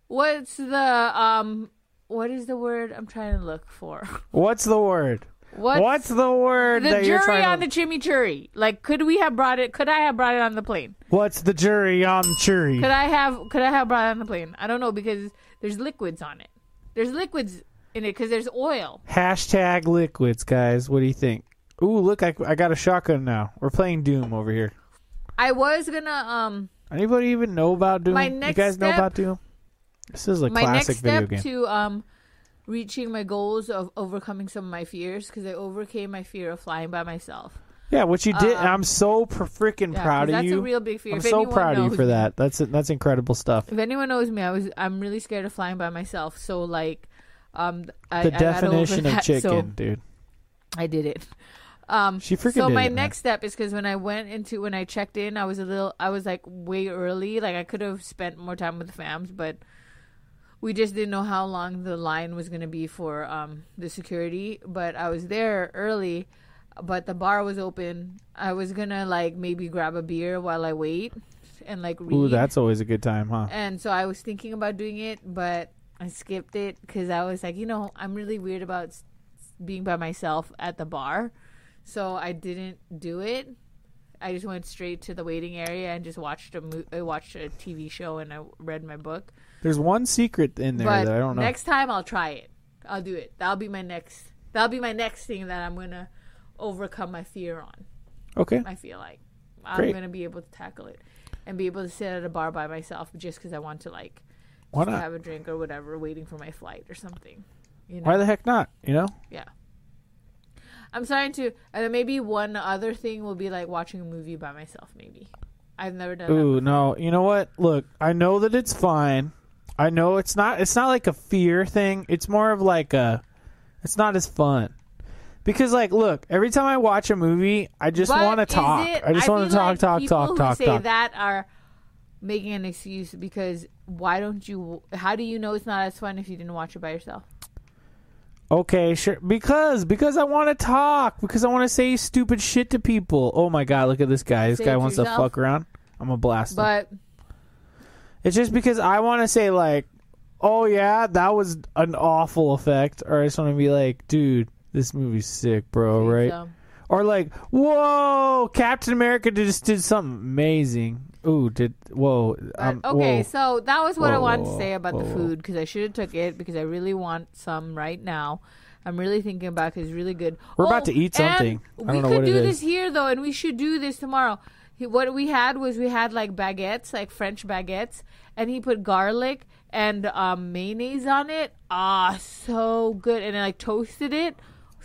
Speaker 3: what's the um, what is the word I'm trying to look for?
Speaker 2: What's the word?
Speaker 3: What's,
Speaker 2: What's, the word
Speaker 3: the
Speaker 2: that you're
Speaker 3: jury
Speaker 2: trying to
Speaker 3: on the chimichurri? Like, could we have brought it? Could I have brought it on the plane?
Speaker 2: What's the jury on the jury?
Speaker 3: Could I have? Could I have brought it on the plane? I don't know because there's liquids on it. There's liquids in it because there's oil.
Speaker 2: Hashtag liquids, guys. What do you think? Ooh, look, I, I got a shotgun now. We're playing Doom over here.
Speaker 3: I was gonna um.
Speaker 2: Anybody even know about Doom?
Speaker 3: My next
Speaker 2: you guys know
Speaker 3: step-
Speaker 2: about Doom? This is a
Speaker 3: my
Speaker 2: classic
Speaker 3: next step
Speaker 2: video game.
Speaker 3: to um reaching my goals of overcoming some of my fears because I overcame my fear of flying by myself.
Speaker 2: yeah, what you did.
Speaker 3: um,
Speaker 2: I'm so pr- freaking
Speaker 3: Yeah, 'cause
Speaker 2: proud of
Speaker 3: that's
Speaker 2: you.
Speaker 3: a real big fear.
Speaker 2: I'm
Speaker 3: if
Speaker 2: so
Speaker 3: anyone
Speaker 2: proud of
Speaker 3: knows
Speaker 2: you for
Speaker 3: me-
Speaker 2: that. That's that's incredible stuff.
Speaker 3: If anyone knows me, I was I'm really scared of flying by myself. So like, um, I,
Speaker 2: The
Speaker 3: I got over
Speaker 2: definition of
Speaker 3: that,
Speaker 2: chicken,
Speaker 3: so
Speaker 2: dude.
Speaker 3: I did it. Um,
Speaker 2: She freaking
Speaker 3: so
Speaker 2: did
Speaker 3: my
Speaker 2: it, man.
Speaker 3: next step is because when I went into when I checked in, I was a little, I was like way early. Like I could have spent more time with the fams, but we just didn't know how long the line was going to be for um, the security. But I was there early, but the bar was open. I was gonna like maybe grab a beer while I wait and like read.
Speaker 2: Ooh, that's always a good time, huh?
Speaker 3: And so I was thinking about doing it, but I skipped it because I was like, you know, I'm really weird about s- being by myself at the bar. So I didn't do it. I just went straight to the waiting area and just watched a mo- I watched a TV show and I read my book.
Speaker 2: There's one secret in there
Speaker 3: But
Speaker 2: that I don't know.
Speaker 3: next time I'll try it. I'll do it. That'll be my next. That'll be my next thing that I'm gonna overcome my fear on.
Speaker 2: okay,
Speaker 3: I feel like I'm
Speaker 2: Great.
Speaker 3: gonna be able to tackle it and be able to sit at a bar by myself just because I want to like
Speaker 2: why
Speaker 3: to
Speaker 2: not?
Speaker 3: have a drink or whatever, waiting for my flight or something. You know,
Speaker 2: Why the heck not? You know,
Speaker 3: yeah. I'm starting to, and then maybe one other thing will be like watching a movie by myself. Maybe I've never done that.
Speaker 2: Ooh, no. You know what? Look, I know that it's fine. I know it's not it's not like a fear thing. It's more of like a it's not as fun. Because like look, every time I watch a movie, I just
Speaker 3: But
Speaker 2: want to
Speaker 3: is
Speaker 2: talk.
Speaker 3: it-
Speaker 2: I just
Speaker 3: feel
Speaker 2: want to talk,
Speaker 3: like
Speaker 2: talk,
Speaker 3: people
Speaker 2: talk,
Speaker 3: who
Speaker 2: talk,
Speaker 3: say
Speaker 2: talk.
Speaker 3: That are making an excuse because why don't you? How do you know it's not as fun if you didn't watch it by yourself?
Speaker 2: Okay, sure. Because because I want to talk. Because I want to say stupid shit to people. Oh my god, look at this guy. This
Speaker 3: Say it
Speaker 2: guy
Speaker 3: to
Speaker 2: wants to
Speaker 3: yourself.
Speaker 2: fuck around. I'm a blast. him.
Speaker 3: But
Speaker 2: It's just because I want to say like, oh yeah, that was an awful effect, or I just want to be like, dude, this movie's sick, bro, right?
Speaker 3: so,
Speaker 2: Or like, whoa, Captain America did- just did something amazing. Ooh, did whoa?
Speaker 3: but,
Speaker 2: um,
Speaker 3: okay,
Speaker 2: whoa.
Speaker 3: so that was what I
Speaker 2: Whoa,
Speaker 3: wanted to
Speaker 2: whoa,
Speaker 3: say about the
Speaker 2: whoa.
Speaker 3: food because I should have took it because I really want some right now. I'm really thinking about because it's really good. Oh,
Speaker 2: We're about to eat
Speaker 3: and
Speaker 2: something. I don't
Speaker 3: we
Speaker 2: know
Speaker 3: could
Speaker 2: what it
Speaker 3: do
Speaker 2: is.
Speaker 3: this here though, and we should do this tomorrow. He, what we had was we had like baguettes, like French baguettes, and he put garlic and um, mayonnaise on it. Ah, so good! And I like toasted it.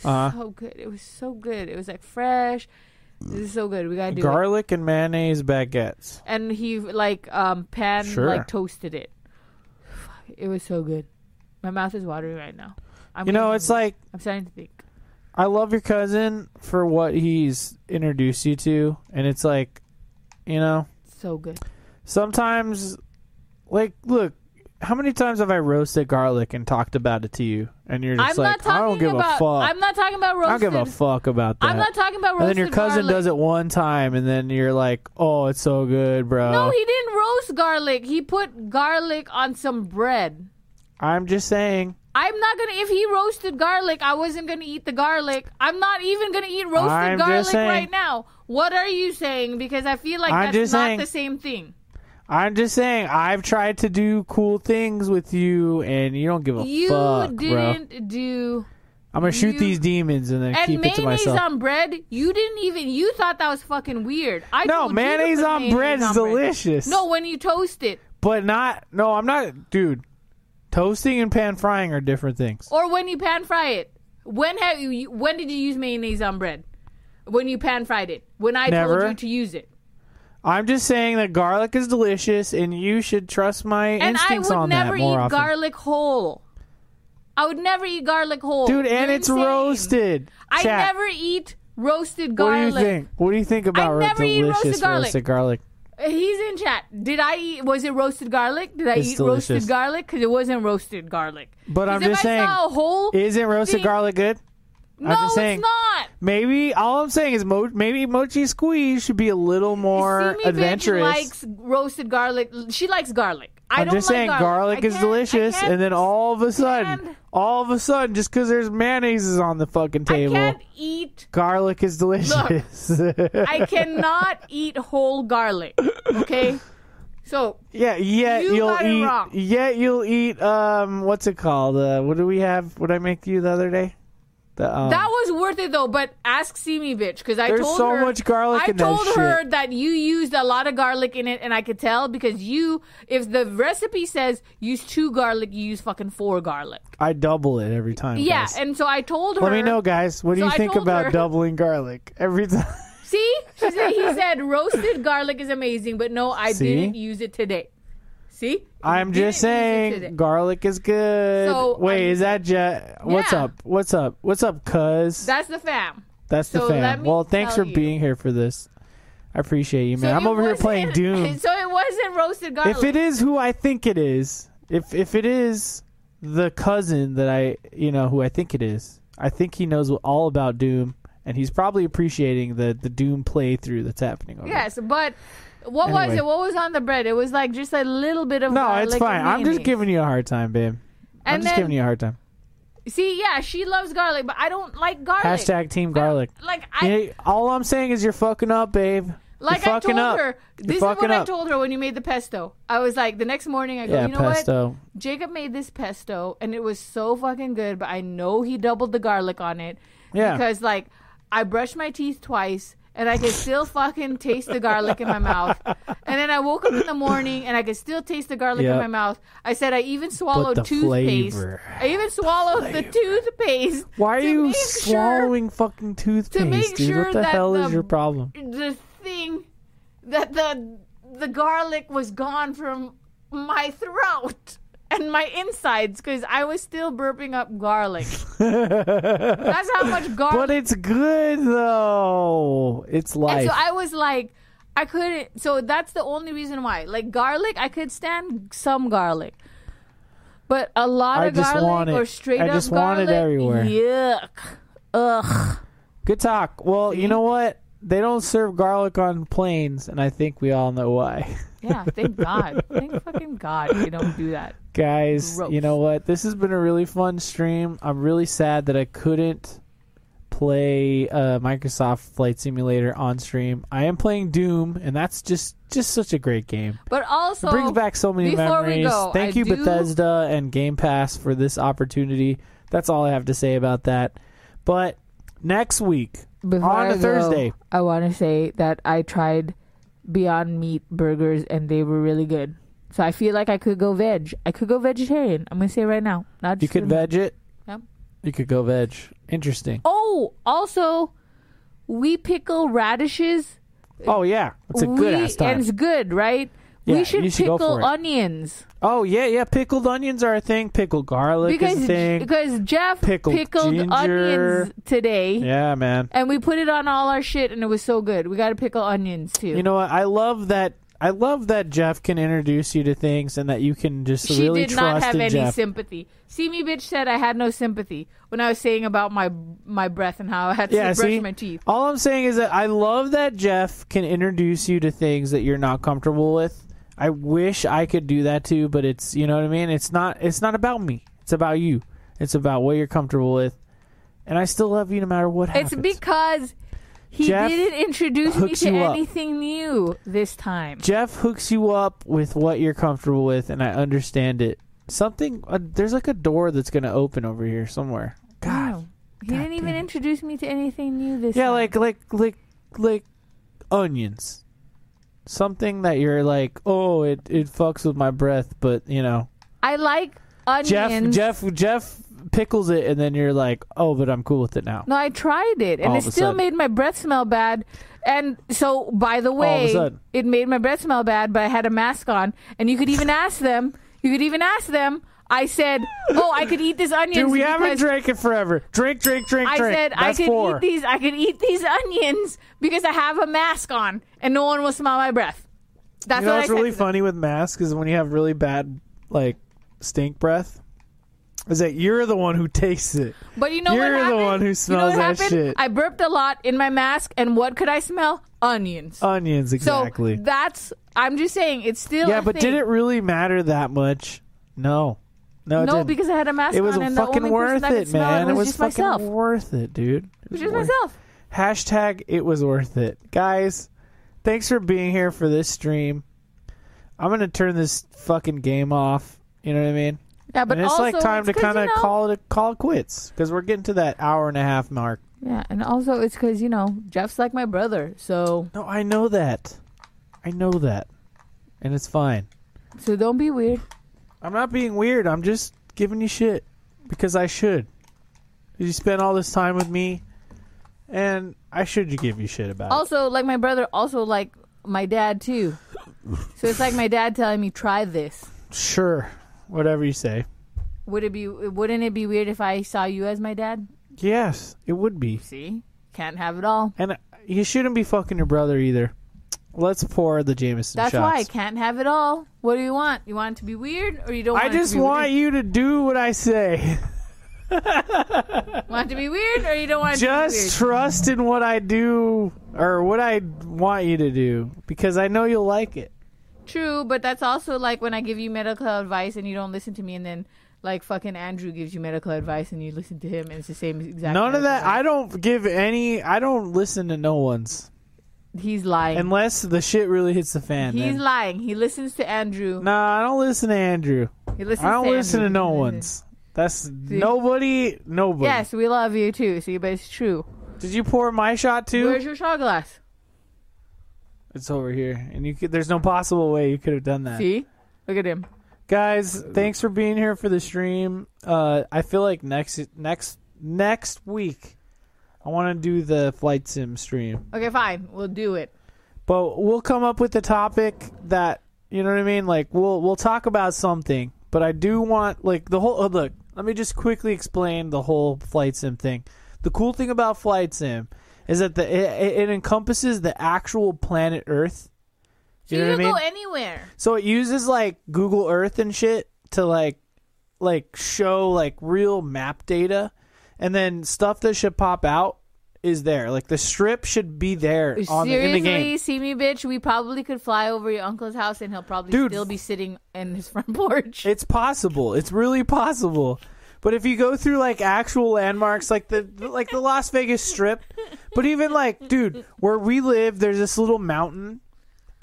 Speaker 2: Uh-huh.
Speaker 3: So good. It was so good. It was like fresh. This is so good. We gotta do it
Speaker 2: garlic and mayonnaise baguettes.
Speaker 3: and he like um pan
Speaker 2: Sure.
Speaker 3: like toasted it. Fuck, It was so good. My mouth is watering right now. I'm
Speaker 2: You know,
Speaker 3: getting
Speaker 2: it's
Speaker 3: hungry.
Speaker 2: like
Speaker 3: I'm starting to think.
Speaker 2: I love your cousin for what he's introduced you to, and it's like, you know,
Speaker 3: So good.
Speaker 2: sometimes like look how many times have i roasted garlic and talked about it to you and you're
Speaker 3: I'm
Speaker 2: just
Speaker 3: not
Speaker 2: like i
Speaker 3: talking
Speaker 2: don't give
Speaker 3: about.
Speaker 2: a fuck
Speaker 3: I'm not talking about
Speaker 2: I
Speaker 3: roasted.
Speaker 2: don't give a fuck about that
Speaker 3: I'm not talking about
Speaker 2: and
Speaker 3: roasted.
Speaker 2: then your cousin
Speaker 3: garlic.
Speaker 2: does it one time and then you're like oh it's so good bro
Speaker 3: No, he didn't roast garlic. He put garlic on some bread.
Speaker 2: i'm just saying
Speaker 3: I'm not gonna. If he roasted garlic, I wasn't gonna eat the garlic. I'm not even gonna eat roasted
Speaker 2: I'm just
Speaker 3: garlic
Speaker 2: saying-
Speaker 3: right now. What are you saying? Because I feel like
Speaker 2: I'm
Speaker 3: that's
Speaker 2: just
Speaker 3: not
Speaker 2: saying-
Speaker 3: the same thing.
Speaker 2: I'm just saying, I've tried to do cool things with you, and you don't give a
Speaker 3: You
Speaker 2: fuck, bro.
Speaker 3: didn't do.
Speaker 2: I'm gonna shoot
Speaker 3: you-
Speaker 2: these demons and then
Speaker 3: And
Speaker 2: keep it
Speaker 3: mayonnaise
Speaker 2: to myself.
Speaker 3: on bread, you didn't even. You thought that was fucking weird. I
Speaker 2: no,
Speaker 3: told you to
Speaker 2: mayonnaise
Speaker 3: put
Speaker 2: on bread is
Speaker 3: on
Speaker 2: delicious.
Speaker 3: No, when you toast it,
Speaker 2: but not. No, I'm not, dude. Toasting and pan frying are different things.
Speaker 3: or when you pan fry it. When have you? When did you use mayonnaise on bread? When you pan fried it? When I
Speaker 2: Never.
Speaker 3: told you to use it?
Speaker 2: I'm just saying that garlic is delicious, and you should trust my
Speaker 3: and I
Speaker 2: instincts
Speaker 3: would
Speaker 2: on
Speaker 3: never
Speaker 2: that more
Speaker 3: eat
Speaker 2: often,
Speaker 3: garlic whole. I would never eat garlic whole,
Speaker 2: dude. And
Speaker 3: You're
Speaker 2: it's
Speaker 3: insane.
Speaker 2: roasted.
Speaker 3: I
Speaker 2: Chat,
Speaker 3: never eat roasted
Speaker 2: What do
Speaker 3: garlic.
Speaker 2: you think? What do you think about ro-
Speaker 3: never eat
Speaker 2: delicious
Speaker 3: roasted garlic.
Speaker 2: roasted garlic?
Speaker 3: He's in chat. Did I eat? Was it roasted garlic? Did I
Speaker 2: It's
Speaker 3: eat
Speaker 2: delicious.
Speaker 3: roasted garlic? Because it wasn't roasted garlic.
Speaker 2: But
Speaker 3: 'Cause
Speaker 2: I'm
Speaker 3: if
Speaker 2: just
Speaker 3: I
Speaker 2: saying,
Speaker 3: saw a whole.
Speaker 2: Isn't roasted
Speaker 3: See-
Speaker 2: garlic good?
Speaker 3: no,
Speaker 2: just saying,
Speaker 3: it's not.
Speaker 2: Maybe all I'm saying is mo- maybe Mochi Squeeze should be a little more
Speaker 3: See me
Speaker 2: adventurous.
Speaker 3: Bitch likes roasted garlic. She likes garlic. I
Speaker 2: I'm
Speaker 3: don't
Speaker 2: just
Speaker 3: like
Speaker 2: saying
Speaker 3: garlic, I
Speaker 2: is
Speaker 3: can't- I
Speaker 2: delicious,
Speaker 3: can't
Speaker 2: and then all of a sudden,
Speaker 3: stand-
Speaker 2: all of a sudden, just because there's mayonnaise is on the fucking
Speaker 3: I
Speaker 2: table,
Speaker 3: can't eat
Speaker 2: garlic is delicious.
Speaker 3: I cannot eat whole garlic. Okay, so
Speaker 2: yeah, yeah,
Speaker 3: You
Speaker 2: will
Speaker 3: got it
Speaker 2: eat.
Speaker 3: wrong.
Speaker 2: Yeah, you'll eat. Um, what's it called? Uh, what do we have? What I make you the other day? The, um,
Speaker 3: that was worth it though. But ask Simi, bitch, because I
Speaker 2: There's
Speaker 3: told
Speaker 2: so
Speaker 3: her
Speaker 2: much garlic
Speaker 3: I
Speaker 2: in that
Speaker 3: told her that you used a lot of garlic in it, and I could tell because you, if the recipe says use two garlic, you use fucking four garlic.
Speaker 2: I double it every time.
Speaker 3: Yeah,
Speaker 2: guys.
Speaker 3: and so I told her.
Speaker 2: let me know, guys. What do
Speaker 3: So
Speaker 2: you
Speaker 3: I
Speaker 2: think
Speaker 3: told
Speaker 2: about
Speaker 3: her-
Speaker 2: doubling garlic every time?
Speaker 3: See, she said he said roasted garlic is amazing, but no, I
Speaker 2: See?
Speaker 3: didn't use it today. See,
Speaker 2: I'm
Speaker 3: Didn't
Speaker 2: just
Speaker 3: use it today.
Speaker 2: saying, garlic is good.
Speaker 3: So,
Speaker 2: Wait,
Speaker 3: I'm-
Speaker 2: is that Jet? What's
Speaker 3: Yeah.
Speaker 2: up? What's up? What's up, cuz?
Speaker 3: That's the fam.
Speaker 2: That's the
Speaker 3: so
Speaker 2: fan.
Speaker 3: let me
Speaker 2: well, thanks for
Speaker 3: tell you.
Speaker 2: being here for this. I appreciate you, man.
Speaker 3: So
Speaker 2: I'm
Speaker 3: it
Speaker 2: over here
Speaker 3: wasn't-
Speaker 2: playing Doom.
Speaker 3: So it wasn't roasted garlic.
Speaker 2: If it is who I think it is, if if it is the cousin that I, you know, who I think it is, I think he knows all about Doom, and he's probably appreciating the the Doom playthrough that's happening. Over
Speaker 3: Yes, but what was
Speaker 2: Anyway.
Speaker 3: it? What was on the bread? It was like just a little bit of
Speaker 2: No,
Speaker 3: garlic
Speaker 2: it's
Speaker 3: and
Speaker 2: fine. I'm just
Speaker 3: mayonnaise.
Speaker 2: giving you a hard time, babe. I'm
Speaker 3: And
Speaker 2: just
Speaker 3: then-
Speaker 2: giving you a hard time.
Speaker 3: See, yeah, she loves garlic, but I don't like garlic.
Speaker 2: Hashtag Team Garlic.
Speaker 3: Like I
Speaker 2: Yeah, all I'm saying is you're fucking up, babe.
Speaker 3: like
Speaker 2: you're
Speaker 3: I
Speaker 2: fucking
Speaker 3: told
Speaker 2: up.
Speaker 3: her.
Speaker 2: You're
Speaker 3: This is what
Speaker 2: fucking
Speaker 3: I
Speaker 2: up.
Speaker 3: told her when you made the pesto. I was like, the next morning, I go,
Speaker 2: Yeah,
Speaker 3: you know what?
Speaker 2: pesto.
Speaker 3: Jacob made this pesto, and it was so fucking good. But I know he doubled the garlic on it.
Speaker 2: Yeah.
Speaker 3: Because like I brushed my teeth twice. And I could still fucking taste the garlic in my mouth. And then I woke up in the morning and I could still taste the garlic
Speaker 2: Yep.
Speaker 3: in my mouth. I said I even swallowed
Speaker 2: the
Speaker 3: toothpaste.
Speaker 2: flavor.
Speaker 3: I even swallowed the toothpaste.
Speaker 2: Why are
Speaker 3: to
Speaker 2: you
Speaker 3: make sure-
Speaker 2: swallowing fucking toothpaste,
Speaker 3: make
Speaker 2: dude?
Speaker 3: sure
Speaker 2: what the
Speaker 3: that
Speaker 2: hell is
Speaker 3: the-
Speaker 2: your problem?
Speaker 3: the thing that the the garlic was gone from my throat and my insides because I was still burping up garlic. That's how much garlic.
Speaker 2: But it's good though. It's
Speaker 3: and
Speaker 2: life.
Speaker 3: so I was like, I couldn't. So that's the only reason why. Like garlic, I could stand some garlic, but a lot
Speaker 2: I
Speaker 3: of
Speaker 2: just
Speaker 3: garlic
Speaker 2: want it.
Speaker 3: or straight
Speaker 2: I
Speaker 3: up
Speaker 2: just want it
Speaker 3: garlic.
Speaker 2: everywhere.
Speaker 3: Yuck. Ugh.
Speaker 2: good talk. Well, you know what? They don't serve garlic on planes, and I think we all know why.
Speaker 3: Yeah. Thank God. thank fucking God you don't do that.
Speaker 2: Guys,
Speaker 3: Gross.
Speaker 2: you know what? This has been a really fun stream. I'm really sad that I couldn't play uh, Microsoft Flight Simulator on stream. I am playing Doom, and that's just just such a great game.
Speaker 3: But also
Speaker 2: It brings back so many
Speaker 3: before we
Speaker 2: memories.
Speaker 3: go,
Speaker 2: Thank
Speaker 3: I
Speaker 2: you,
Speaker 3: do-
Speaker 2: Bethesda and Game Pass, for this opportunity. That's all I have to say about that. But next week
Speaker 3: Before
Speaker 2: on
Speaker 3: I
Speaker 2: a
Speaker 3: go,
Speaker 2: Thursday,
Speaker 3: I want to say that I tried Beyond Meat burgers and they were really good. So I feel like I could go veg. I could go vegetarian. I'm gonna say right now. Not
Speaker 2: you
Speaker 3: just
Speaker 2: could
Speaker 3: gonna-
Speaker 2: veg it.
Speaker 3: Yep.
Speaker 2: You could go veg. Interesting.
Speaker 3: Oh, also, we pickle radishes.
Speaker 2: Oh yeah, it's a good
Speaker 3: we,
Speaker 2: ass
Speaker 3: And
Speaker 2: time.
Speaker 3: it's good, right?
Speaker 2: Yeah,
Speaker 3: we should,
Speaker 2: you should go for
Speaker 3: pickle
Speaker 2: it.
Speaker 3: onions
Speaker 2: Oh yeah, yeah. Pickled onions are a thing. Pickled garlic
Speaker 3: because
Speaker 2: is a thing.
Speaker 3: because Jeff
Speaker 2: Pickled ginger.
Speaker 3: onions today,
Speaker 2: yeah, man.
Speaker 3: and we put it on all our shit, and it was so good. We got to pickle onions too.
Speaker 2: You know what? I love that. I love that Jeff can introduce you to things and that you can just
Speaker 3: she
Speaker 2: really
Speaker 3: did
Speaker 2: trust
Speaker 3: not have
Speaker 2: in
Speaker 3: any
Speaker 2: Jeff.
Speaker 3: sympathy. See me, bitch said I had no sympathy when I was saying about my my breath and how I had to
Speaker 2: yeah,
Speaker 3: brush
Speaker 2: see?
Speaker 3: my teeth.
Speaker 2: All I'm saying is that I love that Jeff can introduce you to things that you're not comfortable with. I wish I could do that too, but it's you know what I mean. It's not. It's not about me. It's about you. It's about what you're comfortable with. And I still love you no matter what happens.
Speaker 3: It's because he
Speaker 2: Jeff
Speaker 3: didn't introduce me
Speaker 2: hooks
Speaker 3: to
Speaker 2: you up.
Speaker 3: anything new this time.
Speaker 2: Jeff hooks you up with what you're comfortable with, and I understand it. Something uh, there's like a door that's gonna open over here somewhere. God,
Speaker 3: No. He didn't even
Speaker 2: damn it.
Speaker 3: introduce me to anything new this
Speaker 2: yeah,
Speaker 3: time.
Speaker 2: like like like like onions. Something that you're like, oh, it it fucks with my breath, but you know,
Speaker 3: I like
Speaker 2: Jeff
Speaker 3: onions.
Speaker 2: Jeff Jeff pickles it, and then you're like, oh, but I'm cool with it now.
Speaker 3: No, I tried it, and
Speaker 2: All
Speaker 3: it
Speaker 2: of a
Speaker 3: still
Speaker 2: sudden.
Speaker 3: made my breath smell bad. And so, by the way,
Speaker 2: sudden.
Speaker 3: it made my breath smell bad, but I had a mask on. And you could even ask them. You could even ask them. I said, "Oh, I could eat this onion."
Speaker 2: Dude, we haven't
Speaker 3: because
Speaker 2: drank it forever. Drink, drink, drink,
Speaker 3: I
Speaker 2: drink.
Speaker 3: said I
Speaker 2: That's
Speaker 3: could
Speaker 2: four.
Speaker 3: eat these. I could eat these onions because I have a mask on, and no one will smell my breath. That's
Speaker 2: You know
Speaker 3: what
Speaker 2: what's
Speaker 3: I said
Speaker 2: really
Speaker 3: to them.
Speaker 2: funny with masks is when you have really bad like stink breath, is that you're the one who tastes it.
Speaker 3: But you know what
Speaker 2: You're the
Speaker 3: happened?
Speaker 2: one who
Speaker 3: You know
Speaker 2: smells
Speaker 3: what
Speaker 2: that
Speaker 3: happened?
Speaker 2: shit.
Speaker 3: I burped a lot in my mask, and what could I smell? Onions.
Speaker 2: Onions, Oh, exactly.
Speaker 3: So that's. I'm just saying, it's still.
Speaker 2: yeah,
Speaker 3: a
Speaker 2: but
Speaker 3: thing.
Speaker 2: did it really matter that much? No, no, it
Speaker 3: No,
Speaker 2: didn't.
Speaker 3: because I had a mask
Speaker 2: it was
Speaker 3: on, and the only
Speaker 2: fucking
Speaker 3: person
Speaker 2: worth
Speaker 3: that could
Speaker 2: it,
Speaker 3: smell
Speaker 2: man.
Speaker 3: it was,
Speaker 2: was
Speaker 3: just
Speaker 2: fucking
Speaker 3: myself.
Speaker 2: worth it, dude. It
Speaker 3: Just
Speaker 2: worth-
Speaker 3: myself.
Speaker 2: Hashtag it was worth it, guys. Thanks for being here for this stream. I'm gonna turn this fucking game off. You know what I mean?
Speaker 3: Yeah, but
Speaker 2: and it's
Speaker 3: also,
Speaker 2: like time to
Speaker 3: it's 'cause,
Speaker 2: kind of
Speaker 3: you know-
Speaker 2: call it call it quits because we're getting to that hour and a half mark.
Speaker 3: Yeah, and also it's because you know Jeff's like my brother, so
Speaker 2: No, I know that, I know that, and it's fine.
Speaker 3: so don't be weird.
Speaker 2: I'm not being weird. I'm just giving you shit because I should. You spent all this time with me, and I should give you shit about it.
Speaker 3: Also, like my brother, also like my dad too. so it's like my dad telling me try this.
Speaker 2: Sure, whatever you say.
Speaker 3: Would it be? Wouldn't it be weird if I saw you as my dad?
Speaker 2: Yes, it would be.
Speaker 3: See, can't have it all.
Speaker 2: And uh, you shouldn't be fucking your brother either. Let's pour the Jameson
Speaker 3: That's
Speaker 2: shots.
Speaker 3: why I can't have it all. What do you want? You want it to be weird, or you don't?
Speaker 2: I
Speaker 3: Want it to
Speaker 2: just
Speaker 3: be
Speaker 2: want
Speaker 3: weird?
Speaker 2: you to do what I say.
Speaker 3: want it to be weird, or you don't want it to be weird?
Speaker 2: just trust in what I do or what I want you to do because I know you'll like it.
Speaker 3: True, but that's also like when I give you medical advice and you don't listen to me, and then like fucking Andrew gives you medical advice and you listen to him, and it's the same exact.
Speaker 2: None of
Speaker 3: medical
Speaker 2: that. I
Speaker 3: advice.
Speaker 2: don't give any. I don't listen to no one's
Speaker 3: He's lying.
Speaker 2: unless the shit really hits the fan.
Speaker 3: He's
Speaker 2: then.
Speaker 3: lying. He listens to Andrew.
Speaker 2: nah, I don't listen to Andrew.
Speaker 3: he listens
Speaker 2: I don't
Speaker 3: to
Speaker 2: listen to
Speaker 3: Andrew.
Speaker 2: no one's. That's nobody. Nobody.
Speaker 3: Yes, we love you too. See, but it's true.
Speaker 2: Did you pour my shot too?
Speaker 3: Where's your shot glass?
Speaker 2: it's over here, and you could, there's no possible way you could have done that.
Speaker 3: See, look at him.
Speaker 2: guys thanks for being here for the stream uh i feel like next next next week i want to do the flight sim stream
Speaker 3: Okay, fine. We'll do it.
Speaker 2: but we'll come up with a topic that you know what i mean like we'll we'll talk about something but i do want like the whole oh, look let me just quickly explain the whole flight sim thing the cool thing about flight sim is that the it, it encompasses the actual planet earth
Speaker 3: So
Speaker 2: You
Speaker 3: you,
Speaker 2: know what I
Speaker 3: can
Speaker 2: mean?
Speaker 3: go anywhere.
Speaker 2: So it uses like Google Earth and shit to like like show like real map data and then stuff that should pop out is there. Like the strip should be there on the, in the
Speaker 3: Seriously,
Speaker 2: game.
Speaker 3: see me, bitch. We probably could fly over your uncle's house, and he'll probably
Speaker 2: Dude.
Speaker 3: still be sitting in his front porch.
Speaker 2: It's possible. It's really possible. But if you go through like actual landmarks like the like the Las Vegas strip, but even like dude, where we live there's this little mountain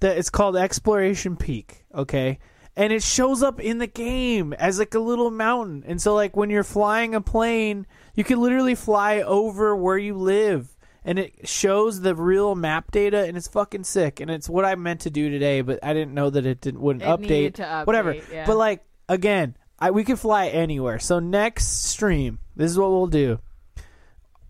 Speaker 2: that it's called Exploration Peak, okay? And it shows up in the game as like a little mountain. And so like when you're flying a plane, you can literally fly over where you live and it shows the real map data and it's fucking sick and it's what I meant to do today, but I didn't know that it didn't wouldn't
Speaker 3: It
Speaker 2: update,
Speaker 3: needed to
Speaker 2: whatever.
Speaker 3: update, yeah.
Speaker 2: But like again, I, we could fly anywhere. So next stream, this is what we'll do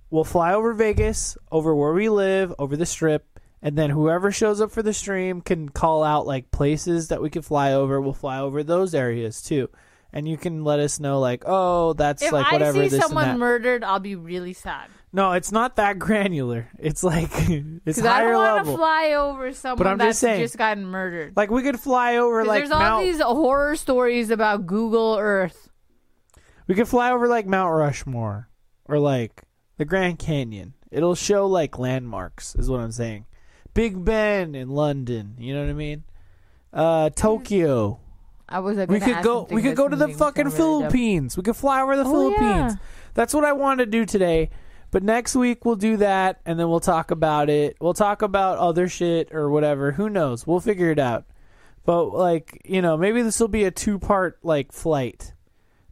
Speaker 2: we'll fly over Vegas, over where we live, over the strip, and then whoever shows up for the stream can call out like places that we could fly over. We'll fly over those areas too. And you can let us know like, oh, that's
Speaker 3: if
Speaker 2: like whatever
Speaker 3: I see
Speaker 2: this
Speaker 3: someone
Speaker 2: and that.
Speaker 3: murdered, I'll be really sad.
Speaker 2: no, it's not that granular. It's like it's
Speaker 3: Because I
Speaker 2: higher
Speaker 3: don't want to
Speaker 2: level.
Speaker 3: fly over someone
Speaker 2: But I'm
Speaker 3: that's
Speaker 2: just saying-
Speaker 3: just gotten murdered.
Speaker 2: like we could fly over
Speaker 3: 'Cause
Speaker 2: like
Speaker 3: there's all
Speaker 2: Mount
Speaker 3: these horror stories about Google Earth.
Speaker 2: We could fly over like Mount Rushmore or like the Grand Canyon. It'll show like landmarks, is what I'm saying. Big Ben in London, you know what I mean? Uh, Tokyo.
Speaker 3: I was like,
Speaker 2: We
Speaker 3: gonna
Speaker 2: could
Speaker 3: ask
Speaker 2: go.
Speaker 3: something
Speaker 2: We could
Speaker 3: that's
Speaker 2: go to the
Speaker 3: moving, so
Speaker 2: fucking
Speaker 3: I'm really dumb.
Speaker 2: Philippines. We could fly over the
Speaker 3: Oh,
Speaker 2: Philippines.
Speaker 3: yeah.
Speaker 2: That's what I wanted to do today. But next week we'll do that, and then we'll talk about it. We'll talk about other shit or whatever. Who knows? We'll figure it out. But like you know, maybe this will be a two-part like flight.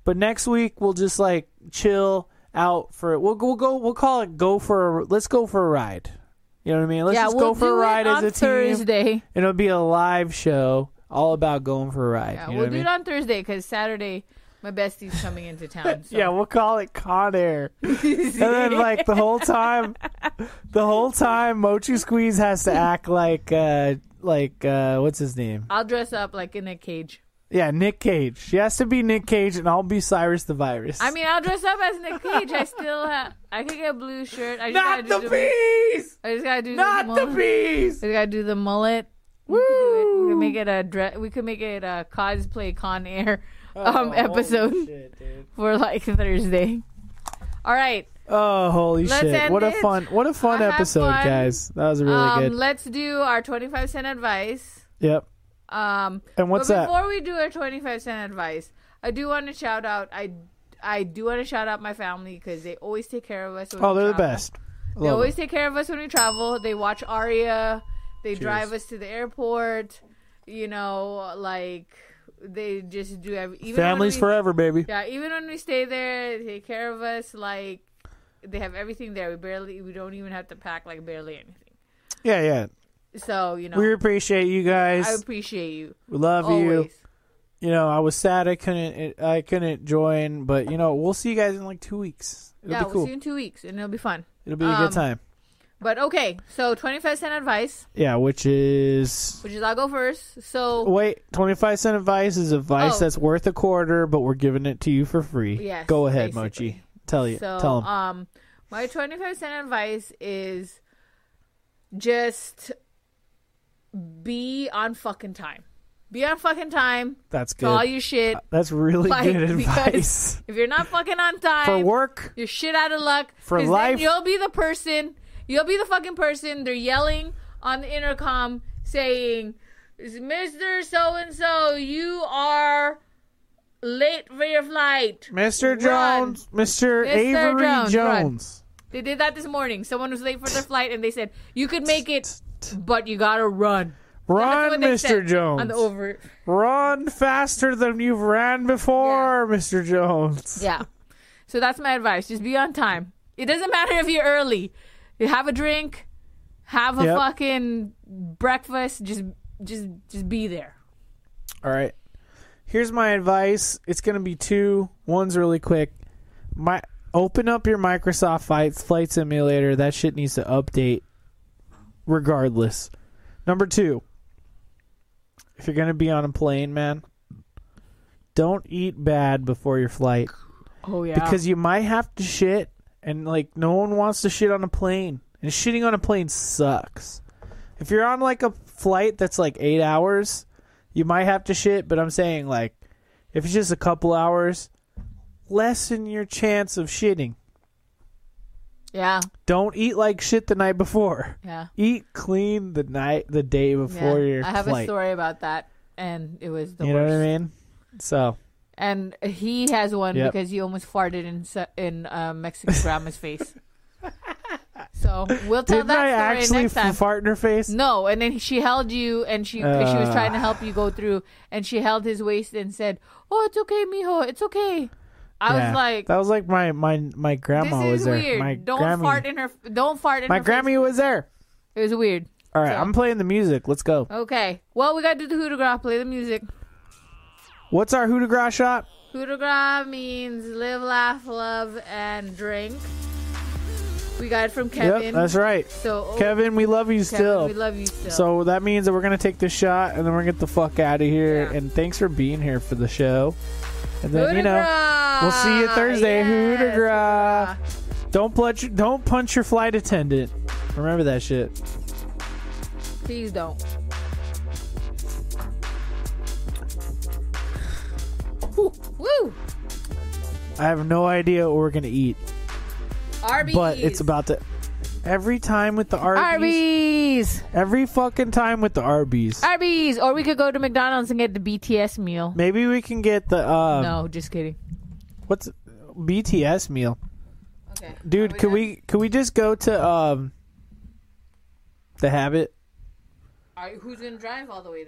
Speaker 2: But next week we'll just like chill out for it. We'll, we'll go. We'll call it go for. A, let's go for a ride. You know what I mean? Let's
Speaker 3: yeah,
Speaker 2: just go
Speaker 3: we'll
Speaker 2: for
Speaker 3: do
Speaker 2: a ride
Speaker 3: it
Speaker 2: as
Speaker 3: on
Speaker 2: a team.
Speaker 3: Thursday.
Speaker 2: And it'll be a live show all about going for a ride.
Speaker 3: Yeah,
Speaker 2: you know
Speaker 3: we'll
Speaker 2: what I
Speaker 3: do
Speaker 2: mean?
Speaker 3: it on Thursday because Saturday my bestie's coming into town. So.
Speaker 2: Yeah, we'll call it Con Air. and then like the whole time the whole time Mochi Squeeze has to act like uh like uh what's his name?
Speaker 3: I'll dress up like in a cage.
Speaker 2: Yeah, Nick Cage. She has to be Nick Cage and I'll be Cyrus the Virus.
Speaker 3: I mean, I'll dress up as Nick Cage. I still have. I could get a blue shirt. I just
Speaker 2: Not
Speaker 3: gotta
Speaker 2: the
Speaker 3: do
Speaker 2: bees!
Speaker 3: I just gotta do
Speaker 2: Not
Speaker 3: the
Speaker 2: the
Speaker 3: mullet.
Speaker 2: bees!
Speaker 3: I just gotta do the mullet. We could, do it. we could make it a dress. We could make it a cosplay con air um, episode
Speaker 2: Oh, Holy shit, dude.
Speaker 3: for like Thursday. All right.
Speaker 2: Oh, holy
Speaker 3: Let's
Speaker 2: shit.
Speaker 3: end
Speaker 2: What a
Speaker 3: it.
Speaker 2: fun what a fun
Speaker 3: I have
Speaker 2: episode,
Speaker 3: fun.
Speaker 2: guys. That was really
Speaker 3: um,
Speaker 2: good.
Speaker 3: Let's do our twenty-five cent advice.
Speaker 2: Yep.
Speaker 3: Um,
Speaker 2: And what's
Speaker 3: but
Speaker 2: that?
Speaker 3: before we do our 25 cent advice, I do want to shout out. I I do want to shout out my family because they always take care of us. When
Speaker 2: Oh,
Speaker 3: we
Speaker 2: they're the
Speaker 3: travel.
Speaker 2: best.
Speaker 3: They
Speaker 2: Love
Speaker 3: always take care of us when we travel. They watch Aria. They drive us to the airport. You know, like they just do every.
Speaker 2: it.
Speaker 3: Even when
Speaker 2: Families
Speaker 3: we-
Speaker 2: forever, baby.
Speaker 3: Yeah, even when we stay there, they take care of us. Like they have everything there. We barely. We don't even have to pack like barely anything.
Speaker 2: Yeah, yeah.
Speaker 3: So you know,
Speaker 2: We appreciate you guys.
Speaker 3: I appreciate you.
Speaker 2: we love you.
Speaker 3: Always.
Speaker 2: You know, I was sad I couldn't I couldn't join, but you know, we'll see you guys in like two weeks. It'll
Speaker 3: yeah,
Speaker 2: be
Speaker 3: we'll
Speaker 2: cool.
Speaker 3: see you in two weeks, and it'll be fun.
Speaker 2: It'll be a
Speaker 3: um,
Speaker 2: good time.
Speaker 3: But okay, so 25 cent advice,
Speaker 2: Yeah, which is
Speaker 3: which is I'll go first. So
Speaker 2: wait, twenty five cent advice is advice
Speaker 3: Oh.
Speaker 2: that's worth a quarter, but we're giving it to you for free.
Speaker 3: Yes,
Speaker 2: Go ahead,
Speaker 3: basically.
Speaker 2: Mochi. Tell you,
Speaker 3: so
Speaker 2: tell him.
Speaker 3: um my 25 cent advice is just be on fucking time. Be on fucking time
Speaker 2: that's
Speaker 3: for all
Speaker 2: good.
Speaker 3: your shit.
Speaker 2: That's really
Speaker 3: like,
Speaker 2: good
Speaker 3: because-
Speaker 2: advice
Speaker 3: If you're not fucking on time,
Speaker 2: for work.
Speaker 3: you're shit out of luck.
Speaker 2: For
Speaker 3: 'cause
Speaker 2: life.
Speaker 3: then you'll be the person. You'll be the fucking person. They're yelling on the intercom saying, "Mister So and So, you are late for your flight."
Speaker 2: Mr.
Speaker 3: Run.
Speaker 2: Jones, Mr.
Speaker 3: Mr.
Speaker 2: Avery
Speaker 3: Jones, run.
Speaker 2: Jones.
Speaker 3: They did that this morning. Someone was late for their flight, and they said, "You could make it, but you gotta run." That's
Speaker 2: Run,
Speaker 3: what they
Speaker 2: Mr.
Speaker 3: said
Speaker 2: Jones.
Speaker 3: On the over,
Speaker 2: Run faster than you've ran before, Mr. Jones.
Speaker 3: yeah. So that's my advice. Just be on time. It doesn't matter if you're early. You have a drink, have a
Speaker 2: Yep.
Speaker 3: fucking breakfast. Just, just, just be there.
Speaker 2: All right. Here's my advice. It's going to be two. One's really quick. My open up your Microsoft Flight Flight Simulator. That shit needs to update regardless. Number 2. If you're going to be on a plane, man, don't eat bad before your flight.
Speaker 3: Oh yeah.
Speaker 2: because you might have to shit and like no one wants to shit on a plane and shitting on a plane sucks if you're on like a flight that's like eight hours you might have to shit but i'm saying like if it's just a couple hours lessen your chance of shitting
Speaker 3: yeah,
Speaker 2: don't eat like shit the night before
Speaker 3: yeah.
Speaker 2: eat clean the night the day before
Speaker 3: yeah.
Speaker 2: your
Speaker 3: I have
Speaker 2: flight
Speaker 3: a story about that, and it was the
Speaker 2: you know
Speaker 3: worst.
Speaker 2: what i mean so
Speaker 3: And he has one
Speaker 2: Yep.
Speaker 3: because he almost farted in se- in uh, Mexican grandma's face. So we'll tell
Speaker 2: didn't
Speaker 3: that
Speaker 2: i
Speaker 3: story
Speaker 2: actually
Speaker 3: next time.
Speaker 2: f- fart in her face
Speaker 3: no, and then she held you, and she 'cause she
Speaker 2: Uh.
Speaker 3: was trying to help you go through, and she held his waist and said, "Oh, it's okay, mijo, it's okay." I
Speaker 2: Yeah.
Speaker 3: was like,
Speaker 2: that was like my my my grandma
Speaker 3: "This
Speaker 2: was
Speaker 3: is
Speaker 2: there
Speaker 3: weird.
Speaker 2: my
Speaker 3: don't
Speaker 2: Grammy.
Speaker 3: fart in her. Don't fart in
Speaker 2: My
Speaker 3: her face."
Speaker 2: Grammy was there.
Speaker 3: It was weird.
Speaker 2: All right,
Speaker 3: So-
Speaker 2: I'm playing the music. Let's go.
Speaker 3: Okay. Well, we got to do the hootagra. Play the music.
Speaker 2: What's our Hoot de Gras shot?
Speaker 3: Coup de grace means live, laugh, love, and drink. We got it from Kevin.
Speaker 2: Yep, that's right.
Speaker 3: So oh,
Speaker 2: Kevin, we love you
Speaker 3: Kevin,
Speaker 2: still.
Speaker 3: we love you still.
Speaker 2: so that means that we're gonna take this shot and then we're gonna get the fuck out of here.
Speaker 3: Yeah.
Speaker 2: And thanks for being here for the show. And then
Speaker 3: Coup
Speaker 2: you
Speaker 3: de
Speaker 2: know,
Speaker 3: grace.
Speaker 2: we'll see you Thursday. Hoot de
Speaker 3: Yes.
Speaker 2: Gras. Don't punch, don't punch your flight attendant. Remember that shit.
Speaker 3: Please don't. Woo. Woo.
Speaker 2: I have no idea what we're gonna eat,
Speaker 3: RBEs.
Speaker 2: but it's about to. every time with the Arby's.
Speaker 3: Arby's.
Speaker 2: Every fucking time with the Arby's.
Speaker 3: Arby's. Or we could go to McDonald's and get the BTS meal.
Speaker 2: Maybe we can get the uh
Speaker 3: no, just kidding.
Speaker 2: what's BTS meal.
Speaker 3: Okay.
Speaker 2: Dude, could we could we just go to um the habit?
Speaker 3: who's gonna drive all the way there?